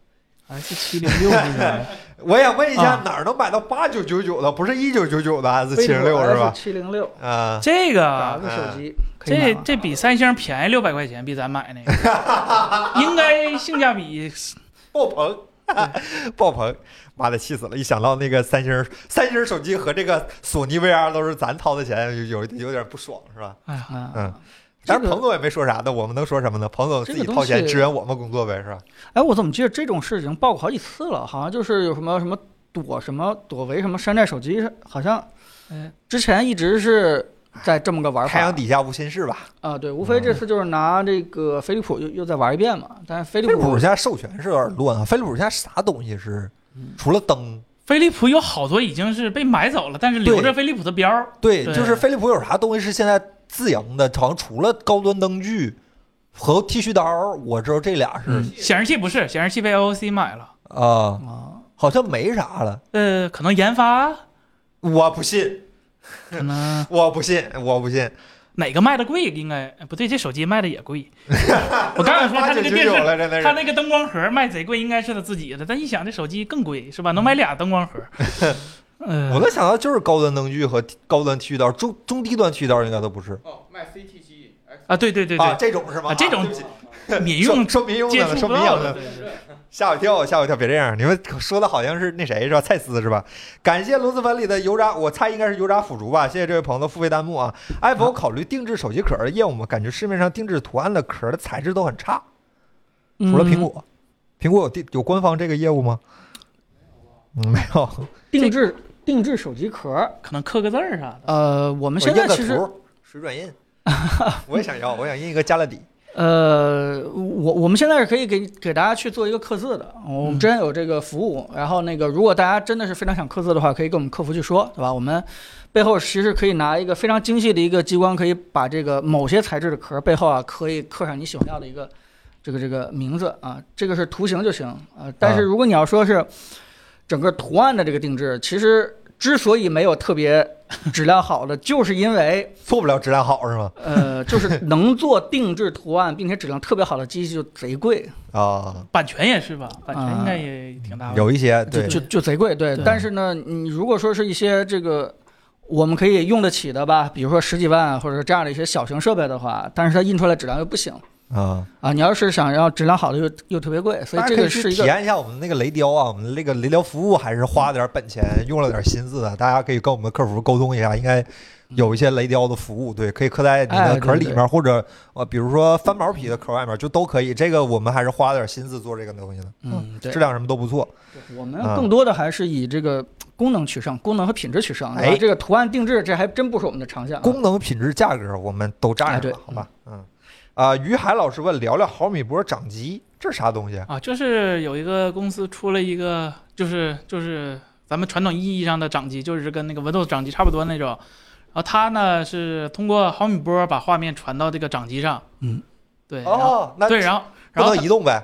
Speaker 3: S 七零 六哎是吧？
Speaker 2: 我想问一下
Speaker 3: 啊，
Speaker 2: 哪儿能买到八九九九的，不是一九九九的 S
Speaker 1: 飞
Speaker 2: 七零
Speaker 1: 利浦
Speaker 2: 六是吧？
Speaker 1: 七零六
Speaker 2: 啊，嗯
Speaker 3: 这个
Speaker 1: W 手机可以买
Speaker 3: 这
Speaker 1: 吗
Speaker 3: 这比三星便宜六百块钱，比咱买那个 应该性价比
Speaker 2: 爆棚， 爆棚！妈的，气死了！一想到那个三星三星手机和这个索尼 VR 都是咱掏的钱，有有有点不爽是吧？
Speaker 3: 哎呀。
Speaker 1: 啊
Speaker 2: 嗯
Speaker 1: 这
Speaker 2: 但是
Speaker 1: 个
Speaker 2: 彭总也没说啥的，我们能说什么呢？彭总自己掏
Speaker 1: 这个
Speaker 2: 钱
Speaker 1: 东西
Speaker 2: 支援我们工作呗，是吧？
Speaker 1: 哎，我怎么记得这种事已经报过好几次了？好像就是有什么什么躲什么躲为什么山寨手机，好像
Speaker 3: 嗯
Speaker 1: 之前一直是在这么个玩法
Speaker 2: 太阳底下无心事吧？
Speaker 1: 啊。对，无非这次就是拿这个飞利浦又又再玩一遍嘛。但是飞
Speaker 2: 飞
Speaker 1: 利
Speaker 2: 利浦
Speaker 1: 浦
Speaker 2: 现在授权是有点乱啊，飞利
Speaker 3: 嗯
Speaker 2: 浦现在啥东西是除了灯，
Speaker 3: 飞利浦有好多已经是被买走了，但是留
Speaker 2: 对
Speaker 3: 着飞利浦的标儿。
Speaker 2: 对，
Speaker 3: 对
Speaker 2: 就是飞利浦有啥东西是现在自营的，好像除了高端灯具和剃须刀，我知道这俩是
Speaker 1: 嗯
Speaker 3: 显示器不是，显示器被 OOC 买了。
Speaker 2: 啊，
Speaker 1: 啊，
Speaker 2: 好像没啥了。
Speaker 3: 呃，可能研发，
Speaker 2: 我不信，
Speaker 3: 可 能
Speaker 2: 我不信，我不信。
Speaker 3: 哪个卖的贵？应该哎不对，这手机卖的也贵。我刚想说他
Speaker 2: 八
Speaker 3: 这
Speaker 2: 九
Speaker 3: 个
Speaker 2: 九
Speaker 3: 电
Speaker 2: 九
Speaker 3: 视，
Speaker 2: 了，真的
Speaker 3: 他
Speaker 2: 是。
Speaker 3: 那个灯光盒卖贼贵，应该是他自己的。但一想这手机更贵是吧？能买俩灯 光盒，
Speaker 2: 嗯我
Speaker 3: 呃，
Speaker 2: 能想到就是高端灯具和高端剃须刀，中中低端剃须刀应该都不是
Speaker 5: 哦，卖 CT 机
Speaker 3: 啊，对对对
Speaker 2: 啊，
Speaker 3: 对，
Speaker 2: 这种是吗？
Speaker 3: 啊这种
Speaker 2: 啊对不起
Speaker 3: 民用
Speaker 2: 说说民用
Speaker 3: 接
Speaker 2: 的了，
Speaker 3: 触
Speaker 2: 说
Speaker 3: 不
Speaker 2: 民
Speaker 3: 到
Speaker 2: 用的，
Speaker 3: 的，对对对
Speaker 2: 吓我一跳，吓我一跳，别这样！你们说的好像是那谁是吧？蔡司是吧？感谢螺蛳粉里的油炸，我猜应该是油炸腐竹吧。谢谢这位朋友的付费弹幕啊！iPhone 考虑定制手机壳的业务吗？感觉市面上定制图案的壳的材质都很差，
Speaker 1: 嗯
Speaker 2: 除
Speaker 3: 嗯
Speaker 2: 了苹果，苹果有定有官方这个业务吗？嗯没有，
Speaker 1: 定制定制手机壳儿，
Speaker 3: 可能刻个字儿啥的。
Speaker 1: 呃，我
Speaker 2: 我
Speaker 1: 们现
Speaker 2: 印
Speaker 1: 在
Speaker 2: 个
Speaker 1: 其实
Speaker 2: 图，水转印， 我也想要，我想印一个加勒比。
Speaker 1: 呃，我我们现在是可以给给大家去做一个刻字的，我们之前有这个服务，然后那个如果大家真的是非常想刻字的话，可以跟我们客服去说，对吧？我们背后其实可以拿一个非常精细的一个激光，可以把这个某些材质的壳背后啊，可以刻上你喜欢要的一个这个这个名字啊，这个是图形就行啊。但是如果你要说是整个图案的这个定制，其实之所以没有特别质量好的，就是因为
Speaker 2: 做不了质量好是吗？
Speaker 1: 呃，就是能做定制图案并且质量特别好的机器就贼贵，
Speaker 2: 啊，
Speaker 3: 版权也是吧？版权应该也挺大的。
Speaker 2: 有一些
Speaker 1: 就
Speaker 2: 对，
Speaker 1: 就就贼贵。对，
Speaker 3: 对
Speaker 1: 但是呢，你如果说是一些这个我们可以用得起的吧，比如说十几万或者这样的一些小型设备的话，但是它印出来质量又不行
Speaker 2: 啊，
Speaker 1: 啊。你要是想要质量好的又又特别贵，所以
Speaker 2: 大家
Speaker 1: 这
Speaker 2: 可以
Speaker 1: 个
Speaker 2: 去
Speaker 1: 是一
Speaker 2: 体
Speaker 1: 个
Speaker 2: 验一下我们那个雷雕啊，我们那个雷雕服务还是花了点本钱，用了点心思的。大家可以跟我们客服沟通一下，应该有一些雷雕的服务，对，可以刻在你的
Speaker 1: 哎
Speaker 2: 壳里
Speaker 1: 对
Speaker 2: 面，或者呃，比如说翻毛皮的壳外面就都可以。这个我们还是花了点心思做这个东西的，
Speaker 1: 嗯，对
Speaker 2: 质，量什么都不错。
Speaker 1: 我们
Speaker 2: 啊
Speaker 1: 更多的还是以这个功能取胜，功能和品质取胜，对吧
Speaker 2: 哎
Speaker 1: 这个图案定制这还真不是我们的长项啊。
Speaker 2: 功能、品质、价格我们都占
Speaker 1: 哎
Speaker 2: 上
Speaker 1: 对
Speaker 2: 了，好吧？嗯，啊，于海老师问，聊聊毫米波掌机，这是啥东西啊？
Speaker 3: 啊，就是有一个公司出了一个，就是就是咱们传统意义上的掌机，就是跟那个 Windows 掌机差不多那种。然后它呢是通过毫米波把画面传到这个掌机上，
Speaker 1: 嗯，
Speaker 3: 对，然后
Speaker 2: 哦，那
Speaker 3: 对，然后
Speaker 2: 不
Speaker 3: 然后
Speaker 2: 能
Speaker 3: 它
Speaker 2: 移动呗，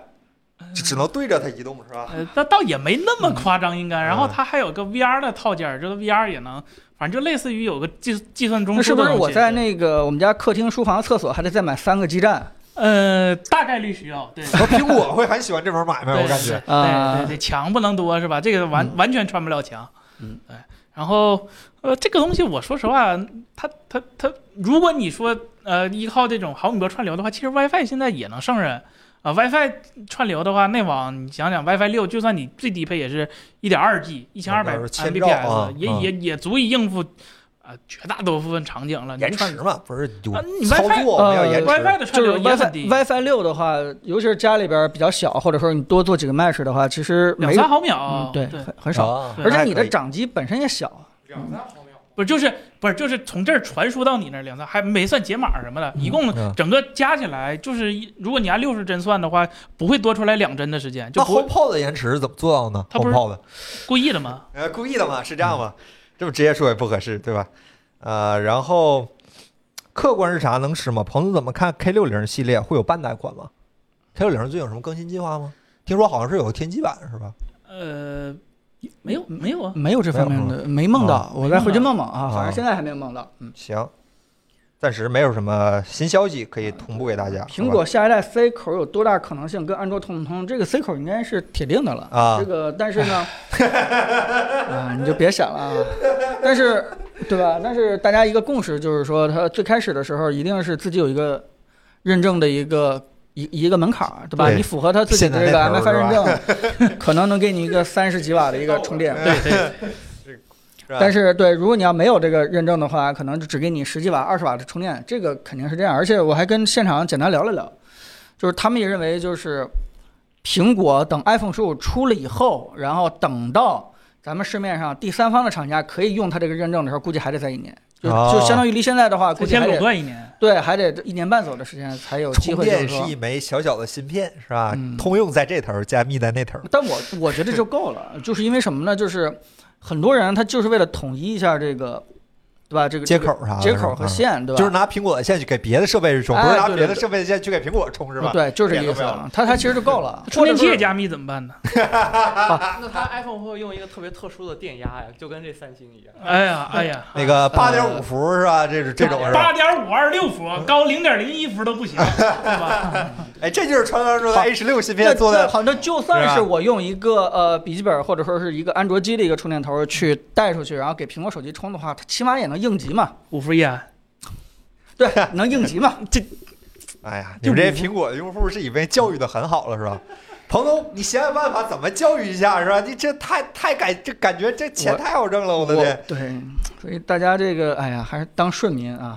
Speaker 2: 只只能对着它移动是 吧？
Speaker 3: 呃，但倒也没那么夸张，应该。然后
Speaker 2: 嗯
Speaker 3: 它还有个 VR 的套件儿，这个 VR 也能，反正就类似于有个计计算中枢
Speaker 1: 那
Speaker 3: 的
Speaker 1: 是不是
Speaker 3: 东西
Speaker 1: 我在那个我们家客厅、书房、厕所还得再买三个基站？
Speaker 3: 呃大概率需要对。
Speaker 2: 和苹果会很喜欢这门买卖，
Speaker 3: 对
Speaker 2: 我感觉。
Speaker 1: 啊
Speaker 3: 对对对，墙不能多是吧？这个
Speaker 2: 嗯
Speaker 3: 完、完全穿不了墙。
Speaker 1: 嗯，
Speaker 3: 对。然后呃，这个东西我说实话，它它它，如果你说呃依靠这种毫米波串流的话，其实 WiFi 现在也能胜任。啊、w i f i 串流的话，内网你想想，WiFi 六就算你最低配也是一点二 G，一千二百
Speaker 2: 那是千兆啊
Speaker 3: Mbps，也、
Speaker 2: 嗯
Speaker 3: 也也足以应付啊、绝大多部分场景
Speaker 1: 啊
Speaker 3: 了。你
Speaker 2: 延
Speaker 3: 串
Speaker 2: 迟嘛，不是有
Speaker 3: 啊你
Speaker 2: 操
Speaker 3: WiFi-
Speaker 2: 作，我们要延迟。
Speaker 3: WiFi 的串
Speaker 1: 就是
Speaker 3: 流也很
Speaker 1: WiFi
Speaker 3: 低，
Speaker 1: WiFi 六的话，尤其是家里边比较小，或者说你多做几个 match 的话，其实
Speaker 3: 两
Speaker 1: 没
Speaker 3: 三毫秒，
Speaker 1: 嗯对
Speaker 3: 对
Speaker 1: 很很少，
Speaker 2: 啊
Speaker 3: 对
Speaker 1: 而且你的
Speaker 2: 那还可以
Speaker 1: 掌机本身也小，
Speaker 5: 两三毫秒，
Speaker 3: 不是，就是不是，就是从这儿传输到你那儿两三，还没算解码什么的，一共
Speaker 2: 嗯
Speaker 3: 整个加起来就是一，如果你按六十帧算的话，不会多出来两帧的时间，就
Speaker 2: 那
Speaker 3: 不会
Speaker 2: HomePod 的延迟怎么做到呢
Speaker 3: 它不是
Speaker 2: ？HomePod 嗯
Speaker 3: 故意的嘛。
Speaker 2: 呃故意的嘛，是这样嘛？这么直接说也不合适，对吧？呃，然后客观是啥？能吃吗？彭总怎么看 K 六零系列会有半代款吗？K 六零最近有什么更新计划吗？听说好像是有个天玑版是吧？
Speaker 3: 呃，没有没有啊，
Speaker 1: 没有这方面的，没梦
Speaker 2: 啊
Speaker 1: 到，我再回去梦梦啊，
Speaker 2: 啊
Speaker 1: 反正现在还没有梦到。嗯，
Speaker 2: 行，暂时没有什么新消息可以同步给大家。
Speaker 1: 嗯苹
Speaker 2: 好吧
Speaker 1: 果下一代 C 口有多大可能性跟安卓通不通？这个 C 口应该是铁定的了
Speaker 2: 啊
Speaker 1: 这个但是呢， 啊，你就别想了啊。但是，对吧？但是大家一个共识就是说，它最开始的时候一定是自己有一个认证的一个一一个门槛儿，对吧？
Speaker 2: 对
Speaker 1: 你符合它自己的这
Speaker 2: 现
Speaker 1: 个
Speaker 2: 在那
Speaker 1: m
Speaker 2: 头
Speaker 1: f
Speaker 2: 是
Speaker 1: 认证，可能能给你一个三十几瓦的一个充电。
Speaker 3: 对对，
Speaker 2: 吧
Speaker 1: 但是对，如果你要没有这个认证的话，可能就只给你十几瓦、二十瓦的充电，这个肯定是这样。而且我还跟现场简单聊了聊，就是他们也认为，就是苹果等 iPhone 十五出了以后，然后等到咱们市面上第三方的厂家可以用它这个认证的时候，估计还得再一年，就
Speaker 2: 哦
Speaker 1: 就相当于离现在的话，估
Speaker 3: 我
Speaker 1: 计
Speaker 3: 先
Speaker 1: 还
Speaker 3: 垄
Speaker 1: 得
Speaker 3: 断一年。
Speaker 1: 对，还得一年半左右的时间才有机
Speaker 2: 充
Speaker 1: 会。就
Speaker 2: 电
Speaker 1: 是
Speaker 2: 是
Speaker 1: 说
Speaker 2: 一枚小小的芯片是吧？
Speaker 1: 嗯
Speaker 2: 通用在这头儿，加密在那头儿。
Speaker 1: 但我我觉得就够了，就是因为什么呢？就是很多人他就是为了统一一下这个对吧？这个
Speaker 2: 接
Speaker 1: 这个
Speaker 2: 口儿啥的，
Speaker 1: 接口儿和
Speaker 2: 嗯
Speaker 1: 线，对吧？
Speaker 2: 就是拿苹果的线去给别的设备充，
Speaker 1: 哎
Speaker 2: 不是拿
Speaker 1: 对对
Speaker 2: 别的
Speaker 1: 对
Speaker 2: 设备的线去给苹果充是吧？
Speaker 1: 对，就是这个意
Speaker 2: 一点
Speaker 1: 思
Speaker 2: 都不要。
Speaker 1: 它它其实就够了。
Speaker 3: 充电器
Speaker 1: 或
Speaker 3: 也
Speaker 1: 者是
Speaker 3: 加密怎么办呢？
Speaker 5: 那它 iPhone 会用一个特别特殊的电压呀，就跟这三星一样。
Speaker 3: 哎呀，哎呀，
Speaker 2: 那个
Speaker 1: 嗯
Speaker 2: 八点五伏是吧？这是这种是吧
Speaker 3: 八？点五二六伏，高零点零一伏都不 行，对吧？
Speaker 2: 哎，这就是传说中的
Speaker 1: 好
Speaker 2: A 十六芯
Speaker 1: 那
Speaker 2: 片做
Speaker 1: 那
Speaker 2: 的。
Speaker 1: 好，那就
Speaker 2: 对
Speaker 1: 算
Speaker 2: 吧
Speaker 1: 是我用一个呃笔记本或者说是一个安卓机的一个充电头去带出去，然后给苹果手机充的话，它起码也能应急嘛，
Speaker 3: 五伏一啊安，
Speaker 1: 对，能应急嘛。
Speaker 2: 哎呀，你们这些苹果的用户是已被教育的很好了是吧？彭总，你想想办法怎么教育一下是吧？你这太太感这感觉这钱
Speaker 1: 我
Speaker 2: 太好挣了，我的天！
Speaker 1: 对，所以大家这个，哎呀，还是当顺民啊。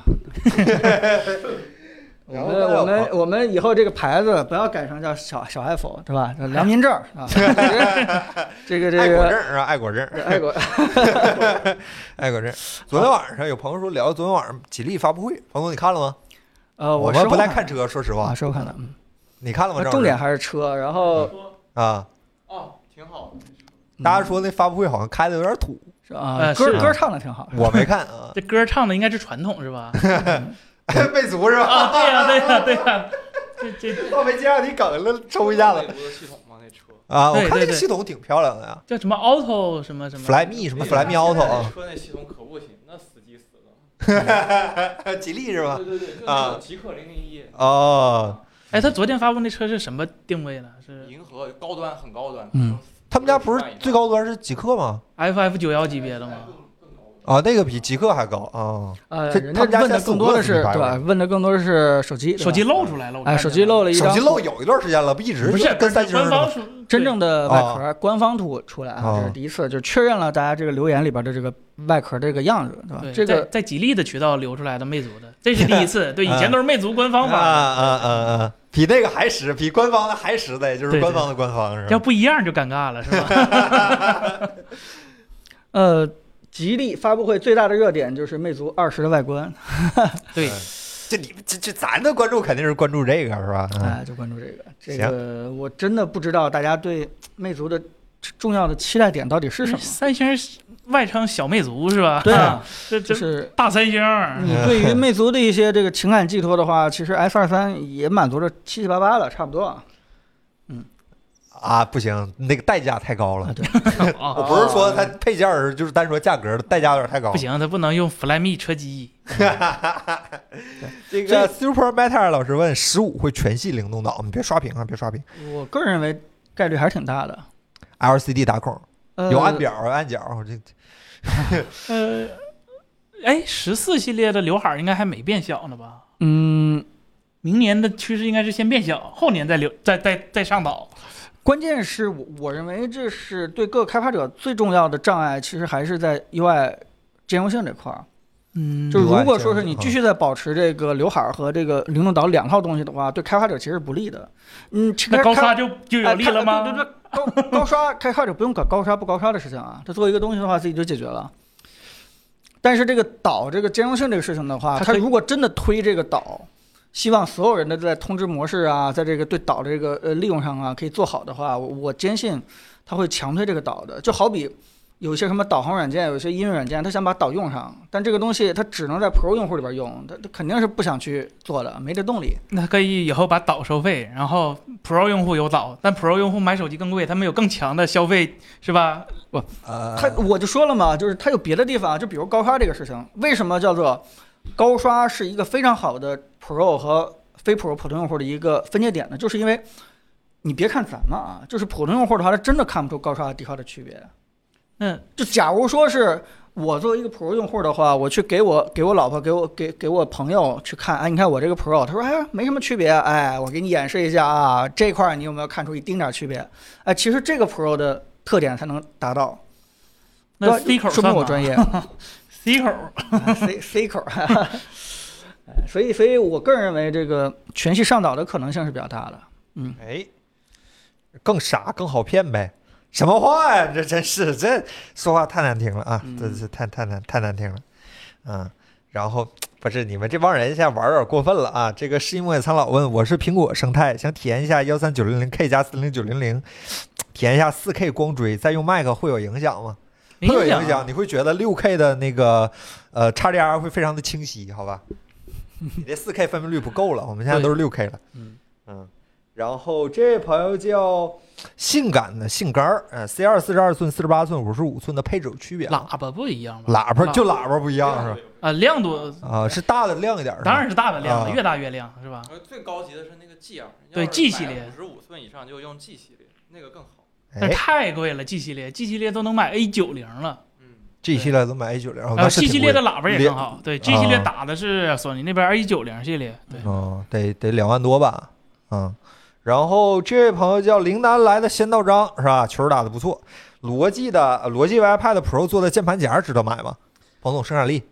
Speaker 1: 我
Speaker 2: 然后
Speaker 1: 们
Speaker 2: 呢
Speaker 1: 我们我们以后这个牌子不要改成叫小小爱否，对吧？叫良民证儿啊，这个这
Speaker 2: 爱国
Speaker 1: 个
Speaker 2: 证是吧？爱国证，
Speaker 1: 爱国，
Speaker 2: 爱国证。昨天晚上有朋友说聊昨天晚上吉利发布会，彭总你看了吗？
Speaker 1: 呃，
Speaker 2: 我
Speaker 1: 是
Speaker 2: 们不太看车，说实话
Speaker 1: 啊，，是我看的，嗯
Speaker 2: 你看了吗？
Speaker 1: 那
Speaker 2: 郑
Speaker 1: 重
Speaker 2: 老师
Speaker 1: 点还是车，然后
Speaker 2: 啊，
Speaker 5: 哦，挺好的。
Speaker 2: 大家说那发布会好像开的有点土，
Speaker 1: 是啊，
Speaker 3: 呃
Speaker 1: 歌
Speaker 3: 是
Speaker 1: 歌唱的挺好，
Speaker 2: 我没看 啊，
Speaker 3: 这歌唱的应该是传统是吧？
Speaker 2: 魅族是吧？
Speaker 3: 啊，对呀、对呀、对呀、这这
Speaker 2: 倒没接上你梗了，抽一下子
Speaker 5: 美国的系统吗？那车。
Speaker 2: 啊！我
Speaker 3: 对
Speaker 2: 看那个
Speaker 3: 对对嗯
Speaker 2: 系统挺漂亮的呀
Speaker 3: 叫什么 Auto 什么什么
Speaker 2: ，Fly Me 什么 Fly Me
Speaker 5: 那
Speaker 2: Auto
Speaker 5: 车那系统可不行，那死机死了。
Speaker 2: 啊，吉利是吧？
Speaker 5: 对对对，就
Speaker 2: 啊
Speaker 5: 那个极氪零零一，
Speaker 2: 哦，
Speaker 3: 哎，他昨天发布那车是什么定位呢？是
Speaker 5: 银河高端很高端。
Speaker 1: 嗯，
Speaker 2: 他们家不是最高端是极客吗？
Speaker 3: FF 九幺级别的吗？
Speaker 2: 啊，那个比极客还高啊！
Speaker 1: 呃，
Speaker 2: 这
Speaker 1: 人
Speaker 2: 他们家
Speaker 1: 问的
Speaker 2: 现在
Speaker 1: 更多的
Speaker 2: 四五
Speaker 1: 是
Speaker 2: 个品牌
Speaker 1: 对吧？问的更多的是手机，对吧
Speaker 3: 手机露出来了，我
Speaker 1: 哎，
Speaker 3: 看
Speaker 1: 手机露了一
Speaker 2: 手
Speaker 1: 张
Speaker 2: 机漏有一段时间了，不一直
Speaker 3: 不是
Speaker 2: 跟三星
Speaker 3: 官
Speaker 2: 似的吗
Speaker 3: 方说
Speaker 1: 真正的外壳，
Speaker 2: 对
Speaker 1: 官方图出来啊，
Speaker 2: 哦
Speaker 1: 这是第一次，就确认了大家这个留言里边的这个外壳这个样子，对吧
Speaker 3: 对？
Speaker 1: 啊这
Speaker 3: 在
Speaker 1: 个
Speaker 3: 在吉利的渠道流出来的魅族的，这是第一次，对，以前都是魅族官方
Speaker 2: 啊
Speaker 3: 发的，
Speaker 2: 啊啊啊！比那个还实，比官方的还实在，就是
Speaker 3: 对对
Speaker 2: 官方的官方是
Speaker 3: 要
Speaker 2: 吧？
Speaker 3: 不一样就尴尬了，是吧？
Speaker 1: 呃，吉利发布会最大的热点就是魅族二十的外观，
Speaker 3: 对，
Speaker 2: 这你这这咱的关注肯定是关注这个是吧？嗯
Speaker 1: 哎，就关注这个。这个我真的不知道大家对魅族的重要的期待点到底是什么。
Speaker 3: 三星是外称小魅族是吧？
Speaker 1: 对啊，
Speaker 3: 这
Speaker 1: 就
Speaker 3: 这
Speaker 1: 是嗯
Speaker 3: 大三星，
Speaker 1: 你对于魅族的一些这个情感寄托的话，其实 S 二三也满足了七七八八了，差不多啊。
Speaker 2: 啊，不行，那个代价太高了。
Speaker 3: 啊
Speaker 2: 我不是说它配件儿，就是单说价格代价有点太高。
Speaker 3: 不，行，它不能用 Flyme 车机，
Speaker 2: 这个 Super Meta 老师问十五会全系灵动岛，你别刷屏啊，别刷屏
Speaker 1: 我个人认为概率还是挺大的。
Speaker 2: ，LCD 打孔，
Speaker 1: 呃
Speaker 2: 有按表有按角，这
Speaker 3: 呃，哎，十四系列的刘海儿应该还没变小呢吧？
Speaker 1: 嗯，
Speaker 3: 明年的趋势应该是先变小，后年再留再再再上岛。
Speaker 1: 关键是我我认为这是对各个开发者最重要的障碍，其实还是在 UI 兼容性这块儿。
Speaker 3: 嗯
Speaker 1: 就是如果说
Speaker 2: 嗯
Speaker 1: 是你继续在保持这个刘海儿和这个灵动岛两套东西的话，对开发者其实不利的。嗯，其实
Speaker 3: 那高
Speaker 1: 开
Speaker 3: 刷就就有利了
Speaker 1: 哎
Speaker 3: 吗？
Speaker 1: 开对对对，高高刷开发者不用搞高刷不高刷的事情啊，他做一个东西的话自己就解决了。但是这个岛这个兼容性这个事情的话，
Speaker 3: 它
Speaker 1: 他
Speaker 3: 可以
Speaker 1: 如果真的推这个岛，希望所有人的在通知模式啊，在这个对岛这个呃利用上啊可以做好的话，我我坚信他会强推这个岛的。就好比有一些什么导航软件，有一些音乐软件，他想把岛用上，但这个东西它只能在 Pro 用户里边用，他他肯定是不想去做的，没这动力。
Speaker 3: 那可以以后把岛收费，然后 Pro 用户有岛，但 Pro 用户买手机更贵，他们有更强的消费，是吧？
Speaker 2: 呃，
Speaker 1: 他我就说了嘛，就是他有别的地方，啊就比如高刷这个事情，为什么叫做高刷是一个非常好的 Pro 和非 Pro 普通用户的一个分界点呢？就是因为你别看咱们啊，就是普通用户的话，他真的看不出高刷和低刷的区别。
Speaker 3: 嗯，
Speaker 1: 就假如说是我作为一个 Pro 用户的话，我去给我给我老婆给我给给我朋友去看，哎，你看我这个 Pro，他说哎呀没什么区别，哎，我给你演示一下啊，这块儿你有没有看出一丁点儿区别？哎，其实这个 Pro 的特点才能达到。
Speaker 3: 那 C 口
Speaker 1: 说明
Speaker 3: 算
Speaker 1: 我
Speaker 3: 吗
Speaker 1: 专 业
Speaker 3: C 口，
Speaker 1: ，C C 口。哎所以，所以我个人认为，这个全系上岛的可能性是比较大的。
Speaker 2: 哎，更傻更好骗呗。什么话呀、这真是这说话太难听了啊！这这太太难太难听了，嗯。然后不是你们这帮人现在玩儿有点过分了啊！这个是因为苍老问我是苹果生态，想体验一下幺三
Speaker 3: 啊
Speaker 2: 九零零 K 加四零九零零，体验一下四 K 光追，再用 Mac 会有影响吗？会有
Speaker 1: 响
Speaker 2: 影响，你会觉得六 K 的那个呃 XDR 会非常的清晰，好 吧？你这四 K 分辨率不够了，我们现在都是六 K 了。
Speaker 1: 嗯
Speaker 2: 嗯然后这位朋友叫性感的性杆儿，嗯，C 二四十二寸、四十八寸、五十五寸的配置有区别吗，
Speaker 3: 喇叭不一样吧？
Speaker 2: 喇叭就喇叭不一样是
Speaker 3: 啊，亮度
Speaker 2: 吧？啊，是大的亮一点儿是吧，
Speaker 3: 当然是大的亮了，
Speaker 2: 啊
Speaker 3: 越大越亮是吧？
Speaker 5: 呃，最高级的是那个 G 啊，
Speaker 3: 对 G 系列
Speaker 5: 五十五寸以上就用 G 系列，那个更好。
Speaker 3: 但
Speaker 2: 哎
Speaker 3: 太贵了，G 系列，G 系列都能买 A 九零了，
Speaker 5: 嗯，
Speaker 2: ，G 系列都买 A 九零，
Speaker 3: 还
Speaker 2: 哦那
Speaker 3: 有
Speaker 2: 是
Speaker 3: G
Speaker 2: 挺
Speaker 3: 呃系列
Speaker 2: 贵
Speaker 3: 的喇叭也
Speaker 2: 连
Speaker 3: 很好。对
Speaker 2: 啊
Speaker 3: ，G 系列打的是索尼那边 A 九零系列，对，
Speaker 2: 哦，得得两万多吧，嗯。然后这位朋友叫陵南来的仙道章是吧？球打得不错，罗技的呃罗技 iPad Pro 做的键盘夹值得买吗？彭总生产力，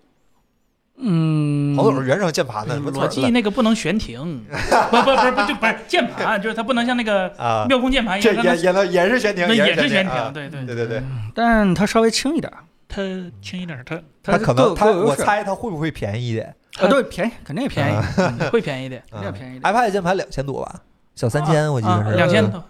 Speaker 1: 嗯，
Speaker 2: 彭总是原生键盘的，不
Speaker 3: 逻辑那个不能悬停，不不不不就不是键盘，就是它不能像那个
Speaker 2: 啊，
Speaker 3: 妙控键盘一
Speaker 2: 这
Speaker 3: 样，它
Speaker 2: 也
Speaker 3: 能
Speaker 2: 也能也是悬停，
Speaker 3: 那也
Speaker 2: 是
Speaker 3: 是悬
Speaker 2: 啊
Speaker 3: 停，对对，
Speaker 2: 对对对，
Speaker 1: 但它稍微轻一点儿，
Speaker 3: 它轻一点，它
Speaker 2: 它
Speaker 1: 各
Speaker 2: 可能
Speaker 1: 有嗯
Speaker 2: 它
Speaker 1: 各有优
Speaker 2: 我
Speaker 1: 势
Speaker 2: 猜它会不会便宜一点？
Speaker 1: 啊，对，便宜肯定也便宜，
Speaker 3: 啊
Speaker 1: 嗯
Speaker 3: 会便宜 一点，
Speaker 1: 肯定也便宜一点。
Speaker 2: 啊 iPad 键盘两千多吧，小三千我记得
Speaker 3: 啊，
Speaker 2: 是
Speaker 3: 两千
Speaker 1: 呃
Speaker 3: 多，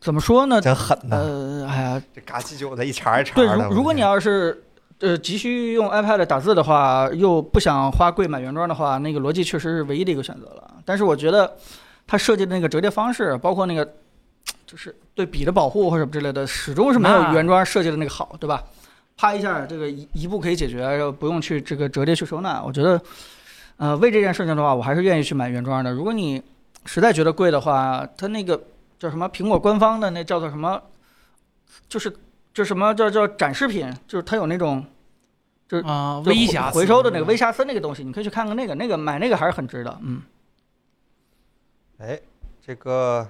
Speaker 1: 怎么说呢？
Speaker 2: 真狠呐，
Speaker 1: 呃，哎呀，
Speaker 2: 这嘎七九的一茬一茬
Speaker 1: 对，
Speaker 2: 的。我
Speaker 1: 如如果
Speaker 2: 天
Speaker 1: 你要是呃急需用 iPad 打字的话，又不想花贵买原装的话，那个罗技确实是唯一的一个选择了。但是我觉得它设计的那个折叠方式，包括那个就是对笔的保护或者什么之类的，始终是没有
Speaker 3: 那
Speaker 1: 原装设计的那个好，对吧？啪一下，这个一一步可以解决，然后不用去这个折叠去收纳。我觉得，呃，为这件事情的话，我还是愿意去买原装的。如果你实在觉得贵的话，它那个叫什么苹果官方的那叫做什么，就是就什么叫叫展示品，就是它有那种
Speaker 3: 啊，
Speaker 1: 就
Speaker 3: 微
Speaker 1: 回
Speaker 3: 瑕疵
Speaker 1: 回收的那个微瑕疵那个东西，你可以去看看那个，那个买那个还是很值的。嗯，
Speaker 2: 哎，这个，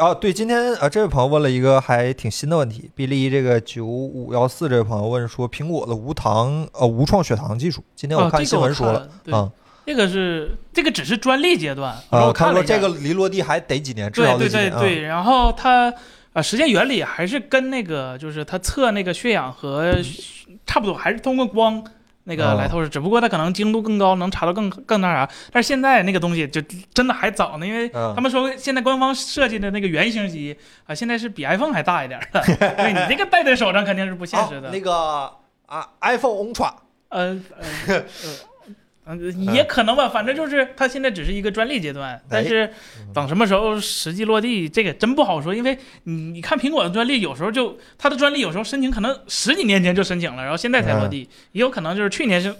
Speaker 2: 哦，对，今天呃，这位朋友问了一个还挺新的问题，比利这个九五幺四这位朋友问说，苹果的无糖呃无创血糖技术，今天
Speaker 3: 哦，
Speaker 2: 我
Speaker 3: 这
Speaker 2: 看
Speaker 3: 个
Speaker 2: 新闻说了，
Speaker 3: 了，
Speaker 2: 啊
Speaker 3: 对，这个是这个只是专利阶段，
Speaker 2: 呃，
Speaker 3: 我看
Speaker 2: 说
Speaker 3: 了一下
Speaker 2: 这个离落地还得几年，至
Speaker 3: 对
Speaker 2: 少得
Speaker 3: 对
Speaker 2: 几
Speaker 3: 对
Speaker 2: 年
Speaker 1: 啊
Speaker 2: 嗯
Speaker 3: 对，然后它啊，实践原理还是跟那个就是它测那个血氧和血差不多，还是通过光那个
Speaker 2: 哦
Speaker 3: 来透视，只不过它可能精度更高，能查到更更那啥。但是现在那个东西就真的还早呢，因为
Speaker 2: 嗯
Speaker 3: 他们说现在官方设计的那个原型机啊，现在是比 iPhone 还大一点儿 的，对你这个戴在手上肯定是不现
Speaker 2: 好
Speaker 3: 实的。
Speaker 2: 哦那个啊，iPhone Ultra
Speaker 3: 呃呃 呃，也可能吧，反正就是它现在只是一个专利阶
Speaker 2: 哎
Speaker 3: 段，但是
Speaker 2: 嗯
Speaker 3: 等什么时候实际落地，这个真不好说，因为你你看苹果的专利，有时候就它的专利有时候申请可能十几年前就申请了，然后现在才落地，也有可能就是去年是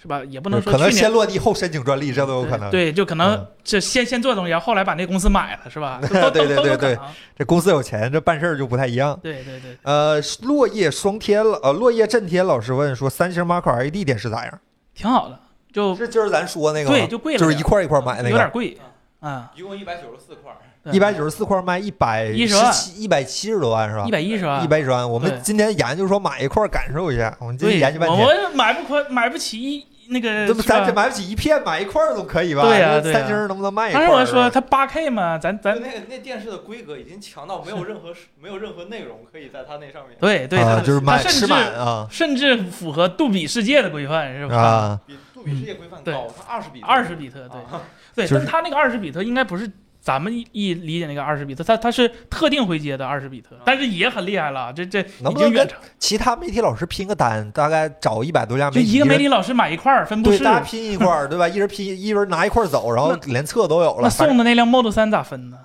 Speaker 3: 是吧？也不能
Speaker 2: 嗯
Speaker 3: 说
Speaker 2: 可能
Speaker 3: 去
Speaker 2: 先
Speaker 3: 年。
Speaker 2: 落地后申请专利，这都有可能。，
Speaker 3: 对，就可
Speaker 2: 嗯
Speaker 3: 能这先先做东西，然后后来把那公司买了，是 吧？都
Speaker 2: 对对
Speaker 3: 都都
Speaker 2: 对对
Speaker 3: 有可能啊
Speaker 2: 这公司有钱，这办事儿就不太一样。
Speaker 3: 对对对，
Speaker 2: 呃，落叶霜天了，呃，落叶震天老师问说，三星 Mark LED 电视咋样？
Speaker 3: 挺好的，就
Speaker 2: 这就是咱说那个吗，
Speaker 3: 对就贵了
Speaker 2: 就是一
Speaker 3: 点
Speaker 2: 块儿一块儿买那
Speaker 3: 有点
Speaker 2: 个，
Speaker 3: 贵啊，
Speaker 5: 一共一百九十四块儿，
Speaker 2: 一百九十四块儿卖一百
Speaker 3: 110万
Speaker 2: 一百七十多万是吧
Speaker 3: 一？百一十万，
Speaker 2: 一百一十万，我们
Speaker 3: 对
Speaker 2: 今天研究说买一块儿感受一下，我们今
Speaker 3: 对，
Speaker 2: 天研究半
Speaker 3: 我
Speaker 2: 天，
Speaker 3: 我买不宽，买不起一那个。
Speaker 2: 这不
Speaker 3: 是吧
Speaker 2: 咱这买不起一片，买一块儿总可以吧？
Speaker 3: 对呀
Speaker 2: 这
Speaker 3: 对呀啊
Speaker 2: 三星能不能卖一
Speaker 3: 当
Speaker 2: 块
Speaker 3: 时
Speaker 2: 儿？
Speaker 3: 我说它八 K 嘛，咱
Speaker 5: 那
Speaker 3: 咱
Speaker 5: 个那电视的规格已经强到没有任何没有任何内容可以在它那上面，
Speaker 3: 对对，
Speaker 2: 啊
Speaker 3: 它
Speaker 2: 就是买
Speaker 3: 它甚
Speaker 2: 吃
Speaker 3: 至
Speaker 2: 满啊
Speaker 3: 甚至符合杜比世界的规范是吧？
Speaker 2: 啊！
Speaker 5: 比杜比世界规范高，它二十比
Speaker 3: 嗯二十比特，对
Speaker 5: 啊
Speaker 3: 对，
Speaker 2: 就是
Speaker 3: 但它那个二十比特应该不是咱们一一理解那个二十比特，它它是特定回接的二十比特，但是也很厉害了，这这
Speaker 2: 能
Speaker 3: 已
Speaker 2: 不能
Speaker 3: 经远
Speaker 2: 跟
Speaker 3: 超。
Speaker 2: 其他媒体老师拼个单，大概找一百多家
Speaker 3: 就
Speaker 2: 媒体，
Speaker 3: 一个媒
Speaker 2: 人
Speaker 3: 体老师买一块儿分布
Speaker 2: 对
Speaker 3: 式，
Speaker 2: 大家拼一块儿，对 吧？一人拼，一人拿一块儿走，然后连册都有
Speaker 3: 那
Speaker 2: 了，反正
Speaker 3: 送的那辆 Model 三咋分呢？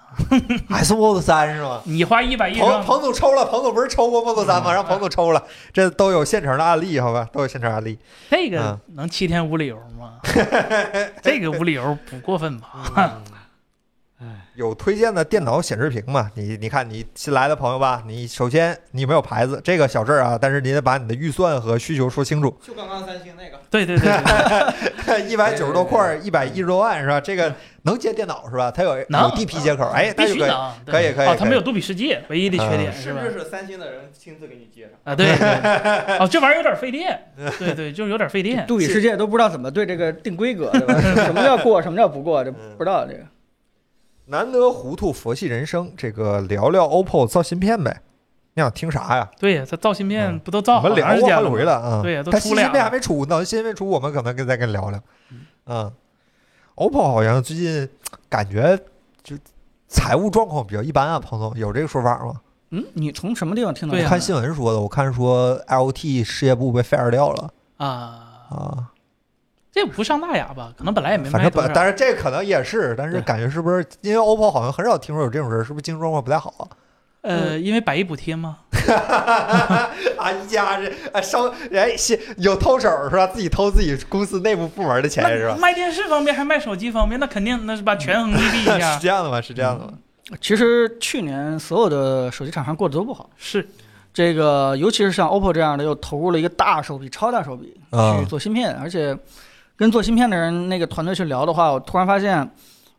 Speaker 2: S Fold 三是吗？
Speaker 3: 你花一百嗯一十
Speaker 2: 彭
Speaker 3: 万，
Speaker 2: 彭总抽了，彭总不是抽过 Model 三吗？让彭总抽了，这都有现成的案例，好吧，都有现成案例。
Speaker 3: 这个
Speaker 2: 嗯
Speaker 3: 能七天无理由 吗？这个无理由不过分吧？
Speaker 2: 有推荐的电脑显示屏吗？你你看，你新来的朋友吧，你首先你有没有牌子，这个小事儿啊，但是你得把你的预算和需求说清 楚。
Speaker 5: 就刚刚三星那个，
Speaker 3: 对对对对。
Speaker 2: 一百九十多块，一百一十多万是吧？这个能接电脑是吧？它有有
Speaker 3: 嗯能
Speaker 2: DP 接口，哎， 那
Speaker 3: 必
Speaker 2: 就
Speaker 3: 须
Speaker 2: 可以。
Speaker 3: 能，对
Speaker 2: 可以可以
Speaker 3: 哦，它
Speaker 2: 可以
Speaker 3: 没有杜比世界，唯一的缺点
Speaker 2: 嗯
Speaker 3: 是
Speaker 5: 甚
Speaker 3: 吧？
Speaker 5: 至是三星的人亲自给你接上。
Speaker 3: 啊，对，对 哦，这玩意儿有点费电，对对，就是有点费电。
Speaker 1: 杜比世界都不知道怎么对这个定规格，对 吧？什么叫过，什么叫不过，这不知道这个。
Speaker 2: 难得糊涂，佛系人生，这个聊聊 OPPO 造芯片呗。你想听啥呀？
Speaker 3: 对呀，它造芯片
Speaker 2: 嗯
Speaker 3: 不都
Speaker 2: 我
Speaker 3: 造哦好
Speaker 2: 们
Speaker 3: 长
Speaker 2: 聊
Speaker 3: 时
Speaker 2: 过
Speaker 3: 间
Speaker 2: 好
Speaker 3: 了
Speaker 2: 回
Speaker 3: 吗？
Speaker 2: 了啊。
Speaker 3: 对呀都
Speaker 2: 它
Speaker 3: 出
Speaker 2: 新芯
Speaker 3: 俩
Speaker 2: 片
Speaker 3: 了
Speaker 2: 还没出呢，新芯片出我们可能跟再跟聊聊。嗯，OPPO 好像最近感觉就财务状况比较一般啊，彭总有这个说法吗？
Speaker 1: 嗯，你从什么地方听到
Speaker 3: 对啊
Speaker 1: 的？
Speaker 3: 呀
Speaker 2: 看新闻说的，我看说 IoT 事业部被 fire 掉了
Speaker 3: 啊，
Speaker 2: 啊，
Speaker 3: 这不上大雅吧？可能本来也没
Speaker 2: 反
Speaker 3: 卖
Speaker 2: 正
Speaker 3: 多
Speaker 2: 本，
Speaker 3: 少。
Speaker 2: 但是这可能也是，但是
Speaker 3: 对
Speaker 2: 感觉是不是因为 OPPO 好像很少听说有这种事儿，是不是经济状况不太好啊？
Speaker 3: 呃，因为百亿补贴嘛，
Speaker 2: 啊，一家是啊，商人是有偷手是吧？自己偷自己公司内部部门的钱是
Speaker 3: 那
Speaker 2: 吧？
Speaker 3: 卖电视方面还卖手机方面，那肯定那是把权衡利
Speaker 1: 嗯
Speaker 3: 弊一
Speaker 2: 是
Speaker 3: 下。
Speaker 2: 这样的吗？是这样的吗？
Speaker 1: 其实去年所有的手机厂商过得都不好，
Speaker 3: 是，
Speaker 1: 这个尤其是像 OPPO 这样的，又投入了一个大手笔、超大手笔
Speaker 2: 啊
Speaker 1: 去做芯片，而且跟做芯片的人那个团队去聊的话，我突然发现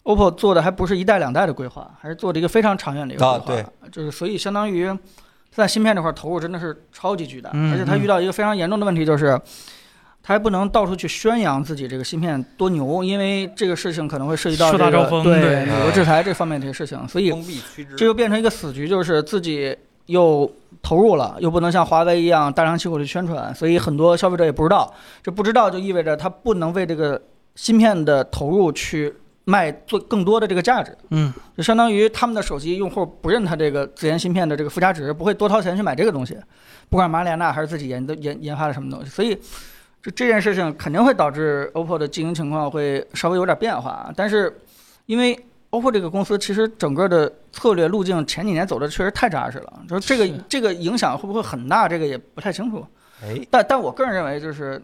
Speaker 1: OPPO 做的还不是一代两代的规划，还是做了一个非常长远的一个
Speaker 2: 啊
Speaker 1: 规划，就是所以相当于它在芯片这块投入真的是超级巨大，
Speaker 3: 嗯
Speaker 1: 而且它
Speaker 3: 嗯
Speaker 1: 遇到一个非常严重的问题就是。它还不能到处去宣扬自己这个芯片多牛，因为这个事情可能会涉及到
Speaker 3: 树
Speaker 1: 这
Speaker 3: 大
Speaker 1: 个
Speaker 3: 招风对
Speaker 1: 对美国制裁这方面这些事情，所以
Speaker 6: 封闭趋之
Speaker 1: 哎这就变成一个死局，就是自己又投入了，又不能像华为一样大张旗鼓的宣传，所以很多消费者也不知道。这不知道就意味着他不能为这个芯片的投入去卖做更多的这个价值，
Speaker 3: 嗯，
Speaker 1: 就相当于他们的手机用户不认他这个自研芯片的这个附加值，不会多掏钱去买这个东西，不管马里亚纳还是自己研的研研发的什么东西，所以。就这件事情肯定会导致 OPPO 的经营情况会稍微有点变化，啊但是因为 OPPO 这个公司其实整个的策略路径前几年走的确实太扎实了，就是这
Speaker 3: 是
Speaker 1: 个这个影响会不会很大，这个也不太清楚。
Speaker 2: 哎，
Speaker 1: 但但我个人认为就是，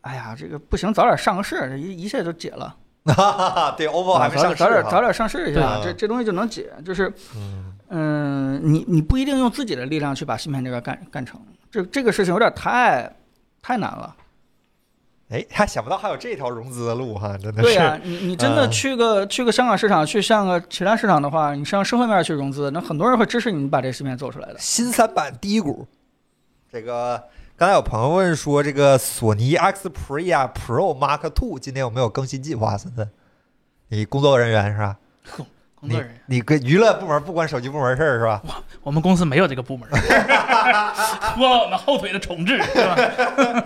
Speaker 1: 哎呀，这个不行，早点上个市，这一一切就解了。啊
Speaker 2: 哈哈哈，啊对，OPPO 哦还没
Speaker 1: 早
Speaker 2: 上
Speaker 1: 点
Speaker 2: 市
Speaker 1: 早点
Speaker 2: 哈
Speaker 1: 早点上市一下，这
Speaker 2: 对
Speaker 1: 这东西就能解。就是
Speaker 2: 嗯
Speaker 1: 嗯，你你不一定用自己的力量去把芯片这个干干成，这这个事情有点太太难了。
Speaker 2: 哎，还想不到还有这条融资的路哈，真的是。
Speaker 1: 对呀、你你真的
Speaker 2: 嗯
Speaker 1: 去个、去个香港市场，去像个其他市场的话，你上社会面去融资，那很多人会支持你把这个芯片做出来的。
Speaker 2: 新三板低谷，这个刚才有朋友问说，这个索尼 Xperia Pro Mark Two 今年有没有更新计划？森森，你工作人员是吧？
Speaker 3: 工作
Speaker 2: 你
Speaker 3: 人员，
Speaker 2: 你跟娱乐部门不管手机部门事儿是吧？
Speaker 3: 我们公司没有这个部门， 拖了我们后腿的重置，是吧？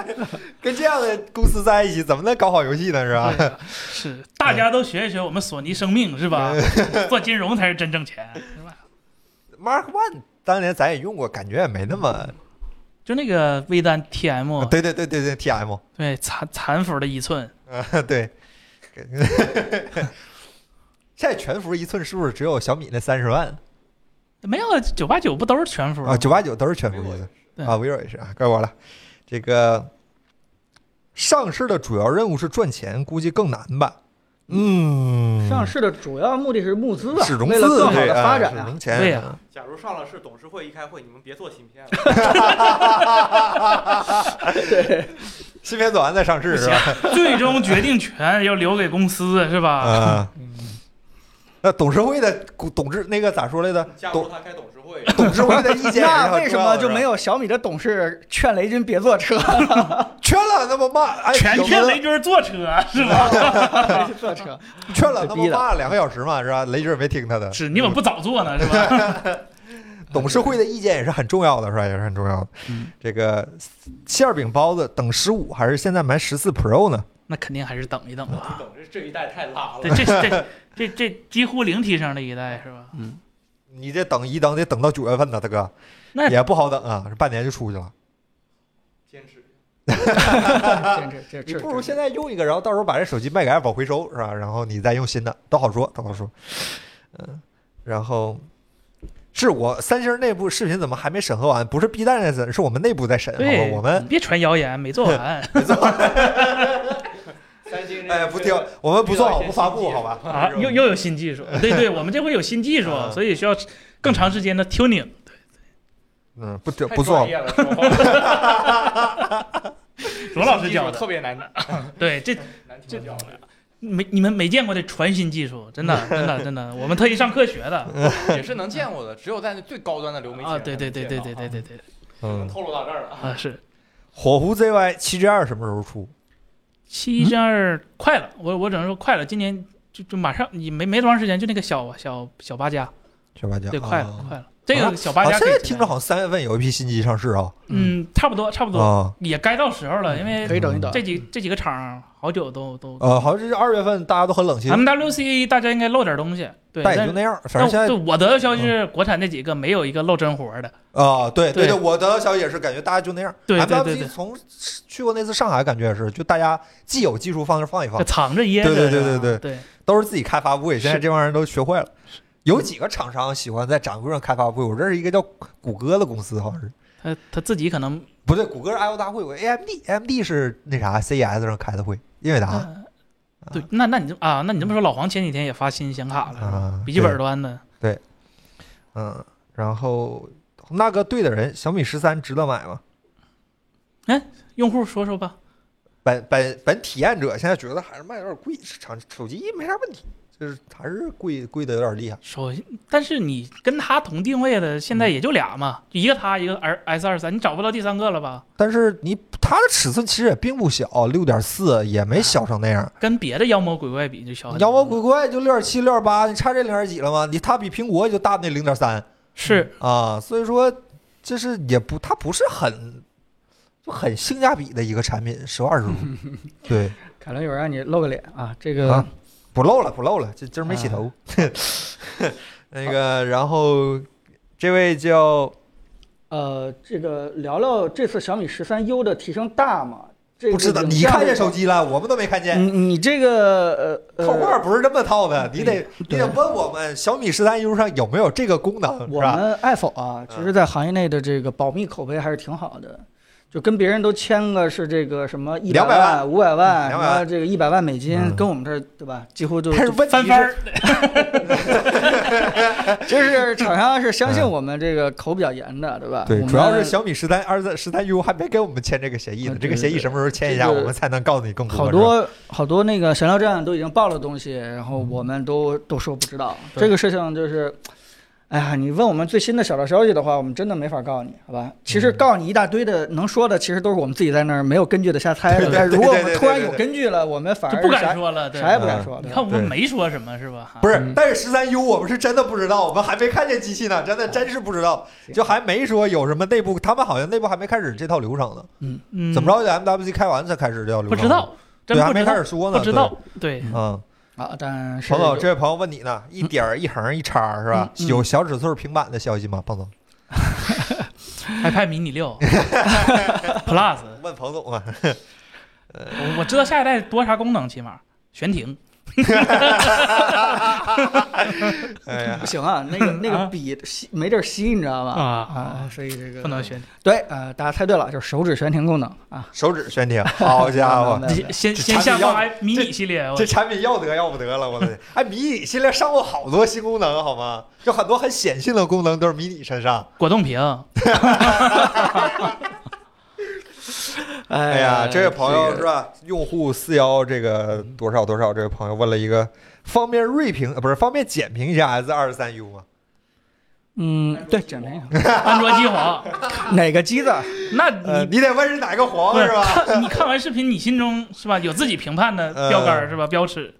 Speaker 2: 跟这样的公司在一起，怎么能搞好游戏呢？是吧？
Speaker 3: 对是，大家都学一学我们索尼生命是吧？ 做金融才是真挣钱，是吧？
Speaker 2: Mark One 当年咱也用过，感觉也没那么……
Speaker 3: 就那个微单
Speaker 1: 哦
Speaker 3: TM，
Speaker 2: 啊对对对对对，TM，
Speaker 3: 对残残幅的一寸，
Speaker 2: 呃 对。现在全幅一寸是不是只有小米那三十万
Speaker 3: 没有九八九不都是全幅吗
Speaker 2: 啊？九八九都是全幅一
Speaker 3: 对
Speaker 2: 寸啊，vivo 也是啊，该我了。这个上市的主要任务是赚钱，估计更难吧？嗯，
Speaker 1: 上市的主要目的是募资啊，
Speaker 2: 是融
Speaker 1: 为了
Speaker 2: 资，
Speaker 1: 更好的发
Speaker 2: 哎
Speaker 1: 展
Speaker 2: 是
Speaker 1: 啊。
Speaker 2: 融钱，
Speaker 3: 对呀
Speaker 6: 假如上了市，董事会一开会，你们别做芯片了。
Speaker 2: 芯片做完再上市是 吧？
Speaker 3: 最终决定权要留给公司是吧？
Speaker 2: 啊，
Speaker 1: 嗯
Speaker 2: 那董事会的股董事那个咋说来着？
Speaker 6: 加入
Speaker 2: 董
Speaker 6: 他开董事会，
Speaker 2: 董事会的意见，
Speaker 1: 那为什么就没
Speaker 2: 有
Speaker 1: 有小米的董事劝雷军别坐 车？
Speaker 2: 圈了？那么骂，哎，
Speaker 3: 全
Speaker 2: 有没
Speaker 3: 骗
Speaker 2: 有
Speaker 3: 雷军坐车是
Speaker 2: 啊
Speaker 3: 吧？
Speaker 1: 坐车，
Speaker 2: 劝了那
Speaker 1: 被
Speaker 2: 么
Speaker 1: 逼的
Speaker 2: 骂了两个小时嘛，是吧？雷军也没听他的。
Speaker 3: 是你怎么不早做呢是
Speaker 2: 嗯
Speaker 3: 吧？
Speaker 2: 董事会的意见也是很重要的，是吧？也是很重要的。
Speaker 3: 嗯
Speaker 2: 这个馅儿饼包子等十五还是现在买十四 Pro 呢？
Speaker 3: 那肯定还是等一等吧。
Speaker 6: 董事这一代太拉
Speaker 3: 对，。这这这这几乎零提升的一代是吧？
Speaker 2: 你这等一等得等到九月份呢，大哥，
Speaker 3: 那
Speaker 2: 也不好等啊，这半年就出去了。
Speaker 6: 坚持，
Speaker 1: 这这
Speaker 2: 你
Speaker 1: 这
Speaker 2: 不如现在用一个，然后到时候把这手机卖给 Apple 回收，是吧？然后你再用新的，都好说，都好说。嗯，然后是我三星内部视频怎么还没审核完？不是 B 站在审，是我们内部在审，好吧？
Speaker 3: 对
Speaker 2: 我们
Speaker 3: 你别传谣言，没做 完
Speaker 6: 三星
Speaker 2: 哎不听，我们不做好不发布，好吧？
Speaker 3: 啊，又又有新技术。 对对，我们这回有新技术，
Speaker 2: 啊
Speaker 3: 所以需要更长时间的 tuning。
Speaker 2: 嗯，不听
Speaker 5: 太
Speaker 2: 不做
Speaker 5: 专业了， 说话
Speaker 3: 罗老师教
Speaker 5: 技术特
Speaker 3: 的，
Speaker 5: 别难
Speaker 3: 对，这
Speaker 5: 难听教的，
Speaker 3: 没你们没见过的传新技术，真的真的真的，我们特意上课学的
Speaker 5: 也是能见过的，只有在那最高端的流媒体
Speaker 3: 嗯啊！
Speaker 5: 上才
Speaker 3: 对
Speaker 5: 能
Speaker 3: 对对对对
Speaker 5: 见到
Speaker 3: 对
Speaker 5: 啊
Speaker 3: 对对
Speaker 2: 嗯
Speaker 5: 能，透露到这儿了啊。
Speaker 3: 啊！是
Speaker 2: 火狐 ZY 七 G 二什么时候出？
Speaker 3: 七加二快了，我我只能说快了，今年就就马上，你没没多长时间，就那个小小小八加，
Speaker 2: 小八角
Speaker 3: 对，快了
Speaker 2: 啊
Speaker 3: 快了，这
Speaker 2: 啊
Speaker 3: 个小八
Speaker 2: 好
Speaker 3: 家
Speaker 2: 像
Speaker 3: 可
Speaker 2: 现
Speaker 3: 以
Speaker 2: 在
Speaker 3: 期
Speaker 2: 听
Speaker 3: 待
Speaker 2: 着好像三月份有一批新机上市啊。
Speaker 3: 嗯，差不多差不多，
Speaker 2: 啊，
Speaker 3: 也该到时候了，因啊为
Speaker 1: 可以等一等啊
Speaker 3: 这。几这几个厂好久都都
Speaker 2: 呃，好像是二月份大家都很冷清，
Speaker 3: MWC 大家应该漏点东西，对，
Speaker 2: 但也
Speaker 3: 但
Speaker 2: 就那样。反正
Speaker 3: 但
Speaker 2: 现在嗯
Speaker 3: 我对我得到消息是国产这几个没有一个露真活的，
Speaker 2: 啊，对对
Speaker 3: 对
Speaker 2: 我得到消息也是，感觉大家就那样。
Speaker 3: 对对
Speaker 2: MWC
Speaker 3: 对对
Speaker 2: 从去过那次上海，感觉也是，就大家既有技术放那儿放一放
Speaker 3: 就，藏着掖着。
Speaker 2: 哦对对对
Speaker 3: 是吧
Speaker 2: 对
Speaker 3: 对，
Speaker 2: 都是自己开发布会。现在
Speaker 3: 是
Speaker 2: 这帮人都学坏了。有几个厂商喜欢在展会上开发布会，我认识一个叫谷歌的公司，好像是
Speaker 3: 他他自己可能
Speaker 2: 不对，谷歌是 I/O 大会，我 AMD，AMD 是那啥 CES 上开的会，英伟达啊
Speaker 3: 嗯对，那那你这啊，那你这么说，老黄前几天也发新显卡了，
Speaker 2: 啊
Speaker 3: 嗯笔记本
Speaker 2: 对
Speaker 3: 端的，
Speaker 2: 嗯，然后那个对的人，小米十三值得买吗？
Speaker 3: 用户说说吧。
Speaker 2: 本本本体验者现在觉得还是卖有点贵，市场手机没啥问题，就是还是贵贵的有点厉害。
Speaker 3: 首先，但是你跟他同定位的现
Speaker 2: 嗯
Speaker 3: 在也就俩嘛，就一个他，一个 R S 二三，你找不到第三个了吧？
Speaker 2: 但是你它的尺寸其实也并不小，六点四也没小成那样。
Speaker 3: 跟别的妖魔鬼怪比就小很多。
Speaker 2: 妖魔鬼怪就六点七、六点八，你差这零点几了吗？你它比苹果也就大那零点三
Speaker 3: 是
Speaker 2: 啊，所以说就是也不，它不是很就很性价比的一个产品，实话实说，对，
Speaker 1: 凯伦有人让你露个脸啊，这个、
Speaker 2: 啊不露了，不露了，这今儿没洗头。 那个，然后这位叫
Speaker 1: 呃，这个聊聊这次小米十三 U 的提升大吗？这个、
Speaker 2: 不知道，你看见手？机了，我们都没看
Speaker 3: 嗯
Speaker 2: 见。
Speaker 1: 你你这个呃
Speaker 2: 套话
Speaker 1: 呃，
Speaker 2: 不是这么套的，你得你
Speaker 1: 对
Speaker 2: 得问我们小米十三 U 上有没有这个功能，是
Speaker 1: 我
Speaker 2: 吧？
Speaker 1: 们爱否
Speaker 2: 嗯
Speaker 1: 啊，其实，在行业内的这个保密口碑还是挺好的。就跟别人都签个是这个什么一
Speaker 2: 200万
Speaker 1: 万、五百万、
Speaker 2: 嗯
Speaker 1: 什
Speaker 2: 200万
Speaker 1: 么这个一百万美金
Speaker 2: 嗯，
Speaker 1: 跟我们这儿对吧，几 乎就
Speaker 2: 但是问题
Speaker 3: 翻番
Speaker 2: 是，
Speaker 3: 儿，
Speaker 1: 就是厂商是相信
Speaker 2: 嗯
Speaker 1: 我们这个口比较严的，
Speaker 3: 啊
Speaker 1: 对吧？
Speaker 2: 对
Speaker 1: 我，们
Speaker 2: 主要是小米十三二三十三 U 还没给我们签这个协议呢
Speaker 1: 嗯，
Speaker 2: 这个协议什么时候签一下，
Speaker 1: 这个
Speaker 2: 我们才能告诉你更多。
Speaker 1: 好
Speaker 2: 是吧
Speaker 1: 多好多那个闲聊站都已经报了东西，然后我们都都说不知道
Speaker 3: 对
Speaker 1: 这个事情，就是，哎呀，你问我们最新的小道消息的话，我们真的没法告你，好吧？其实告你一大堆的能说的，其实都是我们自己在那儿没有根据的瞎猜的。 但如果我们突然有根据了，我们嗯反
Speaker 3: 就
Speaker 1: 而
Speaker 3: 不
Speaker 1: 啥
Speaker 3: 敢说了。对，
Speaker 1: 啥也不敢说。
Speaker 3: 你
Speaker 1: 对
Speaker 3: 看我们
Speaker 2: 对
Speaker 3: 没说什么是吧？
Speaker 2: 不是
Speaker 1: 嗯，
Speaker 2: 但是十三 U 我们是真的不知道，我们还没看见机器呢，真的真是不知道，
Speaker 1: 行
Speaker 3: 嗯
Speaker 2: 就还没说有什么内部，他们好像内部还没开始这套流程呢。
Speaker 3: 嗯，
Speaker 2: 怎么着就 MWC 开完才开始这套流
Speaker 3: 不
Speaker 2: 程？
Speaker 3: 知，道，真
Speaker 2: 对，还
Speaker 3: 不
Speaker 2: 没
Speaker 3: 知
Speaker 2: 开
Speaker 3: 道
Speaker 2: 始，说呢，
Speaker 3: 不知道。对，
Speaker 2: 对。嗯，
Speaker 1: 啊，但是
Speaker 2: 彭
Speaker 1: 有
Speaker 2: 总，这位朋友问你呢，一点儿一横一叉儿是吧？
Speaker 1: 嗯嗯
Speaker 2: 有小尺寸平板的消息吗？彭总，
Speaker 3: 还派迷你六 Plus，
Speaker 2: 问彭总啊。
Speaker 3: 我我知道下一代多啥功能，起码悬停。
Speaker 2: 哎呀
Speaker 1: 不，行啊，那个那个
Speaker 3: 啊
Speaker 1: 笔吸没地儿吸，你知道吧？
Speaker 3: 啊
Speaker 1: 啊，所以这个
Speaker 3: 不能悬
Speaker 1: 对，呃，大家猜对了，就是手指悬停功能啊。
Speaker 2: 手指悬停，好家伙！
Speaker 1: 没有没有没有
Speaker 3: 停，先
Speaker 2: 这
Speaker 3: 先
Speaker 2: 产品
Speaker 3: 下放
Speaker 2: 要
Speaker 3: i 迷你系列，我
Speaker 2: 这产品要得要不得了，我的天！哎，迷你系列上过好多新功能，好吗？有很多很显性的功能都是迷你身上。
Speaker 3: 果冻屏，
Speaker 2: 哎呀，这位朋友是吧？用户四幺这个多少多少，这位朋友问了一个，方便锐评呃不是方便简评一下 S 二十三 U 吗？
Speaker 1: 嗯，对，简单一点。
Speaker 3: 安卓机皇，
Speaker 1: 哪个 机子？
Speaker 3: 那
Speaker 2: 呃，
Speaker 3: 你
Speaker 2: 你得问是哪个黄
Speaker 3: 不
Speaker 2: 是吧？
Speaker 3: 看你看完视频，你心中是吧有自己评判的
Speaker 2: 呃
Speaker 3: 标杆儿是吧？标尺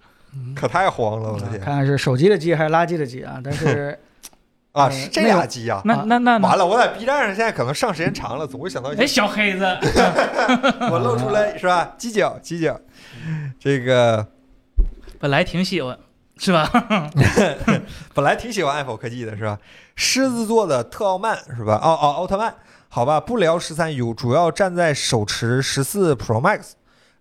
Speaker 2: 可太黄了，我的
Speaker 1: 啊
Speaker 2: 天！
Speaker 1: 看看是手机的机还是垃圾的机啊？但 是
Speaker 2: 啊，
Speaker 1: 呃
Speaker 2: 是这啊
Speaker 1: 那个
Speaker 2: 俩机呀！
Speaker 3: 那那那
Speaker 2: 完了，我在 B 站上现在可能上时间长了，总会想到一些
Speaker 3: 哎，小黑子，
Speaker 2: 我露出来是吧？犄角，犄角，这个
Speaker 3: 本来挺喜欢，是吧？
Speaker 2: 本来挺喜欢爱否科技的是吧？狮子座的特奥曼是吧？哦哦，奥特曼，好吧，不聊十三 U，主要站在手持十四 Pro Max，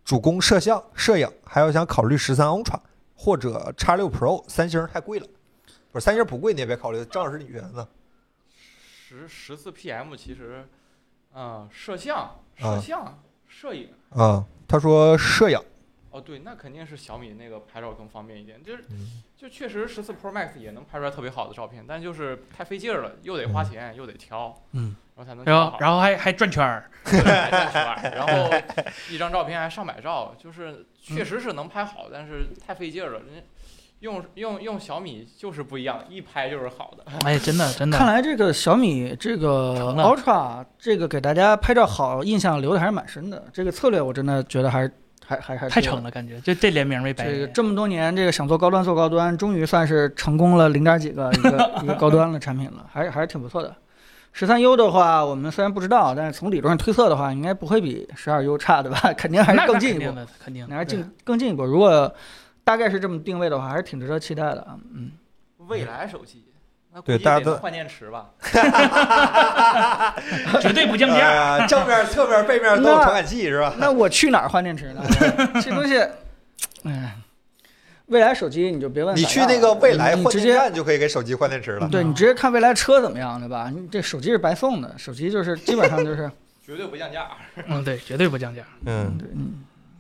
Speaker 2: 主攻摄像、摄影，还有想考虑十三 Ultra 或者叉六 Pro，三星太贵了。不是三星不贵，你也别考虑。张老师，你觉得呢？
Speaker 5: 十十四 PM 其实，嗯，摄像、
Speaker 2: 啊
Speaker 5: 摄像、摄影，
Speaker 2: 啊、他说摄影，
Speaker 5: 哦，对，那肯定是小米那个拍照更方便一点。就是
Speaker 2: 嗯，
Speaker 5: 就确实十四 Pro Max 也能拍出来特别好的照片，但就是太费劲儿了，又得花钱，又得挑，
Speaker 1: 嗯，
Speaker 5: 然后才能
Speaker 3: 然
Speaker 5: 挑
Speaker 3: 后
Speaker 5: 好。
Speaker 3: 然后还还转圈儿，
Speaker 5: 还在圈儿然后一张照片还上百兆，就是确实是能拍好，但是太费劲儿了。人家用用用小米就是不一样，一拍就是好的。
Speaker 3: 哎，真的真
Speaker 1: 看
Speaker 3: 的，
Speaker 1: 来这个小米这个
Speaker 3: 成了
Speaker 1: Ultra 这个给大家拍照好印象留的还是蛮深的。这个策略我真的觉得还是还还还
Speaker 3: 太
Speaker 1: 多
Speaker 3: 成
Speaker 1: 的。
Speaker 3: 了，感觉就这联名没白
Speaker 1: 这个
Speaker 3: 联。
Speaker 1: 这么多年，这个想做高端做高端，终于算是成功了零点几个一 个一个高端的产品了，还是还是挺不错的。十三 U 的话，我们虽然不知道，但是从理论上推测的话，应该不会比十二 U 差的吧？ 肯定还
Speaker 3: 那
Speaker 1: 是更
Speaker 3: 那
Speaker 1: 进
Speaker 3: 肯
Speaker 1: 一步
Speaker 3: 定，的，肯定的。
Speaker 1: 还是
Speaker 3: 对
Speaker 1: 进更进一步。如果大概是这么定位的话，还是挺值得期待的。嗯，
Speaker 5: 未来手机，那
Speaker 2: 对大家都
Speaker 5: 换电池吧？
Speaker 3: 绝对不降价。
Speaker 2: 呃，正面、侧面、背面都有传感器是吧？
Speaker 1: 那我去哪儿换电池 呢？这东西，哎，未来手机你就别问
Speaker 2: 你
Speaker 1: 啥
Speaker 2: 去
Speaker 1: 样了，
Speaker 2: 那个未来
Speaker 1: 你
Speaker 2: 换
Speaker 1: 直
Speaker 2: 电
Speaker 1: 接
Speaker 2: 站就可以给手机换电池了。啊
Speaker 1: 对你直接看未来车怎么样，对吧？你这手机是白送的，手机就是基本上就是，
Speaker 5: 绝对不降价。
Speaker 2: 啊
Speaker 3: 嗯，对，绝对不降价。
Speaker 2: 嗯，
Speaker 1: 嗯，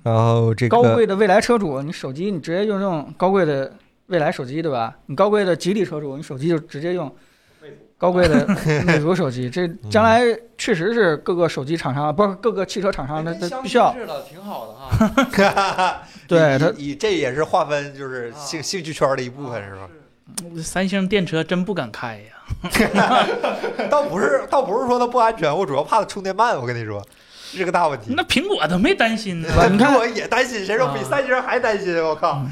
Speaker 2: 然后这个
Speaker 1: 高 贵的未来车主，你手机你直接用这种高贵的未来手机，对吧？你高贵的吉利车主，你手机就直接用高贵 的魅族手机。这
Speaker 2: 嗯
Speaker 1: 将来确实是各个手机厂商，不是各个汽车厂商，它它必须要
Speaker 5: 是的，挺好的 哈。
Speaker 1: 对
Speaker 2: 以
Speaker 1: 它
Speaker 2: 以这也是划分就是兴
Speaker 5: 啊
Speaker 2: 兴趣圈的一部分是吧？
Speaker 3: 三星电车真不敢开呀，
Speaker 2: 倒不是，倒不是说它不安全，我主要怕它充电慢。我跟你说，这是个大问题。
Speaker 3: 那苹果都没担心呢。
Speaker 1: 吧你看嗯
Speaker 2: 我也担心，谁说比
Speaker 3: 啊
Speaker 2: 三星人还担心？我靠！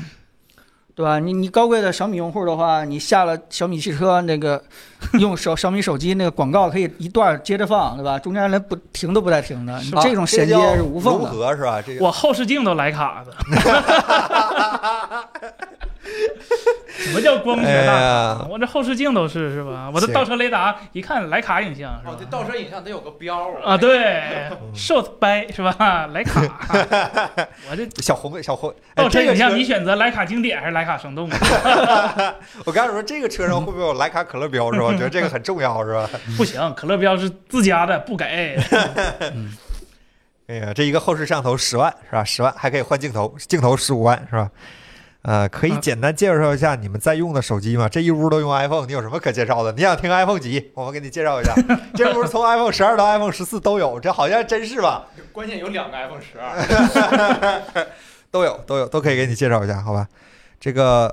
Speaker 1: 对吧？你你高贵的小米用户的话，你下了小米汽车那个用手 小米手机那个广告可以一段接着放，对吧？中间连不停都不带停的，你
Speaker 2: 啊
Speaker 1: 这种衔接
Speaker 2: 叫
Speaker 1: 是无缝
Speaker 2: 融
Speaker 1: 的。
Speaker 2: 合是吧？这个
Speaker 3: 我后视镜都徕卡 的。什么叫光学
Speaker 2: 哎
Speaker 3: 大
Speaker 2: 呀
Speaker 3: 卡？我这后视镜都是是吧？我这
Speaker 2: 行
Speaker 3: 倒车雷达一看徕卡影像是
Speaker 5: 哦，这
Speaker 3: 吧？
Speaker 5: 倒车影像得有个标儿
Speaker 3: 啊，。对，short
Speaker 2: 嗯
Speaker 3: by 是吧？徕卡，我这
Speaker 2: 小红小
Speaker 1: 哦
Speaker 2: 红，哎
Speaker 3: 倒车
Speaker 2: 这个
Speaker 3: 影像
Speaker 2: 车
Speaker 3: 你选择徕卡经典还是徕卡生动啊？
Speaker 2: 我刚才说这个车上会不会有徕卡可乐标是吧？我觉得这个很重要是吧？
Speaker 3: 不行，可乐标是自家的，不给。
Speaker 2: 哎呀，这一个后视摄像头十万是吧？十万还可以换镜头，镜头十五万是吧？呃，可以
Speaker 3: 啊
Speaker 2: 简单介绍一下你们在用的手机吗？这一屋都用 iPhone，你有什么可介绍的？你想听 iPhone 几？我们给你介绍一下。这屋从 iPhone 十二到 iPhone 十四都有，这好像真是吧？
Speaker 5: 关键有两个 iPhone 十二。
Speaker 2: 都有，都有，都可以给你介绍一下，好吧？这个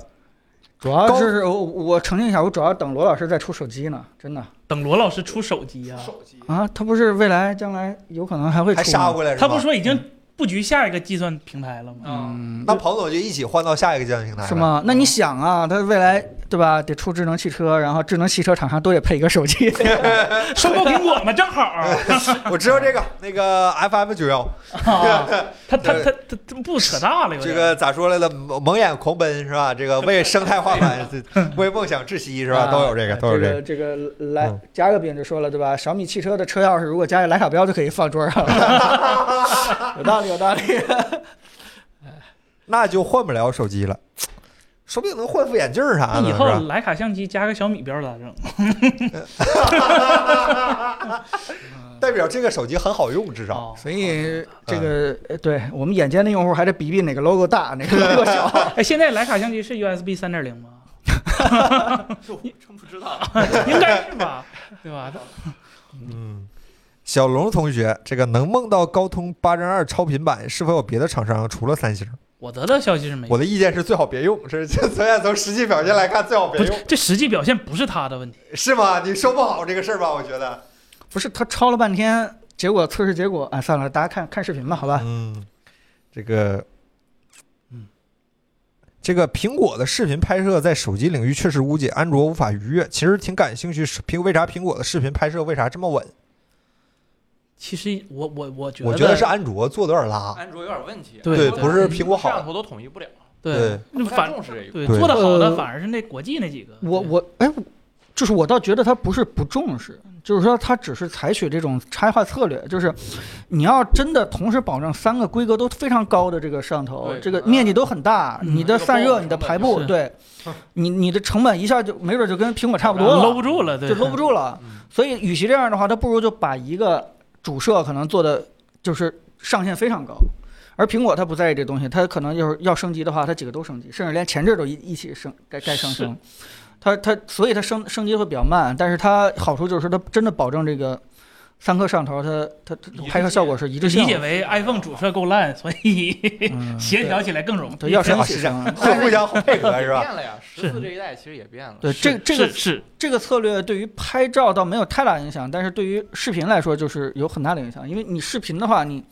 Speaker 1: 主要
Speaker 2: 高
Speaker 1: 就是我我澄清一下，我主要等罗老师再出手机呢，真的
Speaker 3: 等罗老师出手机啊，
Speaker 5: 手机
Speaker 1: 啊，他不是未来将来有可能还会
Speaker 2: 还
Speaker 1: 出
Speaker 2: 杀
Speaker 1: 吗？
Speaker 2: 回来是吧？
Speaker 3: 他不说已经布局下一个计算平台了吗？
Speaker 5: 啊，
Speaker 1: 嗯，
Speaker 2: 那彭总就一起换到下一个计算平台了
Speaker 1: 是？吗？那你想啊，他未来对吧，得出智能汽车，然后智能汽车厂商都得配一个手机，
Speaker 3: 收购苹果嘛，正好啊。
Speaker 2: 我知道这个那个 FM 九幺，
Speaker 3: 他他他他他不扯大了，有
Speaker 2: 这
Speaker 3: 点
Speaker 2: 个咋说来了？蒙蒙眼狂奔是吧？这个为生态化 繁，为梦想窒息是吧？
Speaker 1: 啊
Speaker 2: 都有这 个，都有
Speaker 1: 这
Speaker 2: 这
Speaker 1: 个
Speaker 2: 个。
Speaker 1: 这个来
Speaker 2: 嗯
Speaker 1: 加个饼就说了对吧？小米汽车的车钥匙如果加个徕卡标就可以放桌 上了，有道理有道理。
Speaker 2: 那就换不了手机了，说不定能换副眼镜儿啥
Speaker 3: 那
Speaker 2: 的，
Speaker 3: 以
Speaker 2: 是
Speaker 3: 后
Speaker 2: 吧？
Speaker 3: 徕卡相机加个小米标咋整？
Speaker 2: 代表这个手机很好用，至少。
Speaker 3: 哦
Speaker 1: 所以这个
Speaker 2: 嗯
Speaker 1: 呃对我们眼尖的用户还得比比哪个 logo 大，哪个 logo 小。
Speaker 3: 哎，现在徕卡相机是 USB 三点零吗？
Speaker 5: 就真不知道。
Speaker 3: 应该是吧，对吧？
Speaker 2: 嗯，小龙同学，这个能梦到高通八针二超频版，是否有别的厂商除了三星？
Speaker 3: 我得到消息是没
Speaker 2: 我
Speaker 3: 有，
Speaker 2: 的意见是最好别用，是 就咱俩从实际表现来看，最好别
Speaker 3: 不是
Speaker 2: 用，
Speaker 3: 这实际表现不是他的问题，
Speaker 2: 是吗？你说不好这个事儿吧？我觉得，
Speaker 1: 不是他抄了半天，结果测试结果，哎，算了，大家看看视频吧，好
Speaker 3: 啊
Speaker 1: 吧。
Speaker 2: 嗯，这个，嗯，
Speaker 3: 嗯
Speaker 2: 这个苹果的视频拍摄在手机领域确实无解，安卓无法逾越。其实挺感兴趣，是苹为啥苹果的视频拍摄为啥这么稳？
Speaker 3: 其实我我我觉得，
Speaker 2: 我觉得是啊安卓做的有点拉。
Speaker 5: 安卓有点问题。
Speaker 3: 对
Speaker 2: 对不是苹果好
Speaker 5: 摄像头都统一不了，
Speaker 3: 对，
Speaker 5: 不
Speaker 3: 那
Speaker 5: 太
Speaker 3: 反
Speaker 5: 重视这一块。
Speaker 3: 对
Speaker 2: 对
Speaker 3: 做的好的
Speaker 1: 呃
Speaker 3: 反而是那国际那几个。
Speaker 1: 我我哎，就是我倒觉得他不是不重视，就是说他只是采取这种差异化策略，就是你要真的同时保证三个规格都非常高的这个摄像头
Speaker 5: 对，
Speaker 1: 这个
Speaker 5: 嗯
Speaker 1: 面积都很大，
Speaker 3: 嗯
Speaker 1: 你的散
Speaker 5: 这个
Speaker 1: 热、
Speaker 5: 包
Speaker 1: 你的排布，
Speaker 3: 是
Speaker 1: 对，你你的成本一下就没准就跟苹果差不多
Speaker 5: 啊
Speaker 3: 搂
Speaker 1: 了
Speaker 3: 不，住了，对，
Speaker 1: 就搂不住了。所以与其这样的话，他不如就把一个主摄可能做的就是上限非常高。而苹果它不在意这东西，它可能就是要升级的话，它几个都升级，甚至连前置都一一起升，该该上升。它它所以它升升级会比较慢，但是它好处就是它真的保证这个三颗摄像头，它它它拍摄效果是一致
Speaker 3: 就
Speaker 1: 性的。
Speaker 3: 理解为 iPhone 主摄够烂，所以
Speaker 1: 嗯
Speaker 3: 协调起来更容易。
Speaker 1: 对，要升
Speaker 2: 啊
Speaker 1: 级
Speaker 2: 是这
Speaker 1: 升
Speaker 2: 样，
Speaker 3: 哎
Speaker 2: 互相配合是吧？
Speaker 5: 变了呀，十四这一代其实也变了。
Speaker 1: 对，这个这个
Speaker 3: 是是
Speaker 1: 这个策略对于拍照倒没有太大影响，但是对于视频来说就是有很大的影响，因为你视频的话，你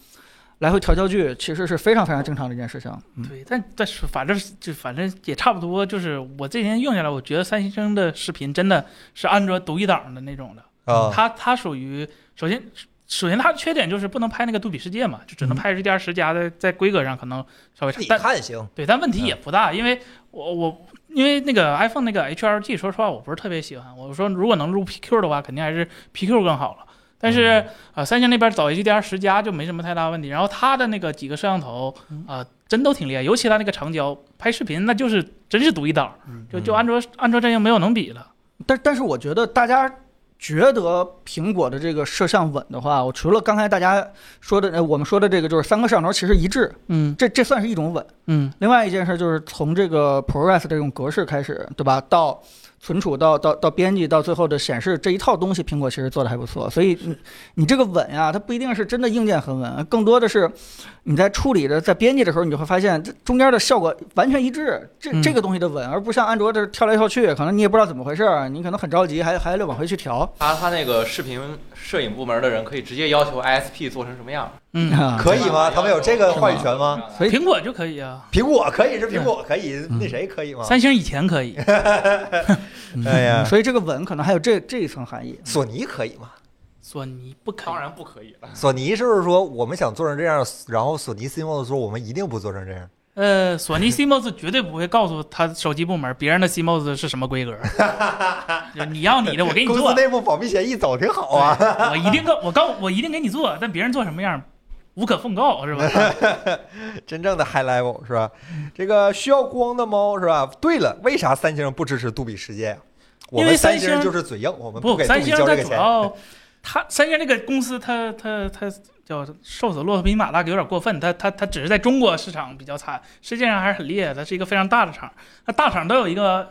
Speaker 1: 来回调焦距，其实是非常非常正常的一件事情。嗯，
Speaker 3: 对，但但是反正就反正也差不多，就是我这几天用下来，我觉得三星的视频真的是安卓独一档的那种的。
Speaker 2: 啊，
Speaker 3: 它它属于首先首先它的缺点就是不能拍那个杜比世界嘛，就只能拍 HDR 十加的，在规格上可能稍微差
Speaker 2: 嗯你，
Speaker 3: 但
Speaker 2: 看行，
Speaker 3: 对，但问题也不大，因为我我因为那个 iPhone 那个 HLG，说实话我不是特别喜欢。我说如果能录 PQ 的话，肯定还是 PQ 更好了。但是啊、呃三星那边找 HDR 十加就没什么太大问题。然后它的那个几个摄像头啊、呃真都挺厉害，尤其它那个长焦拍视频，那就是真是独一档，就就安卓安卓阵营没有能比了。
Speaker 1: 但但是我觉得大家觉得苹果的这个摄像稳的话，我除了刚才大家说的，呃，我们说的这个就是三个摄像头其实一致，
Speaker 3: 嗯
Speaker 1: 这这算是一种稳。
Speaker 3: 嗯
Speaker 1: 另外一件事就是从这个 ProRes 这种格式开始，对吧？到存储到到到编辑到最后的显示这一套东西，苹果其实做的还不错。所以你你这个稳呀、它不一定是真的硬件很稳，更多的是你在处理的在编辑的时候，你就会发现这中间的效果完全一致，这
Speaker 3: 嗯
Speaker 1: 这个东西的稳，而不像安卓这跳来跳去，可能你也不知道怎么回事儿，你可能很着急，还还得往回去调。
Speaker 5: 他他那个视频摄影部门的人可以直接要求 ISP 做成什么样，
Speaker 3: 嗯，
Speaker 2: 可以吗？他们有这个话语权吗？
Speaker 5: 嗯
Speaker 1: 所以
Speaker 3: 苹果就可以啊，
Speaker 2: 苹果可以是苹果可以，那谁可以吗？
Speaker 3: 三星以前可以，嗯
Speaker 2: 哎呀，
Speaker 1: 所以这个稳可能还有这这一层含义。
Speaker 2: 索尼可以吗？
Speaker 3: 索尼不可以。
Speaker 5: 当然不可以了。
Speaker 2: 索尼是不是说我们想做成这样，然后索尼 CMOS 说我们一定不做成这样？
Speaker 3: 呃，索尼 CMOS 绝对不会告诉他手机部门别人的 CMOS 是什么 规格，就是你要你的，我给你
Speaker 2: 公
Speaker 3: 做
Speaker 2: 司，内部保密协议走挺好啊。
Speaker 3: 对我一定告我告我一定给你做，但别人做什么样无可奉 告是吧？
Speaker 2: 真正的 high level 是吧？这个需要光的猫是吧？对了，为啥三星不支持杜比世界呀、我
Speaker 3: 因
Speaker 2: 们
Speaker 3: 为
Speaker 2: 三
Speaker 3: 三星
Speaker 2: 星就是嘴硬，我们
Speaker 3: 不，
Speaker 2: 给杜
Speaker 3: 三
Speaker 2: 比
Speaker 3: 星
Speaker 2: 交
Speaker 3: 它
Speaker 2: 这个
Speaker 3: 主
Speaker 2: 钱。
Speaker 3: 要它三星这个公司它它它叫瘦死骆驼比马大有点过分，它它它只是在中国市场比较惨，世界上还是很厉害，它是一个非常大的厂，那大厂都有一个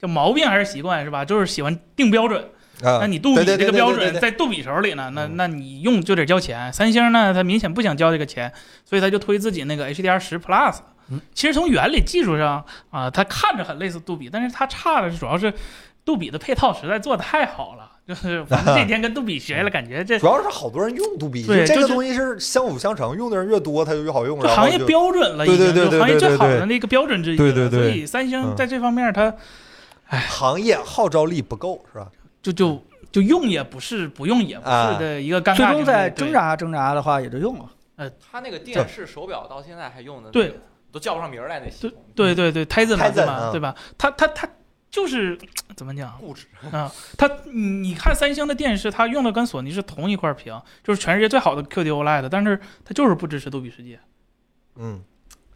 Speaker 3: 叫毛病还是习惯是吧？就是喜欢定标准。那
Speaker 2: 啊，
Speaker 3: 你杜比
Speaker 2: 对对
Speaker 3: 这
Speaker 2: 对
Speaker 3: 个
Speaker 2: 对
Speaker 3: 标
Speaker 2: 对
Speaker 3: 准
Speaker 2: 对
Speaker 3: 在杜比手里呢，那
Speaker 2: 嗯
Speaker 3: 那你用就得交钱。三星呢，它明显不想交这个钱，所以它就推自己那个 HDR 十 Plus
Speaker 1: 嗯。
Speaker 3: 其实从原理技术上啊、它看着很类似杜比，但是它差的是主要是杜比的配套实在做的太好了，就是反正这天跟杜 比学了，感觉这
Speaker 2: 主要是好多人用杜比，
Speaker 3: 对
Speaker 2: 这
Speaker 3: 就
Speaker 2: 个
Speaker 3: 是
Speaker 2: 东西是相辅相成，用的人越多，它就越好用。
Speaker 3: 这
Speaker 2: 然后
Speaker 3: 行业
Speaker 2: 就
Speaker 3: 标准了，
Speaker 2: 对
Speaker 3: 已经
Speaker 2: 对对
Speaker 3: 就
Speaker 2: 对
Speaker 3: 行业
Speaker 2: 对
Speaker 3: 最
Speaker 2: 对
Speaker 3: 好
Speaker 2: 对
Speaker 3: 的那个标准之一
Speaker 2: 对
Speaker 3: 了。
Speaker 2: 对对
Speaker 3: 所以三星
Speaker 2: 嗯
Speaker 3: 在这方面它
Speaker 2: 行业号召力不够是吧？
Speaker 3: 就就就用也不是，不用也不
Speaker 2: 啊
Speaker 3: 是的一个尴尬
Speaker 1: 最
Speaker 3: 境地。
Speaker 1: 终在
Speaker 3: 对
Speaker 1: 挣扎挣扎的话，也就用了。
Speaker 5: 他那个电视手表到现在还用的，
Speaker 3: 对，
Speaker 5: 都叫不上名儿来那系统，
Speaker 3: 对对对，Tizen 嘛
Speaker 2: Tizen，
Speaker 3: 对
Speaker 2: 嗯
Speaker 3: 吧？对吧？它它它就是怎么讲？啊
Speaker 5: 固执。
Speaker 3: 它你你看三星的电视，它用的跟索尼是同一块屏，就是全世界最好的 QD OLED，但是它就是不支持杜比世界。
Speaker 2: 嗯，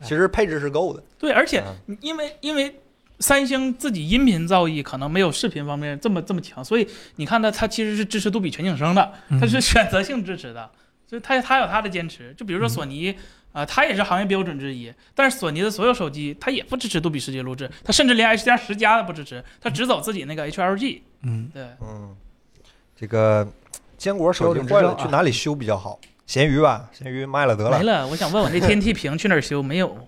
Speaker 3: 哎
Speaker 2: 其实配置是够的。
Speaker 3: 对，而且
Speaker 2: 嗯
Speaker 3: 你因为因为三星自己音频造诣可能没有视频方面这么这么强，所以你看它它其实是支持杜比全景声的，
Speaker 4: 嗯
Speaker 3: 它是选择性支持的，所以它它有它的坚持。就比如说索尼。啊、它也是行业标准之一，但是索尼的所有手机它也不支持杜比世界录制，它甚至连 HDR 十加都不支持，它只走自己那个 HLG。
Speaker 1: 嗯，
Speaker 3: 对，
Speaker 2: 嗯，这个坚果手机坏了去哪里修比较好？闲鱼吧，闲鱼卖了得了
Speaker 3: 啊没。了。我想问问这天梯屏去哪儿修？没有，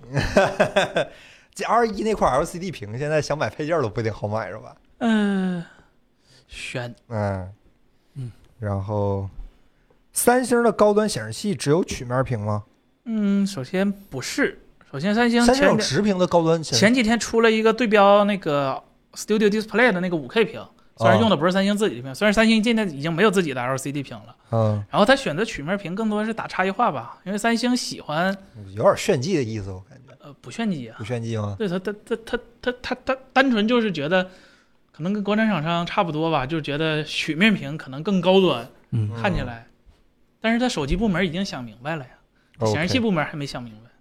Speaker 2: 这 R 一那块 LCD 屏，现在想买配件都不一定好买是吧？
Speaker 3: 嗯，选
Speaker 2: 嗯，
Speaker 1: 嗯，
Speaker 2: 然后三星的高端显示器只有曲面屏吗？
Speaker 3: 嗯，首先不是，首先三星
Speaker 2: 三星有
Speaker 3: 前
Speaker 2: 直屏的高端显示器
Speaker 3: 前几天出了一个对标那个 Studio Display 的那个五 K 屏，虽然
Speaker 2: 哦
Speaker 3: 用的不是三星自己的屏，虽然三星现在已经没有自己的 LCD 屏了，
Speaker 2: 嗯，
Speaker 3: 然后它选择曲面屏更多是打差异化吧，因为三星喜欢
Speaker 2: 有点炫技的意思，我感觉
Speaker 3: 呃不炫技啊，
Speaker 2: 不炫技吗？
Speaker 3: 对他他他他他他他单纯就是觉得。可能跟国产厂商差不多吧，就是觉得曲面屏可能更高端，
Speaker 1: 嗯
Speaker 3: 啊看起来，但是他手机部门已经想明白了呀。显示
Speaker 2: 嗯
Speaker 3: 器
Speaker 2: 哦 OK
Speaker 3: 部门还没想明白。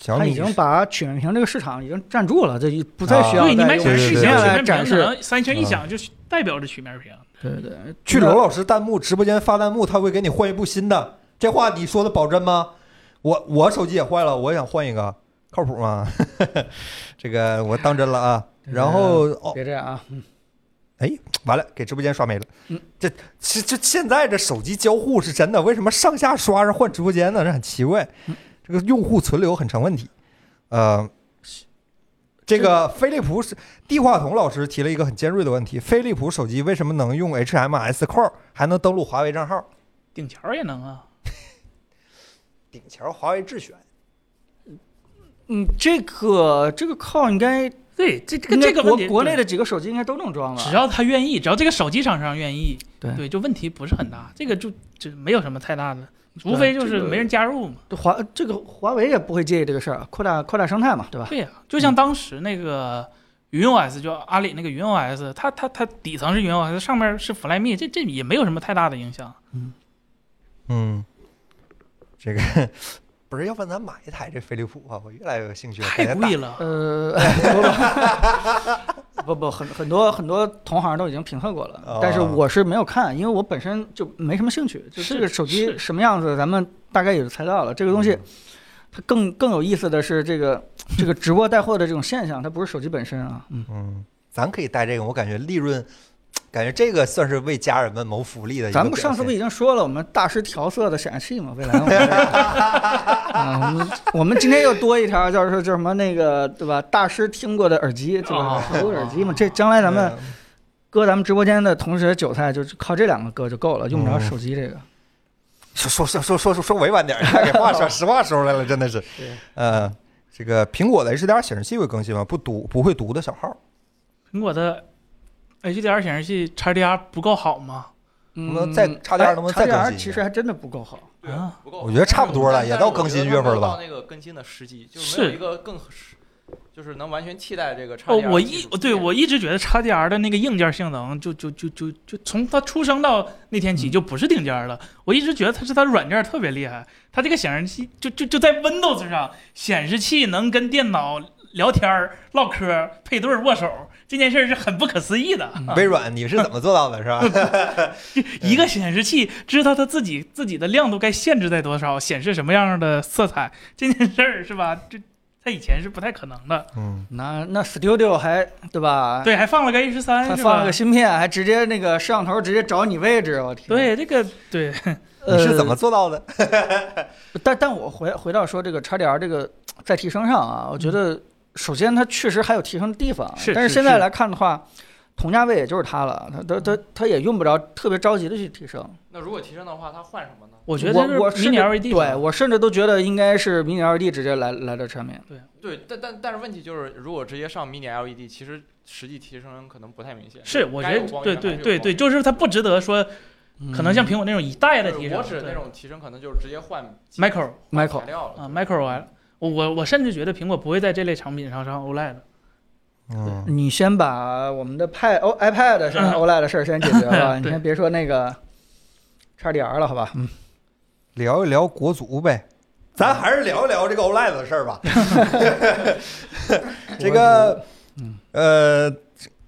Speaker 2: 小
Speaker 1: 他
Speaker 2: 米
Speaker 1: 已经把曲面屏这个市场已经占住了，这一不再需要
Speaker 3: 对你买
Speaker 1: 再
Speaker 3: 手
Speaker 1: 用
Speaker 2: 对
Speaker 1: 时
Speaker 3: 机
Speaker 2: 对
Speaker 1: 间
Speaker 2: 对
Speaker 1: 来
Speaker 3: 曲面
Speaker 1: 展
Speaker 3: 屏，可
Speaker 1: 示。
Speaker 3: 能三星一想就是代表着曲面屏。
Speaker 1: 对对对，
Speaker 2: 去罗老师弹幕直播间发弹幕，他会给你换一部新的，这话你说的保真吗？我我手机也坏了，我也想换一个，靠谱吗？ 这个我当真了啊。然后哦，
Speaker 1: 别这样啊！
Speaker 2: 完了，给直播间刷没了。
Speaker 1: 嗯，
Speaker 2: 这这这现在这手机交互是真的，为什么上下刷着换直播间呢？这很奇怪，这个用户存留很成问题。呃，这个飞利浦是地话筒老师提了一个很尖锐的问题：飞利浦手机为什么能用 HMS 框，还能登录华为账号？
Speaker 3: 顶桥也能啊，
Speaker 2: 顶桥华为智选？
Speaker 1: 嗯，这个这个靠应该
Speaker 3: 对，这这
Speaker 1: 应
Speaker 3: 个
Speaker 1: 该
Speaker 3: 这个
Speaker 1: 国
Speaker 3: 问题，
Speaker 1: 国内
Speaker 3: 对
Speaker 1: 的几个手机应该都能装吧？
Speaker 3: 只要他愿意，只要这个手机厂商愿意，
Speaker 1: 对
Speaker 3: 就问题不是很大，这个就就没有什么太大的，
Speaker 1: 对
Speaker 3: 无非就
Speaker 1: 这
Speaker 3: 是
Speaker 1: 个
Speaker 3: 没人加入嘛。
Speaker 1: 华这个华为也不会介意这个事儿，啊扩大扩大生态嘛，对吧？
Speaker 3: 对呀、就像当时那个云 OS，就阿里那个云 OS，它它它底层是云 OS，上面是 Flyme，这这也没有什么太大的影响。
Speaker 2: 嗯，这个 不是，要不然咱买一台这飞利浦啊？我越来越有兴趣了。
Speaker 3: 太
Speaker 2: 感觉
Speaker 3: 贵了，
Speaker 1: 呃，哎 不不不不，很很多很多同行都已经评测过了
Speaker 2: 哦，
Speaker 1: 但是我是没有看，因为我本身就没什么兴趣。就是这个手机
Speaker 3: 是
Speaker 1: 什么样子，咱们大概也就猜到了。这个东
Speaker 2: 嗯
Speaker 1: 西，它更更有意思的是这个这个直播带货的这种现象，它不是手机本身啊。嗯，
Speaker 2: 大嗯，咱可以带这个，我感觉利润，感觉这个算是为家人们谋福利的一个表
Speaker 1: 咱
Speaker 2: 现。
Speaker 1: 们上次不已经说了，我们大师调色的显示器嘛，未来我们 啊，我们我们今天又多一条，叫是叫什么那个对吧？大师听过的耳机，对吧
Speaker 7: 哦？
Speaker 1: 很多耳机嘛，这将来咱们。
Speaker 2: 嗯
Speaker 1: 割咱们直播间的同时韭菜，就是靠这两个割就够了，用
Speaker 2: 哦
Speaker 1: 不着手机这个。
Speaker 2: 说说说说说说委婉点儿，你看给话说实话说出来了，真的是。呃，这个苹果的 HDR 显示器会更新吗？不读不会读的小号，
Speaker 3: 苹果的 HDR 显示器 XDR 不够好吗？
Speaker 1: 嗯
Speaker 2: 能再差点儿能不能再更
Speaker 1: 哎
Speaker 2: 新一
Speaker 1: XDR
Speaker 2: 下
Speaker 1: 其实还真的不够好。
Speaker 5: 对
Speaker 3: 啊，
Speaker 5: 不够
Speaker 2: 我觉得差不多了
Speaker 5: 但是
Speaker 2: 也到更新月份了吧
Speaker 5: 但是我觉得没有到那个更新的时机，就是没有
Speaker 3: 是
Speaker 5: 一个更合适，就是能完全替代这个叉
Speaker 3: 哦，
Speaker 5: 点儿
Speaker 3: 我
Speaker 5: 技
Speaker 3: 一
Speaker 5: 术
Speaker 3: 我
Speaker 5: 出
Speaker 3: 对
Speaker 5: 现
Speaker 3: 我一直觉得 XDR 的那个硬件性能就，就就就就从它出生到那天
Speaker 1: 嗯
Speaker 3: 起就不是顶尖了。我一直觉得它是它软件特别厉害，它这个显示器就就就在 Windows 上，显示器能跟电脑聊天儿、唠嗑儿、配对儿、握手儿，这件事儿是很不可思议 的。
Speaker 2: 微软你是怎么做到的，是吧？
Speaker 3: 一个显示器知道它自己自己的亮度该限制在多少，显示什么样的色彩，这件事儿是吧？这它以前是不太可能的。
Speaker 2: 嗯，
Speaker 1: 那那 Studio 还对吧？，
Speaker 3: 对，还放了个 A 十三，
Speaker 1: 还哎放了个芯片，还直接那个摄像头直接找你位置，我天。，
Speaker 3: 对这个对。
Speaker 2: 你是怎么做到的？
Speaker 1: 呃但但我回回到说这个 XDR 这个在提升上啊，我觉得首先它确实还有提升的地方，
Speaker 3: 嗯是
Speaker 1: 但是
Speaker 3: 是
Speaker 1: 现在
Speaker 3: 是
Speaker 1: 来看的话，同价位也就是它了，它它它它也用不着特别着急的去提升。
Speaker 5: 那如果提升的话，它换什么呢？
Speaker 3: 我觉得
Speaker 1: 我我
Speaker 3: 这是
Speaker 1: 甚
Speaker 3: 迷你 E
Speaker 1: 至
Speaker 3: LED 吧
Speaker 1: 对我甚至都觉得应该是迷你 LED 直接来来这上面。
Speaker 5: 对，但但但是问题就是，如果直接上 mini LED，其 E 实实际提升可能不太明显。
Speaker 3: 是，我觉
Speaker 5: 该有
Speaker 3: 得
Speaker 5: 光
Speaker 3: 对
Speaker 5: 源
Speaker 3: 对
Speaker 5: 还是有
Speaker 3: 对
Speaker 5: 光
Speaker 3: 对，
Speaker 5: 源
Speaker 3: 就是它不值得说，嗯可能像苹果那种一代的
Speaker 5: 就是
Speaker 3: 提
Speaker 5: 我
Speaker 3: 升，
Speaker 5: 指的那
Speaker 3: 对
Speaker 5: 种提升，可能就是直接换
Speaker 3: micro
Speaker 5: 材
Speaker 1: Michael，
Speaker 5: 料了
Speaker 3: 啊 micro OLED，我我我甚至觉得苹果不会在这类产品上 E 上 OLED 的。
Speaker 2: 嗯，
Speaker 1: 你先把我们的 Pad、O、iPad 的事儿、OLED 的事儿先解决了，
Speaker 3: 嗯
Speaker 1: 你
Speaker 3: 对
Speaker 1: 先别说那个 XDR 了，好吧？嗯，
Speaker 2: 聊一聊国足呗。咱还是聊一聊这个 OLED E 的事儿 吧。这个，呃，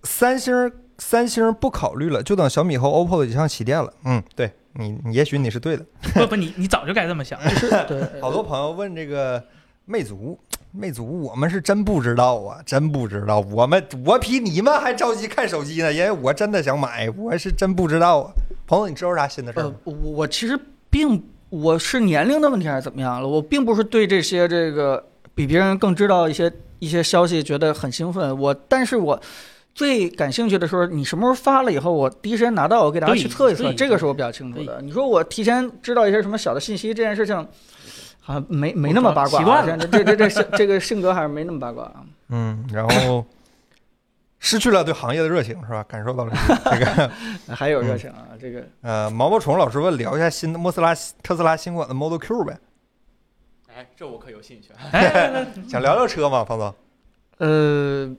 Speaker 2: 三星三星不考虑了，就等小米和 OPPO 的几项起电了。嗯，对你，你也许你是对的。
Speaker 3: 不不，你你早就该这么 想。
Speaker 1: 就是对，
Speaker 2: 好多朋友问这个魅族，魅族我们是真不知道啊，真不知道。我们我比你们还着急看手机呢，因为我真的想买，我是真不知道啊。朋友，你知道啥新的事儿
Speaker 1: 呃
Speaker 2: 吗？，
Speaker 1: 我我其实并我是年龄的问题还是怎么样了，我并不是对这些这个比别人更知道一些一些消息觉得很兴奋，我但是我。最感兴趣的时候，你什么时候发了以后，我第一时间拿到，我给大家
Speaker 3: 对
Speaker 1: 去测一测，
Speaker 3: 对
Speaker 1: 这个是我比较清楚的。你说我提前知道一些什么小的信息，这件事情好像没没那么八卦啊，
Speaker 3: 习惯了
Speaker 1: 这这这这这个性格还是没那么八卦啊。
Speaker 2: 嗯，然后失去了对行业的热情是吧？感受到了这个。
Speaker 1: 还有
Speaker 3: 嗯
Speaker 1: 热情啊，这个
Speaker 2: 呃，毛毛虫老师问聊一下新的莫斯拉特斯拉新款的 Model Q 呗，
Speaker 5: 哎，这我可有兴趣。
Speaker 3: 哎，
Speaker 2: 想聊聊车吗，胖总？
Speaker 1: 呃，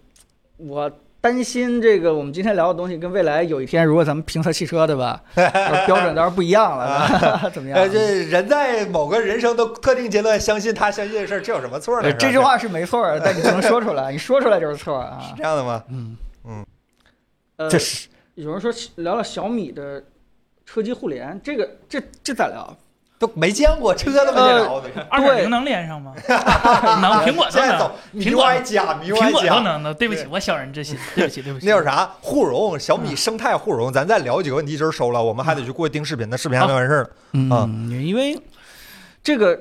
Speaker 1: 我担心这个我们今天聊的东西跟未来有一天，如果咱们评测汽车，对 吧？呃标准当然不一样了， 怎么样
Speaker 2: 呃，？这人在某个人生的特定阶段，相信他相信的事儿，这有什么错呢？
Speaker 1: 呃
Speaker 2: 是吧
Speaker 1: 这句话是没错儿，但你不能说出来，你 说出来就是错儿
Speaker 2: 是
Speaker 1: 啊。
Speaker 2: 这样的吗？
Speaker 1: 嗯
Speaker 2: 嗯，
Speaker 1: 呃，
Speaker 2: 这是
Speaker 1: 有人说聊聊小米的车机互联，这个这这咋聊？
Speaker 2: 都没见过车都没见着的。
Speaker 3: 二点零能连上吗？能，苹果都
Speaker 2: 现在
Speaker 3: 能
Speaker 2: 走，
Speaker 3: 苹果
Speaker 2: MIUI 加
Speaker 3: 苹
Speaker 2: MIUI
Speaker 3: 果都
Speaker 2: 加，
Speaker 3: 能的。对不起，我小人之心，对不起对不起。
Speaker 2: 那叫啥互融？小米生态互融，咱再聊几个问题，今儿收了，我们还得去过去盯视频，那视频还没完事儿呢。
Speaker 1: 嗯，因为这个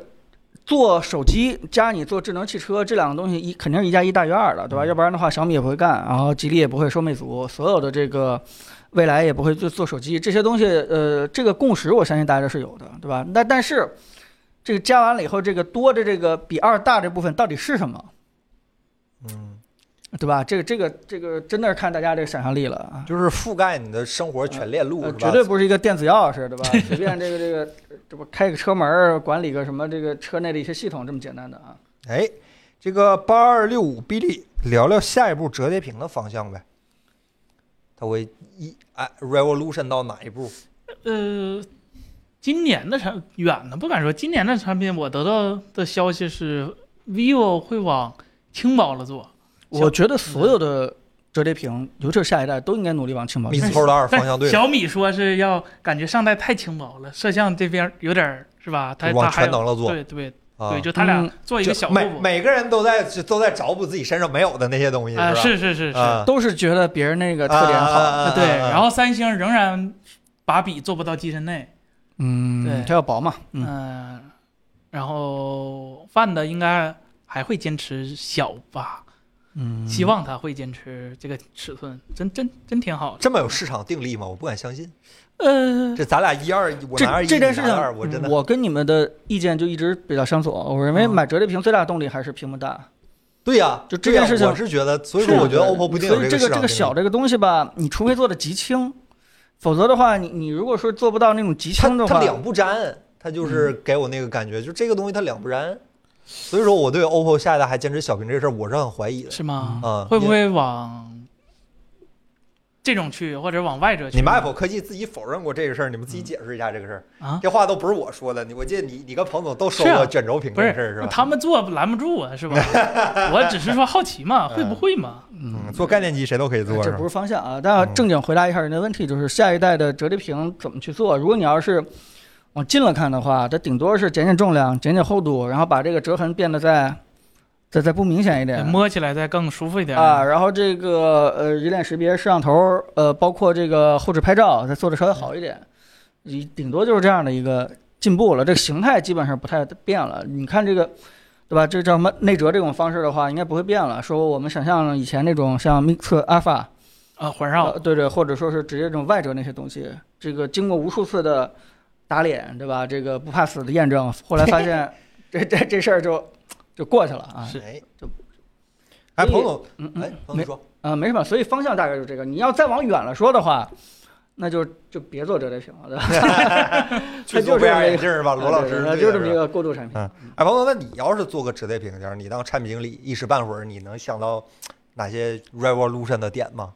Speaker 1: 做手机加你做智能汽车这两个东西一肯定是一加一大于二的，对吧？要不然的话，小米也不会干，然后吉利也不会收魅族，所有的这个未来也不会做做手机这些东西。呃，这个共识我相信大家是有的，对吧？那但是。这个加完了以后，这个多的这个比二大这部分到底是什么，
Speaker 2: 嗯，
Speaker 1: 对吧？这个这个这个真的是看大家这个想象力了啊。
Speaker 2: 就是覆盖你的生活全链路，
Speaker 1: 呃
Speaker 2: 是吧
Speaker 1: 绝对不是一个电子钥匙，对 吧？随便这个这个，这不开个车门儿，管理个什么这个车内的一些系统，这么简单的啊？
Speaker 2: 哎，这个八二六五 B 利，聊聊下一步折叠屏的方向呗。它会一哎 revolution 到哪一步？
Speaker 8: 呃，今年的产远的不敢说，今年的产品我得到的消息是，vivo 会往轻薄了做。小
Speaker 1: 我觉得所有的折叠屏，尤其是下一代，都应该努力往轻薄。
Speaker 2: 密 Fold 二方向对了，
Speaker 8: 小米说是要感觉上代太轻薄了，摄像这边有点儿是吧？它它
Speaker 2: 往
Speaker 8: 还
Speaker 2: 全
Speaker 8: 有
Speaker 2: 能了做
Speaker 8: 对对
Speaker 2: 啊
Speaker 8: 对，。就他俩
Speaker 1: 嗯
Speaker 8: 做一
Speaker 2: 就
Speaker 8: 个小互
Speaker 2: 每
Speaker 8: 补。
Speaker 2: 每个人都在都在找补自己身上没有的那些东西，
Speaker 8: 啊，
Speaker 2: 吧？
Speaker 8: 是是是是，
Speaker 2: 啊，
Speaker 1: 都是觉得别人那个特点
Speaker 2: 啊
Speaker 1: 好，
Speaker 2: 啊啊
Speaker 8: 对。
Speaker 2: 啊啊
Speaker 8: 然后三星仍然把笔做不到机身内，
Speaker 1: 嗯
Speaker 8: 对，
Speaker 1: 它要薄嘛，嗯，
Speaker 8: 嗯，然后 Find 应该还会坚持小吧，
Speaker 1: 嗯
Speaker 8: 希望它会坚持这个尺寸，真真真挺好的。
Speaker 2: 这么有市场定力吗？我不敢相信。
Speaker 8: 呃，
Speaker 2: 这咱俩一二，我
Speaker 1: 这
Speaker 2: 拿二一，
Speaker 1: 这件事
Speaker 2: 你拿二，
Speaker 1: 情，嗯
Speaker 2: 我真的
Speaker 1: 我跟你们的意见就一直比较相左。我认为
Speaker 8: 嗯
Speaker 1: 买折叠屏最大的动力还是屏幕大，
Speaker 2: 对呀，
Speaker 1: 就这
Speaker 2: 对
Speaker 1: 件
Speaker 2: 呀
Speaker 1: 事情
Speaker 2: 我是觉得，所以说我觉得 OPPO 不一定有
Speaker 1: 所以
Speaker 2: 个
Speaker 1: 这
Speaker 2: 市
Speaker 1: 这
Speaker 2: 场
Speaker 1: 个
Speaker 2: 定力
Speaker 1: 小这个东西吧，你除非做的极轻，否则的话，你你如果说做不到那种极轻的
Speaker 2: 它
Speaker 1: 话嗯
Speaker 2: 它，两不沾，它就是给我那个感觉，就这个东西它两不沾。所以说我对 OPPO 下一代还坚持小屏这事儿，我是很怀疑的
Speaker 8: 是吗？
Speaker 2: 啊。
Speaker 8: 会不会往这种去，或者往外折去？
Speaker 2: 你们 Apple 科技自己否认过这个事儿，你们自
Speaker 1: 嗯
Speaker 2: 己解释一下这个事儿。
Speaker 8: 啊？
Speaker 2: 这话都不是我说的，你我记得你你跟彭总都说
Speaker 8: 是
Speaker 2: 过
Speaker 8: 啊
Speaker 2: 卷轴屏
Speaker 8: 不
Speaker 2: 这
Speaker 8: 是
Speaker 2: 事儿是
Speaker 8: 那
Speaker 2: 吧？
Speaker 8: 他们做拦不住啊，是 吧？我只是说好奇嘛，会不会嘛？
Speaker 2: 嗯做概念机谁都可以做，
Speaker 1: 这
Speaker 2: 吧
Speaker 1: 不是方向啊。但要正经回答一下人家问题，就是下一代的折叠屏怎么去做？如果你要是往近了看的话，它顶多是减减重量、减减厚度，然后把这个折痕变得再再再不明显一点。
Speaker 8: 摸起来再更舒服一点
Speaker 1: 啊，。然后这个呃人脸识别、摄像头，呃，包括这个后置拍照，再做的稍微好一点，你顶多就是这样的一个进步了。这个形态基本上不太变了。你看这个，对吧？这个叫什么内折这种方式的话，应该不会变了。说我们想象以前那种像 Mix Alpha，
Speaker 8: 啊，环绕
Speaker 1: 呃，对对，或者说是直接这种外折那些东西，这个经过无数次的打脸，对吧？这个不怕死的验证，后来发现这这这事儿就就过去了啊。
Speaker 8: 是
Speaker 2: 哎
Speaker 1: 就
Speaker 2: 哎，
Speaker 1: 所以
Speaker 2: 彭总，
Speaker 1: 嗯嗯
Speaker 2: 哎，，彭总
Speaker 1: 没
Speaker 2: 说，
Speaker 1: 啊、没什么，所以方向大概就这个。你要再往远了说的话，那就就别做折叠屏了，对吧？
Speaker 2: 去
Speaker 1: 他就
Speaker 2: 做
Speaker 1: 是
Speaker 2: VR 眼
Speaker 1: 这
Speaker 2: 镜儿吧，啊罗老
Speaker 1: 对
Speaker 2: 师对
Speaker 1: 对
Speaker 2: 的
Speaker 1: 就这么
Speaker 2: 是
Speaker 1: 一
Speaker 2: 吧
Speaker 1: 个过渡产品。
Speaker 2: 哎，彭总，那你要是做个折叠屏件，你当产品经理一时半会儿，你能想到哪些 revolution 的点吗？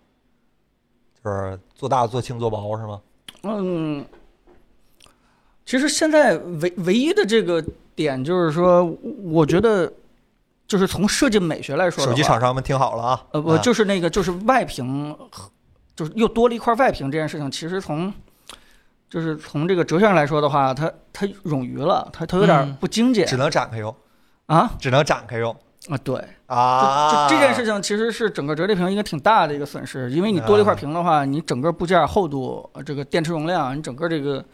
Speaker 2: 就是做大、做轻、做薄是吗？
Speaker 1: 嗯，其实现在唯唯一的这个点就是说，我觉得就是从设计美学来说的
Speaker 2: 手
Speaker 1: 话，
Speaker 2: 机厂商们听好了啊，
Speaker 1: 呃，
Speaker 2: 啊
Speaker 1: 不，就是那个，就是外屏和，就是又多了一块外屏这件事情，其实从，就是从这个哲学上来说的话，它它冗余了，它它有点
Speaker 8: 嗯
Speaker 1: 不精简、
Speaker 2: 只能展开用，
Speaker 1: 啊
Speaker 2: 只能展开用
Speaker 1: 啊，对，
Speaker 2: 啊。
Speaker 1: 就这件事情其实是整个折叠屏一个挺大的一个损失，因为你多了一
Speaker 2: 啊
Speaker 1: 块屏的话，你整个部件厚度、呃这个电池容量、你整个这个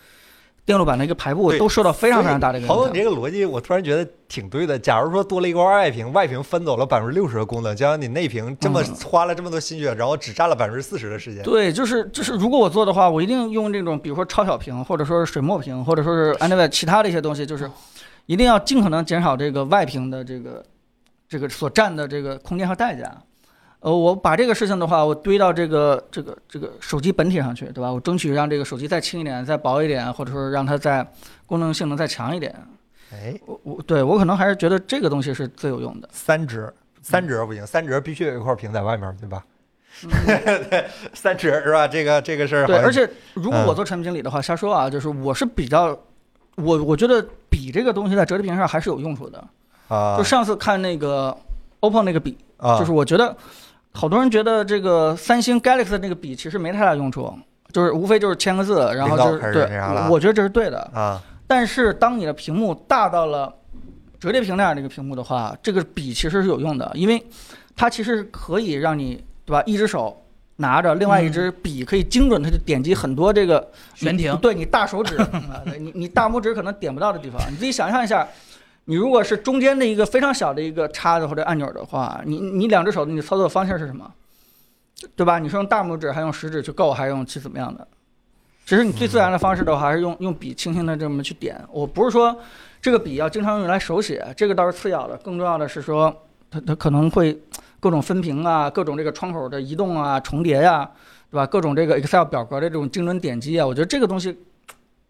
Speaker 1: 电路板的一个排布
Speaker 2: 对
Speaker 1: 都受到非常非常大的一个
Speaker 2: 彭总，
Speaker 1: 影
Speaker 2: 你
Speaker 1: 响。
Speaker 2: 这个逻辑我突然觉得挺对的。假如说多了一个外屏，外屏分走了百分之六十的功能，加上你内屏这么
Speaker 1: 嗯
Speaker 2: 花了这么多心血，然后只占了百分之四十的时间，
Speaker 1: 对，就是就是，如果我做的话，我一定用这种，比如说超小屏，或者说是水墨屏，或者说是 anyway 其他的一些东西，就是一定要尽可能减少这个外屏的这个这个所占的这个空间和代价。呃，我把这个事情的话，我堆到这个这个这个手机本体上去，对吧？我争取让这个手机再轻一点，再薄一点，或者说让它再功能性能再强一点。
Speaker 2: 哎，
Speaker 1: 我我对我可能还是觉得这个东西是最有用的。
Speaker 2: 三折，三折不行，三折必须有一块屏在外面，对吧？对， 三折是吧？这个这个事儿好
Speaker 1: 对，
Speaker 2: 像，
Speaker 1: 而且如果
Speaker 2: 嗯
Speaker 1: 我做产品经理的话，瞎说啊，就是我是比较，我我觉得笔这个东西在折叠屏上还是有用处的。
Speaker 2: 啊，
Speaker 1: 就上次看那个 OPPO 那个笔，
Speaker 2: 啊，
Speaker 1: 就是我觉得好多人觉得这个三星 Galaxy 的那个笔其实没太大用处，就是无非就是签个字，然后就
Speaker 2: 领导开
Speaker 1: 是
Speaker 2: 始
Speaker 1: 对
Speaker 2: 那啥了，
Speaker 1: 我觉得这是对的。
Speaker 2: 啊，
Speaker 1: 但是当你的屏幕大到了折叠屏那样的一个屏幕的话，这个笔其实是有用的，因为它其实可以让你对吧，一只手拿着，另外一只笔可以精准的去点击很多这个
Speaker 8: 悬停
Speaker 1: 你对你大手指，啊对你你大拇指可能点不到的地方，你自己想象一下。你如果是中间的一个非常小的一个叉子或者按钮的话，你你两只手你操作方向是什么，对吧？你是用大拇指，还用食指去够，还是用去怎么样的？只是你最自然的方式的话，还是用用笔轻轻的这么去点。我不是说这个笔要经常用来手写，这个倒是次要的，更重要的是说它它可能会各种分屏啊，各种这个窗口的移动啊、重叠呀、对吧？各种这个 Excel 表格的这种精准点击啊，我觉得这个东西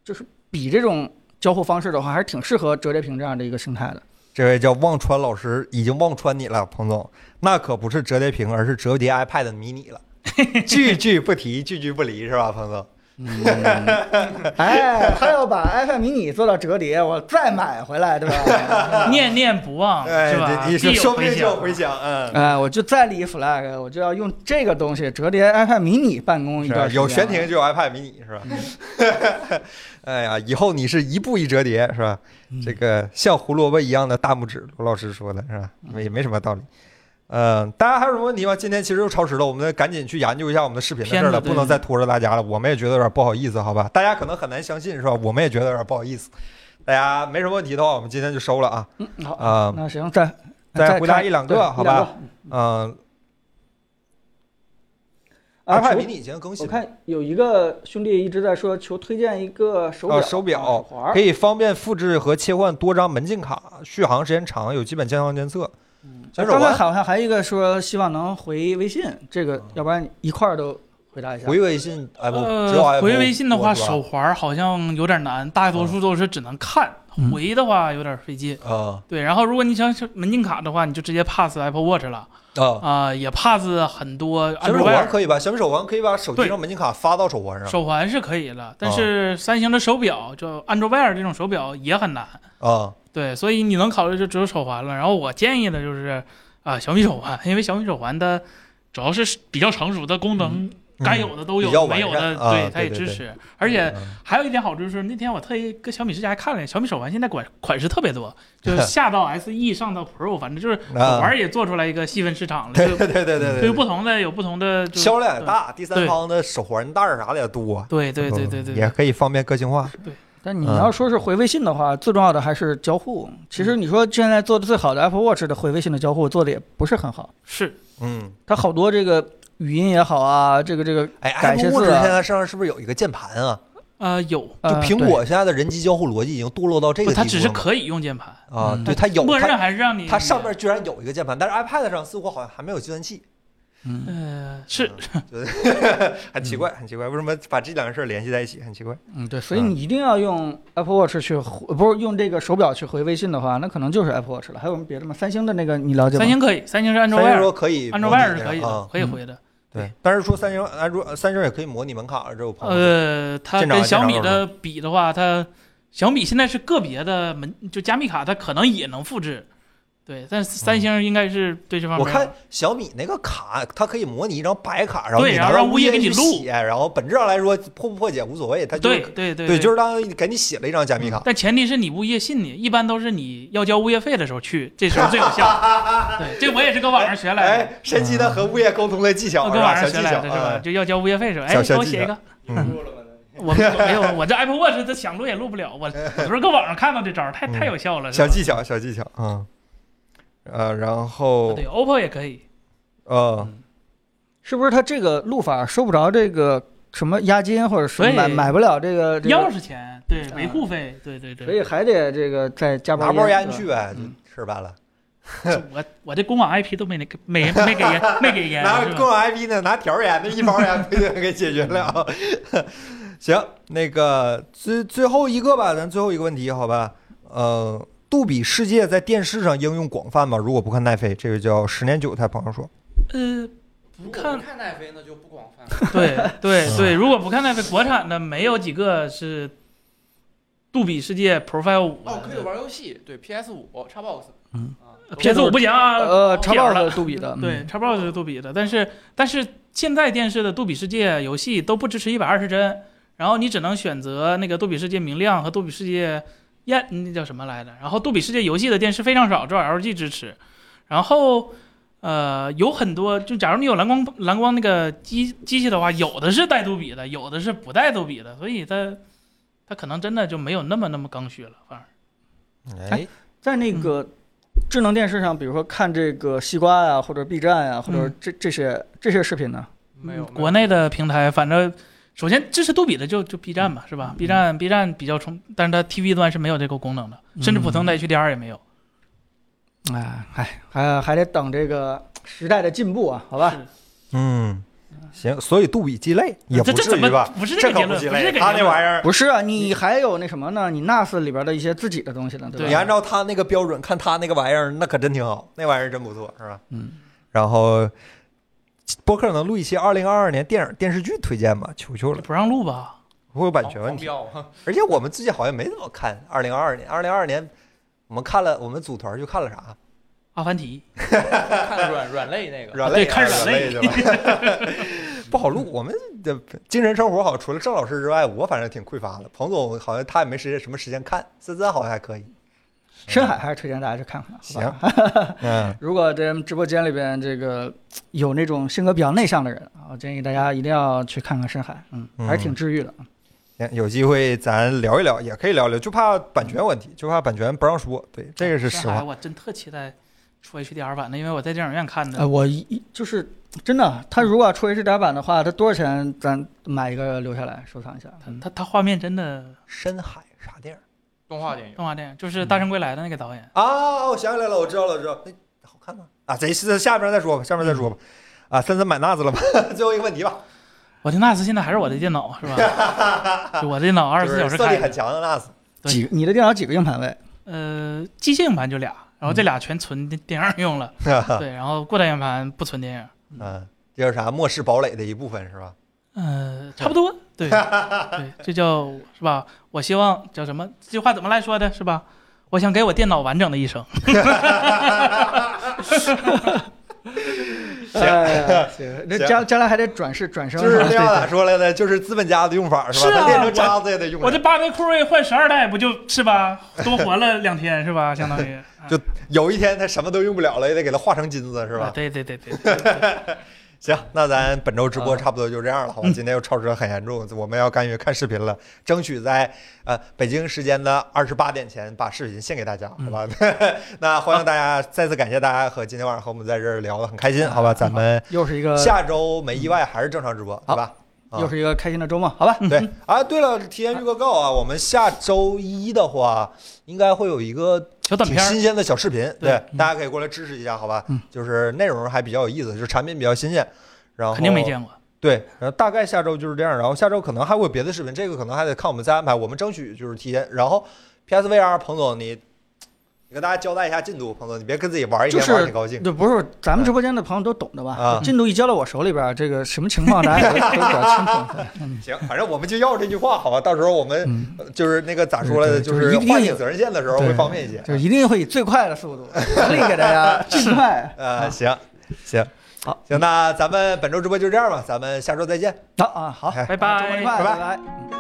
Speaker 1: 就是笔这种交互方式的话，还是挺适合折叠屏这样的一个形态的。
Speaker 2: 这位叫忘川老师已经忘川你了，彭总，那可不是折叠屏，而是折叠 iPad mini 了。句句不提，句句不离，是吧，彭总？
Speaker 1: 哎，他要把 iPad mini 做到折叠，我再买回来，对吧？
Speaker 3: 念念不忘
Speaker 2: 哎
Speaker 3: 啊是吧？，
Speaker 2: 你
Speaker 3: 必
Speaker 2: 是
Speaker 3: 有
Speaker 2: 说不
Speaker 3: 回
Speaker 2: 定就有
Speaker 3: 响。
Speaker 2: 回响，嗯，
Speaker 1: 哎，我就再立 flag，我就要用这个东西折叠 iPad mini 办公一
Speaker 2: 是
Speaker 1: 段
Speaker 2: 吧
Speaker 1: 时间。
Speaker 2: 有悬停就有 iPad mini 是吧？ 哎呀，以后你是一步一折叠是吧？
Speaker 1: 嗯
Speaker 2: 这个像胡萝卜一样的大拇指，罗老师说的是吧？没没什么道理。嗯，大家还有什么问题吗？今天其实又超时了，我们赶紧去研究一下我们的视频的事
Speaker 3: 片
Speaker 2: 儿
Speaker 3: 子
Speaker 2: 了，
Speaker 3: 对
Speaker 2: 不能再拖着大家了。我们也觉得有点不好意思，好吧？大家可能很难相信是吧？我们也觉得有点不好意思。大家没什么问题的话，我们今天就收了啊。
Speaker 1: 嗯好，
Speaker 2: 啊、
Speaker 1: 那行，再
Speaker 2: 再
Speaker 1: 再
Speaker 2: 回答
Speaker 1: 看
Speaker 2: 一两个
Speaker 1: 对
Speaker 2: 好
Speaker 1: 一两
Speaker 2: 吧嗯、
Speaker 1: 个？啊，
Speaker 2: iPad
Speaker 1: 除
Speaker 2: mini 已经更
Speaker 1: 我
Speaker 2: 新了。
Speaker 1: 看有一个兄弟一直在说求推荐一个手表，啊
Speaker 2: 呃手表
Speaker 1: 手环儿
Speaker 2: 可以方便复制和切换多张门禁卡，续航时间长，有基本健康监测。
Speaker 1: 哎
Speaker 2: 小手
Speaker 1: 刚才
Speaker 2: 环嗯
Speaker 1: 好像还有一个说希望能回微信，这个要不然一块儿都回答一下。
Speaker 2: 回微信，哎不，只有
Speaker 3: 呃，回
Speaker 2: iPhone
Speaker 3: 微信的话，
Speaker 2: 我是吧
Speaker 3: 手环好像有点难，大多数都是只能看，
Speaker 1: 嗯
Speaker 3: 回的话有点费劲。
Speaker 2: 啊
Speaker 3: 对，然后如果你想门禁卡的话，你就直接 pass Apple Watch 了
Speaker 2: 啊，
Speaker 3: 啊、也 pass 很多安
Speaker 2: 小米
Speaker 3: 卓
Speaker 2: 手环
Speaker 3: 外
Speaker 2: 可以吧？小米手环可以把手机
Speaker 3: 对
Speaker 2: 上门禁卡发到手环上
Speaker 3: 手环是可以了，
Speaker 2: 哦
Speaker 3: 但是三星的手表，就安卓 Wear 这种手表也很难。
Speaker 2: 啊。
Speaker 3: 对，所以你能考虑就只有手环了。然后我建议的就是啊、小米手环，因为小米手环它主要是比较成熟的功能，
Speaker 2: 嗯
Speaker 3: 该有的都有
Speaker 2: 比较，完
Speaker 3: 没有
Speaker 2: 善
Speaker 3: 的
Speaker 2: 啊
Speaker 3: 它
Speaker 2: 对
Speaker 3: 也
Speaker 2: 对
Speaker 3: 支
Speaker 2: 对
Speaker 3: 持。而且
Speaker 2: 嗯
Speaker 3: 还有一点好处就是，那天我特意跟小米之家还看了一眼，小米手环现在款款式特别多，就 下到 SE 上到 Pro，反正就是手
Speaker 2: 啊
Speaker 3: 环也做出来一个细分市场了。
Speaker 2: 对
Speaker 3: 就
Speaker 2: 对对对对
Speaker 3: 对于
Speaker 2: 对
Speaker 3: 不同的有不同的就是
Speaker 2: 销量也大，第三
Speaker 3: 对
Speaker 2: 方的手环袋儿啥的也多。嗯
Speaker 3: 对对对对对
Speaker 2: 也
Speaker 3: 对，
Speaker 2: 可以方便个性化。
Speaker 1: 但你要说是回微信的话，最重要的还是交互。其
Speaker 2: 嗯
Speaker 1: 实你说现在做的最好的 Apple Watch 的回微信的交互做的也不是很好，
Speaker 3: 是
Speaker 2: 嗯，
Speaker 1: 它好多这个语音也好啊，这个这个
Speaker 2: 哎
Speaker 1: 改些
Speaker 2: ，Apple
Speaker 1: 字
Speaker 2: Watch
Speaker 1: 啊
Speaker 2: 现在上面是不是有一个键盘啊？
Speaker 3: 呃有，
Speaker 2: 就
Speaker 1: 呃
Speaker 2: 苹果现在的人机交互逻辑已经堕落到这
Speaker 3: 不
Speaker 2: 个地步了
Speaker 3: 它
Speaker 2: 吗。
Speaker 3: 只是可以用键盘，
Speaker 2: 啊，
Speaker 1: 嗯
Speaker 2: 对，它有
Speaker 3: 默
Speaker 2: 它
Speaker 3: 认还是让你
Speaker 2: 它上面居然有一个键盘，但是 iPad 上似乎好像还没有计算器，嗯
Speaker 1: 嗯，
Speaker 3: 呃是
Speaker 2: 很奇怪，很奇怪，为什么把这两个事儿联系在一起？很奇怪。
Speaker 1: 嗯对，所以你一定要用 Apple Watch 去回，不是用这个手表去回微信的话，那可能就是 Apple Watch 了。还有什么别的吗？三星的那个你了解吗？
Speaker 3: 三星可以，三星是安卓
Speaker 2: 三星
Speaker 3: Wear，
Speaker 2: 说可以模
Speaker 3: 安
Speaker 2: 拟
Speaker 3: 卓
Speaker 2: 这样，
Speaker 3: Wear 是可以的
Speaker 2: 啊，
Speaker 3: 可以回的。
Speaker 2: 对，但是说三星安卓三星也可以模拟门卡，这我朋友
Speaker 3: 呃，它
Speaker 2: 舰长
Speaker 3: 跟小米
Speaker 2: 舰长
Speaker 3: 的比的话，它小米现在是个别的门就加密卡，它可能也能复制，对，但是三星应该是对这
Speaker 2: 嗯
Speaker 3: 方
Speaker 2: 我
Speaker 3: 面。
Speaker 2: 看小米那个卡，它可以模拟一张白卡，然后
Speaker 3: 对
Speaker 2: 你
Speaker 3: 然
Speaker 2: 拿
Speaker 3: 后
Speaker 2: 到
Speaker 3: 让物业给
Speaker 2: 去
Speaker 3: 你录
Speaker 2: 写然后本质上来说破不破解无所谓，它就
Speaker 3: 对
Speaker 2: 是
Speaker 3: 对对嗯
Speaker 2: 对，就是当给你写了一张加密卡。
Speaker 3: 但前提是你物业信你，一般都是你要交物业费的时候去，这时候最有 效。对，这我也是搁网上学来嗯的，
Speaker 2: 哎，神奇的和物业沟通的技巧
Speaker 3: 我
Speaker 2: 是
Speaker 3: 搁网
Speaker 2: 吧？
Speaker 3: 上
Speaker 2: 小
Speaker 3: 学
Speaker 2: 技
Speaker 3: 来
Speaker 2: 巧
Speaker 3: 的是吧？
Speaker 2: 啊，
Speaker 3: 就要交物业费的时候，哎，
Speaker 2: 小
Speaker 3: 你给
Speaker 2: 小
Speaker 3: 我
Speaker 2: 技
Speaker 3: 写一个，
Speaker 2: 嗯，
Speaker 3: 我没有，我这 Apple Watch 这想录也录 不了，我我都是搁网上看到这招儿，太太有效了。是
Speaker 2: 嗯小
Speaker 3: 吧
Speaker 2: 技巧，小技巧啊。呃，然后
Speaker 3: 啊对，OPPO 也可以，
Speaker 2: 呃，
Speaker 1: 是不是它这个录法收不着这个什么押金，或者是
Speaker 3: 对
Speaker 1: 买买不了这个这个
Speaker 3: 钥匙钱，对，维护
Speaker 2: 啊
Speaker 3: 费，对对对。
Speaker 1: 所以还得这个再加包
Speaker 2: 拿包烟
Speaker 1: 对吧
Speaker 2: 去呗，就
Speaker 1: 嗯
Speaker 2: 吃饭了。
Speaker 3: 我我这公网 IP 都没那个没人没给烟没给 烟
Speaker 2: 拿
Speaker 3: 是
Speaker 2: 共
Speaker 3: 吧？
Speaker 2: 享 IP 呢，拿条烟，那一包烟不一定给解决了。 行，那个最最后一个吧，咱最后一个问题，好吧？呃，杜比世界在电视上应用广泛吗？如果不看奈飞，这个叫十年韭菜朋友说，
Speaker 3: 呃，
Speaker 5: 不
Speaker 3: 看
Speaker 5: 看奈飞那就不广泛。
Speaker 3: 对 对对，如果不看那个国产的，没有几个是杜比世界 Profile 五
Speaker 5: 哦，可以
Speaker 3: 的
Speaker 5: 玩游戏，对 PS 五、Xbox，
Speaker 1: 嗯
Speaker 5: 啊，
Speaker 3: ，PS 五不行
Speaker 2: 哦
Speaker 3: 啊，
Speaker 1: 呃，叉
Speaker 3: 撇
Speaker 1: box
Speaker 3: 了
Speaker 1: 的杜比的，嗯
Speaker 3: 对，，Xbox 是杜比的，但是但是现在电视的杜比世界游戏都不支持一百二十帧，然后你只能选择那个杜比世界明亮和杜比世界艳，那叫什么来着？然后杜比世界游戏的电视非常少，只有 LG 支持。然后呃，有很多就假如你有蓝光蓝光那个机机器的话，有的是带杜比的，有的是不带杜比的，所以它它可能真的就没有那么那么刚需了，反而。
Speaker 2: 哎，
Speaker 1: 在那个智能电视上，比如说看这个西瓜啊呀，或者 B 站呀，或者
Speaker 3: 嗯
Speaker 1: 这这些这些视频呢，
Speaker 5: 没有。
Speaker 3: 国内的平台，反正首先支持杜比的就就 B 站吧，是
Speaker 5: 嗯
Speaker 3: 吧？B 站 B 站比较充，但是它 TV 端是没有这个功能的，
Speaker 2: 嗯
Speaker 3: 甚至普通的 HDR 也没有。
Speaker 1: 哎哎，还还得等这个时代的进步啊，好吧？
Speaker 2: 嗯，行，所以杜比鸡肋也
Speaker 3: 这
Speaker 2: 不
Speaker 3: 这
Speaker 2: 至
Speaker 3: 怎
Speaker 2: 于
Speaker 3: 么
Speaker 2: 吧？
Speaker 3: 不是
Speaker 2: 这
Speaker 3: 这个
Speaker 2: 可
Speaker 3: 结
Speaker 2: 不
Speaker 3: 论？
Speaker 2: 鸡肋，
Speaker 3: 不是这个
Speaker 2: 他
Speaker 3: 结
Speaker 2: 那玩
Speaker 3: 论。
Speaker 2: 意儿，
Speaker 1: 不是啊，你还有那什么呢？你 NAS 里边的一些自己的东西呢，对吧？
Speaker 2: 你按照他那个标准看他那个玩意儿，那可真挺好，那玩意儿真不错，是吧？
Speaker 1: 嗯。
Speaker 2: 然后，呃播客能录一期二零二二年电影电视剧推荐吗？求求了，
Speaker 3: 不让录吧？
Speaker 2: 会有版权问
Speaker 5: 黄
Speaker 2: 题。
Speaker 5: 标啊。
Speaker 2: 而且我们自己好像没怎么看二零二二年，二零二二年我们看了，我们组团就看了啥？
Speaker 3: 阿凡提，
Speaker 5: 看软软肋那个。
Speaker 2: 软肋
Speaker 3: 对看
Speaker 2: 啊
Speaker 3: 软
Speaker 2: 软肋对吧？ 不好录，我们的精神生活好，除了郑老师之外，我反正挺匮乏的。彭总好像他也没时间什么时间看，森森好像还可以。
Speaker 1: 深海还是推荐大家去看看，好
Speaker 2: 行
Speaker 1: 吧？，
Speaker 2: 嗯，
Speaker 1: 如果这直播间里边这个有那种性格比较内向的人啊，我建议大家一定要去看看深海，嗯，
Speaker 2: 嗯
Speaker 1: 还是挺治愈的。
Speaker 2: 行，有机会咱聊一聊，也可以聊聊，就怕版权问题，就怕版权不让说。对， 这个是实
Speaker 3: 深海
Speaker 2: 话。
Speaker 3: 哎我真特期待出 HDR 版的，因为我在电影院看
Speaker 1: 呃，
Speaker 3: 的。
Speaker 1: 我一一就是真的，他如果要出 HDR 版的话，他多少钱咱买一个留下来收藏一下？嗯
Speaker 3: 它它它画面真的
Speaker 2: 深海啥电影
Speaker 5: 动画电影，
Speaker 3: 动画电影，
Speaker 2: 嗯
Speaker 3: 就是《大圣归来》的那个导演，
Speaker 2: 啊？我想起来了，我知道了，我知道。那好看吗？啊，咱是下边再说吧，下边再说吧。啊，森森买 NAS 了吗？ 最后一个问题吧，
Speaker 3: 我的 NAS 现在还是我的电脑是吧？ 就我的电脑二十四小
Speaker 2: 就是
Speaker 3: 时
Speaker 2: 算
Speaker 3: 开
Speaker 2: 力
Speaker 3: 着
Speaker 2: 很，强的 NAS。
Speaker 3: 对
Speaker 1: 几你的电脑几个硬盘位？
Speaker 3: 呃，机械硬盘就俩，
Speaker 2: 嗯
Speaker 3: 然后这俩全存电影用了，
Speaker 2: 啊
Speaker 3: 对，然后固态硬盘不存电影，
Speaker 2: 嗯，这叫啥？末世堡垒的一部分是吧？
Speaker 3: 呃，差不多，对， 对，这叫是吧？我希望叫什么？这句话怎么来说的？是吧？我想给我电脑完整的一生。
Speaker 1: 哎呀，行，那
Speaker 2: 行
Speaker 1: 将将来还得转世转生
Speaker 2: 就是
Speaker 1: 吧
Speaker 2: 那样咋说来的？就是资本家的用法是吧？
Speaker 3: 是啊
Speaker 2: 他练成渣子也得用
Speaker 3: 我这
Speaker 2: 上。
Speaker 3: 八代酷睿换十二代，不就 是吧？多活了两天是吧？相当于
Speaker 2: 就有一天他什么都用不了了，也得给他化成金子是
Speaker 3: 啊
Speaker 2: 吧？
Speaker 3: 对对对对，
Speaker 2: 行，那咱本周直
Speaker 3: 嗯
Speaker 2: 播差不多就这样了，好吧？今天又超时了很严重，我们要甘于看视频了，争取在呃北京时间的二十八点前把视频献给大家，好吧？
Speaker 3: 嗯
Speaker 2: 那欢迎大家，再次感谢大家和今天晚上和我们在这儿聊的很开心，好吧？咱们
Speaker 1: 又是一个
Speaker 2: 下周没意外还是正常直播，对吧？啊
Speaker 1: 又是一个开心的周末，好吧？
Speaker 2: 对啊，对了，提前预个告啊，我们下周一的话，应该会有一个
Speaker 3: 小短
Speaker 2: 挺
Speaker 3: 片儿
Speaker 2: 新鲜的小视频，
Speaker 3: 对嗯
Speaker 2: 对，大家可以过来支持一下，好吧
Speaker 1: 嗯？
Speaker 2: 就是内容还比较有意思，就是产品比较新鲜，然后
Speaker 3: 肯定没见过。
Speaker 2: 对，然后大概下周就是这样，然后下周可能还会有别的视频，这个可能还得看我们再安排，我们争取就是提前。然后 PSVR，彭总你你跟大家交代一下进度，彭总你别跟自己玩一
Speaker 1: 就
Speaker 2: 天
Speaker 1: 是
Speaker 2: 玩挺高兴，
Speaker 1: 对，不是咱们直播间的朋友都懂的吧？
Speaker 2: 啊
Speaker 1: 进度一交到我手里边儿，这个什么情况大家 都都比较清楚。
Speaker 2: 行，反正我们就要这句话，好吧？到时候我们
Speaker 1: 嗯，
Speaker 2: 呃就是那个咋说来
Speaker 1: 对
Speaker 2: 的，
Speaker 1: 对
Speaker 2: 就
Speaker 1: 就是
Speaker 2: 是
Speaker 1: 一定
Speaker 2: 划定责任线的时候会
Speaker 1: 对
Speaker 2: 方便一些。
Speaker 1: 就是一定会以最快的速度努力给大家尽 快。
Speaker 2: 呃，行，行，
Speaker 1: 好，
Speaker 2: 行，那咱们本周直播就这样吧，咱们下周再见。
Speaker 1: 好啊，好，
Speaker 2: 哎
Speaker 1: 周末愉快，
Speaker 2: 拜拜
Speaker 1: 拜拜。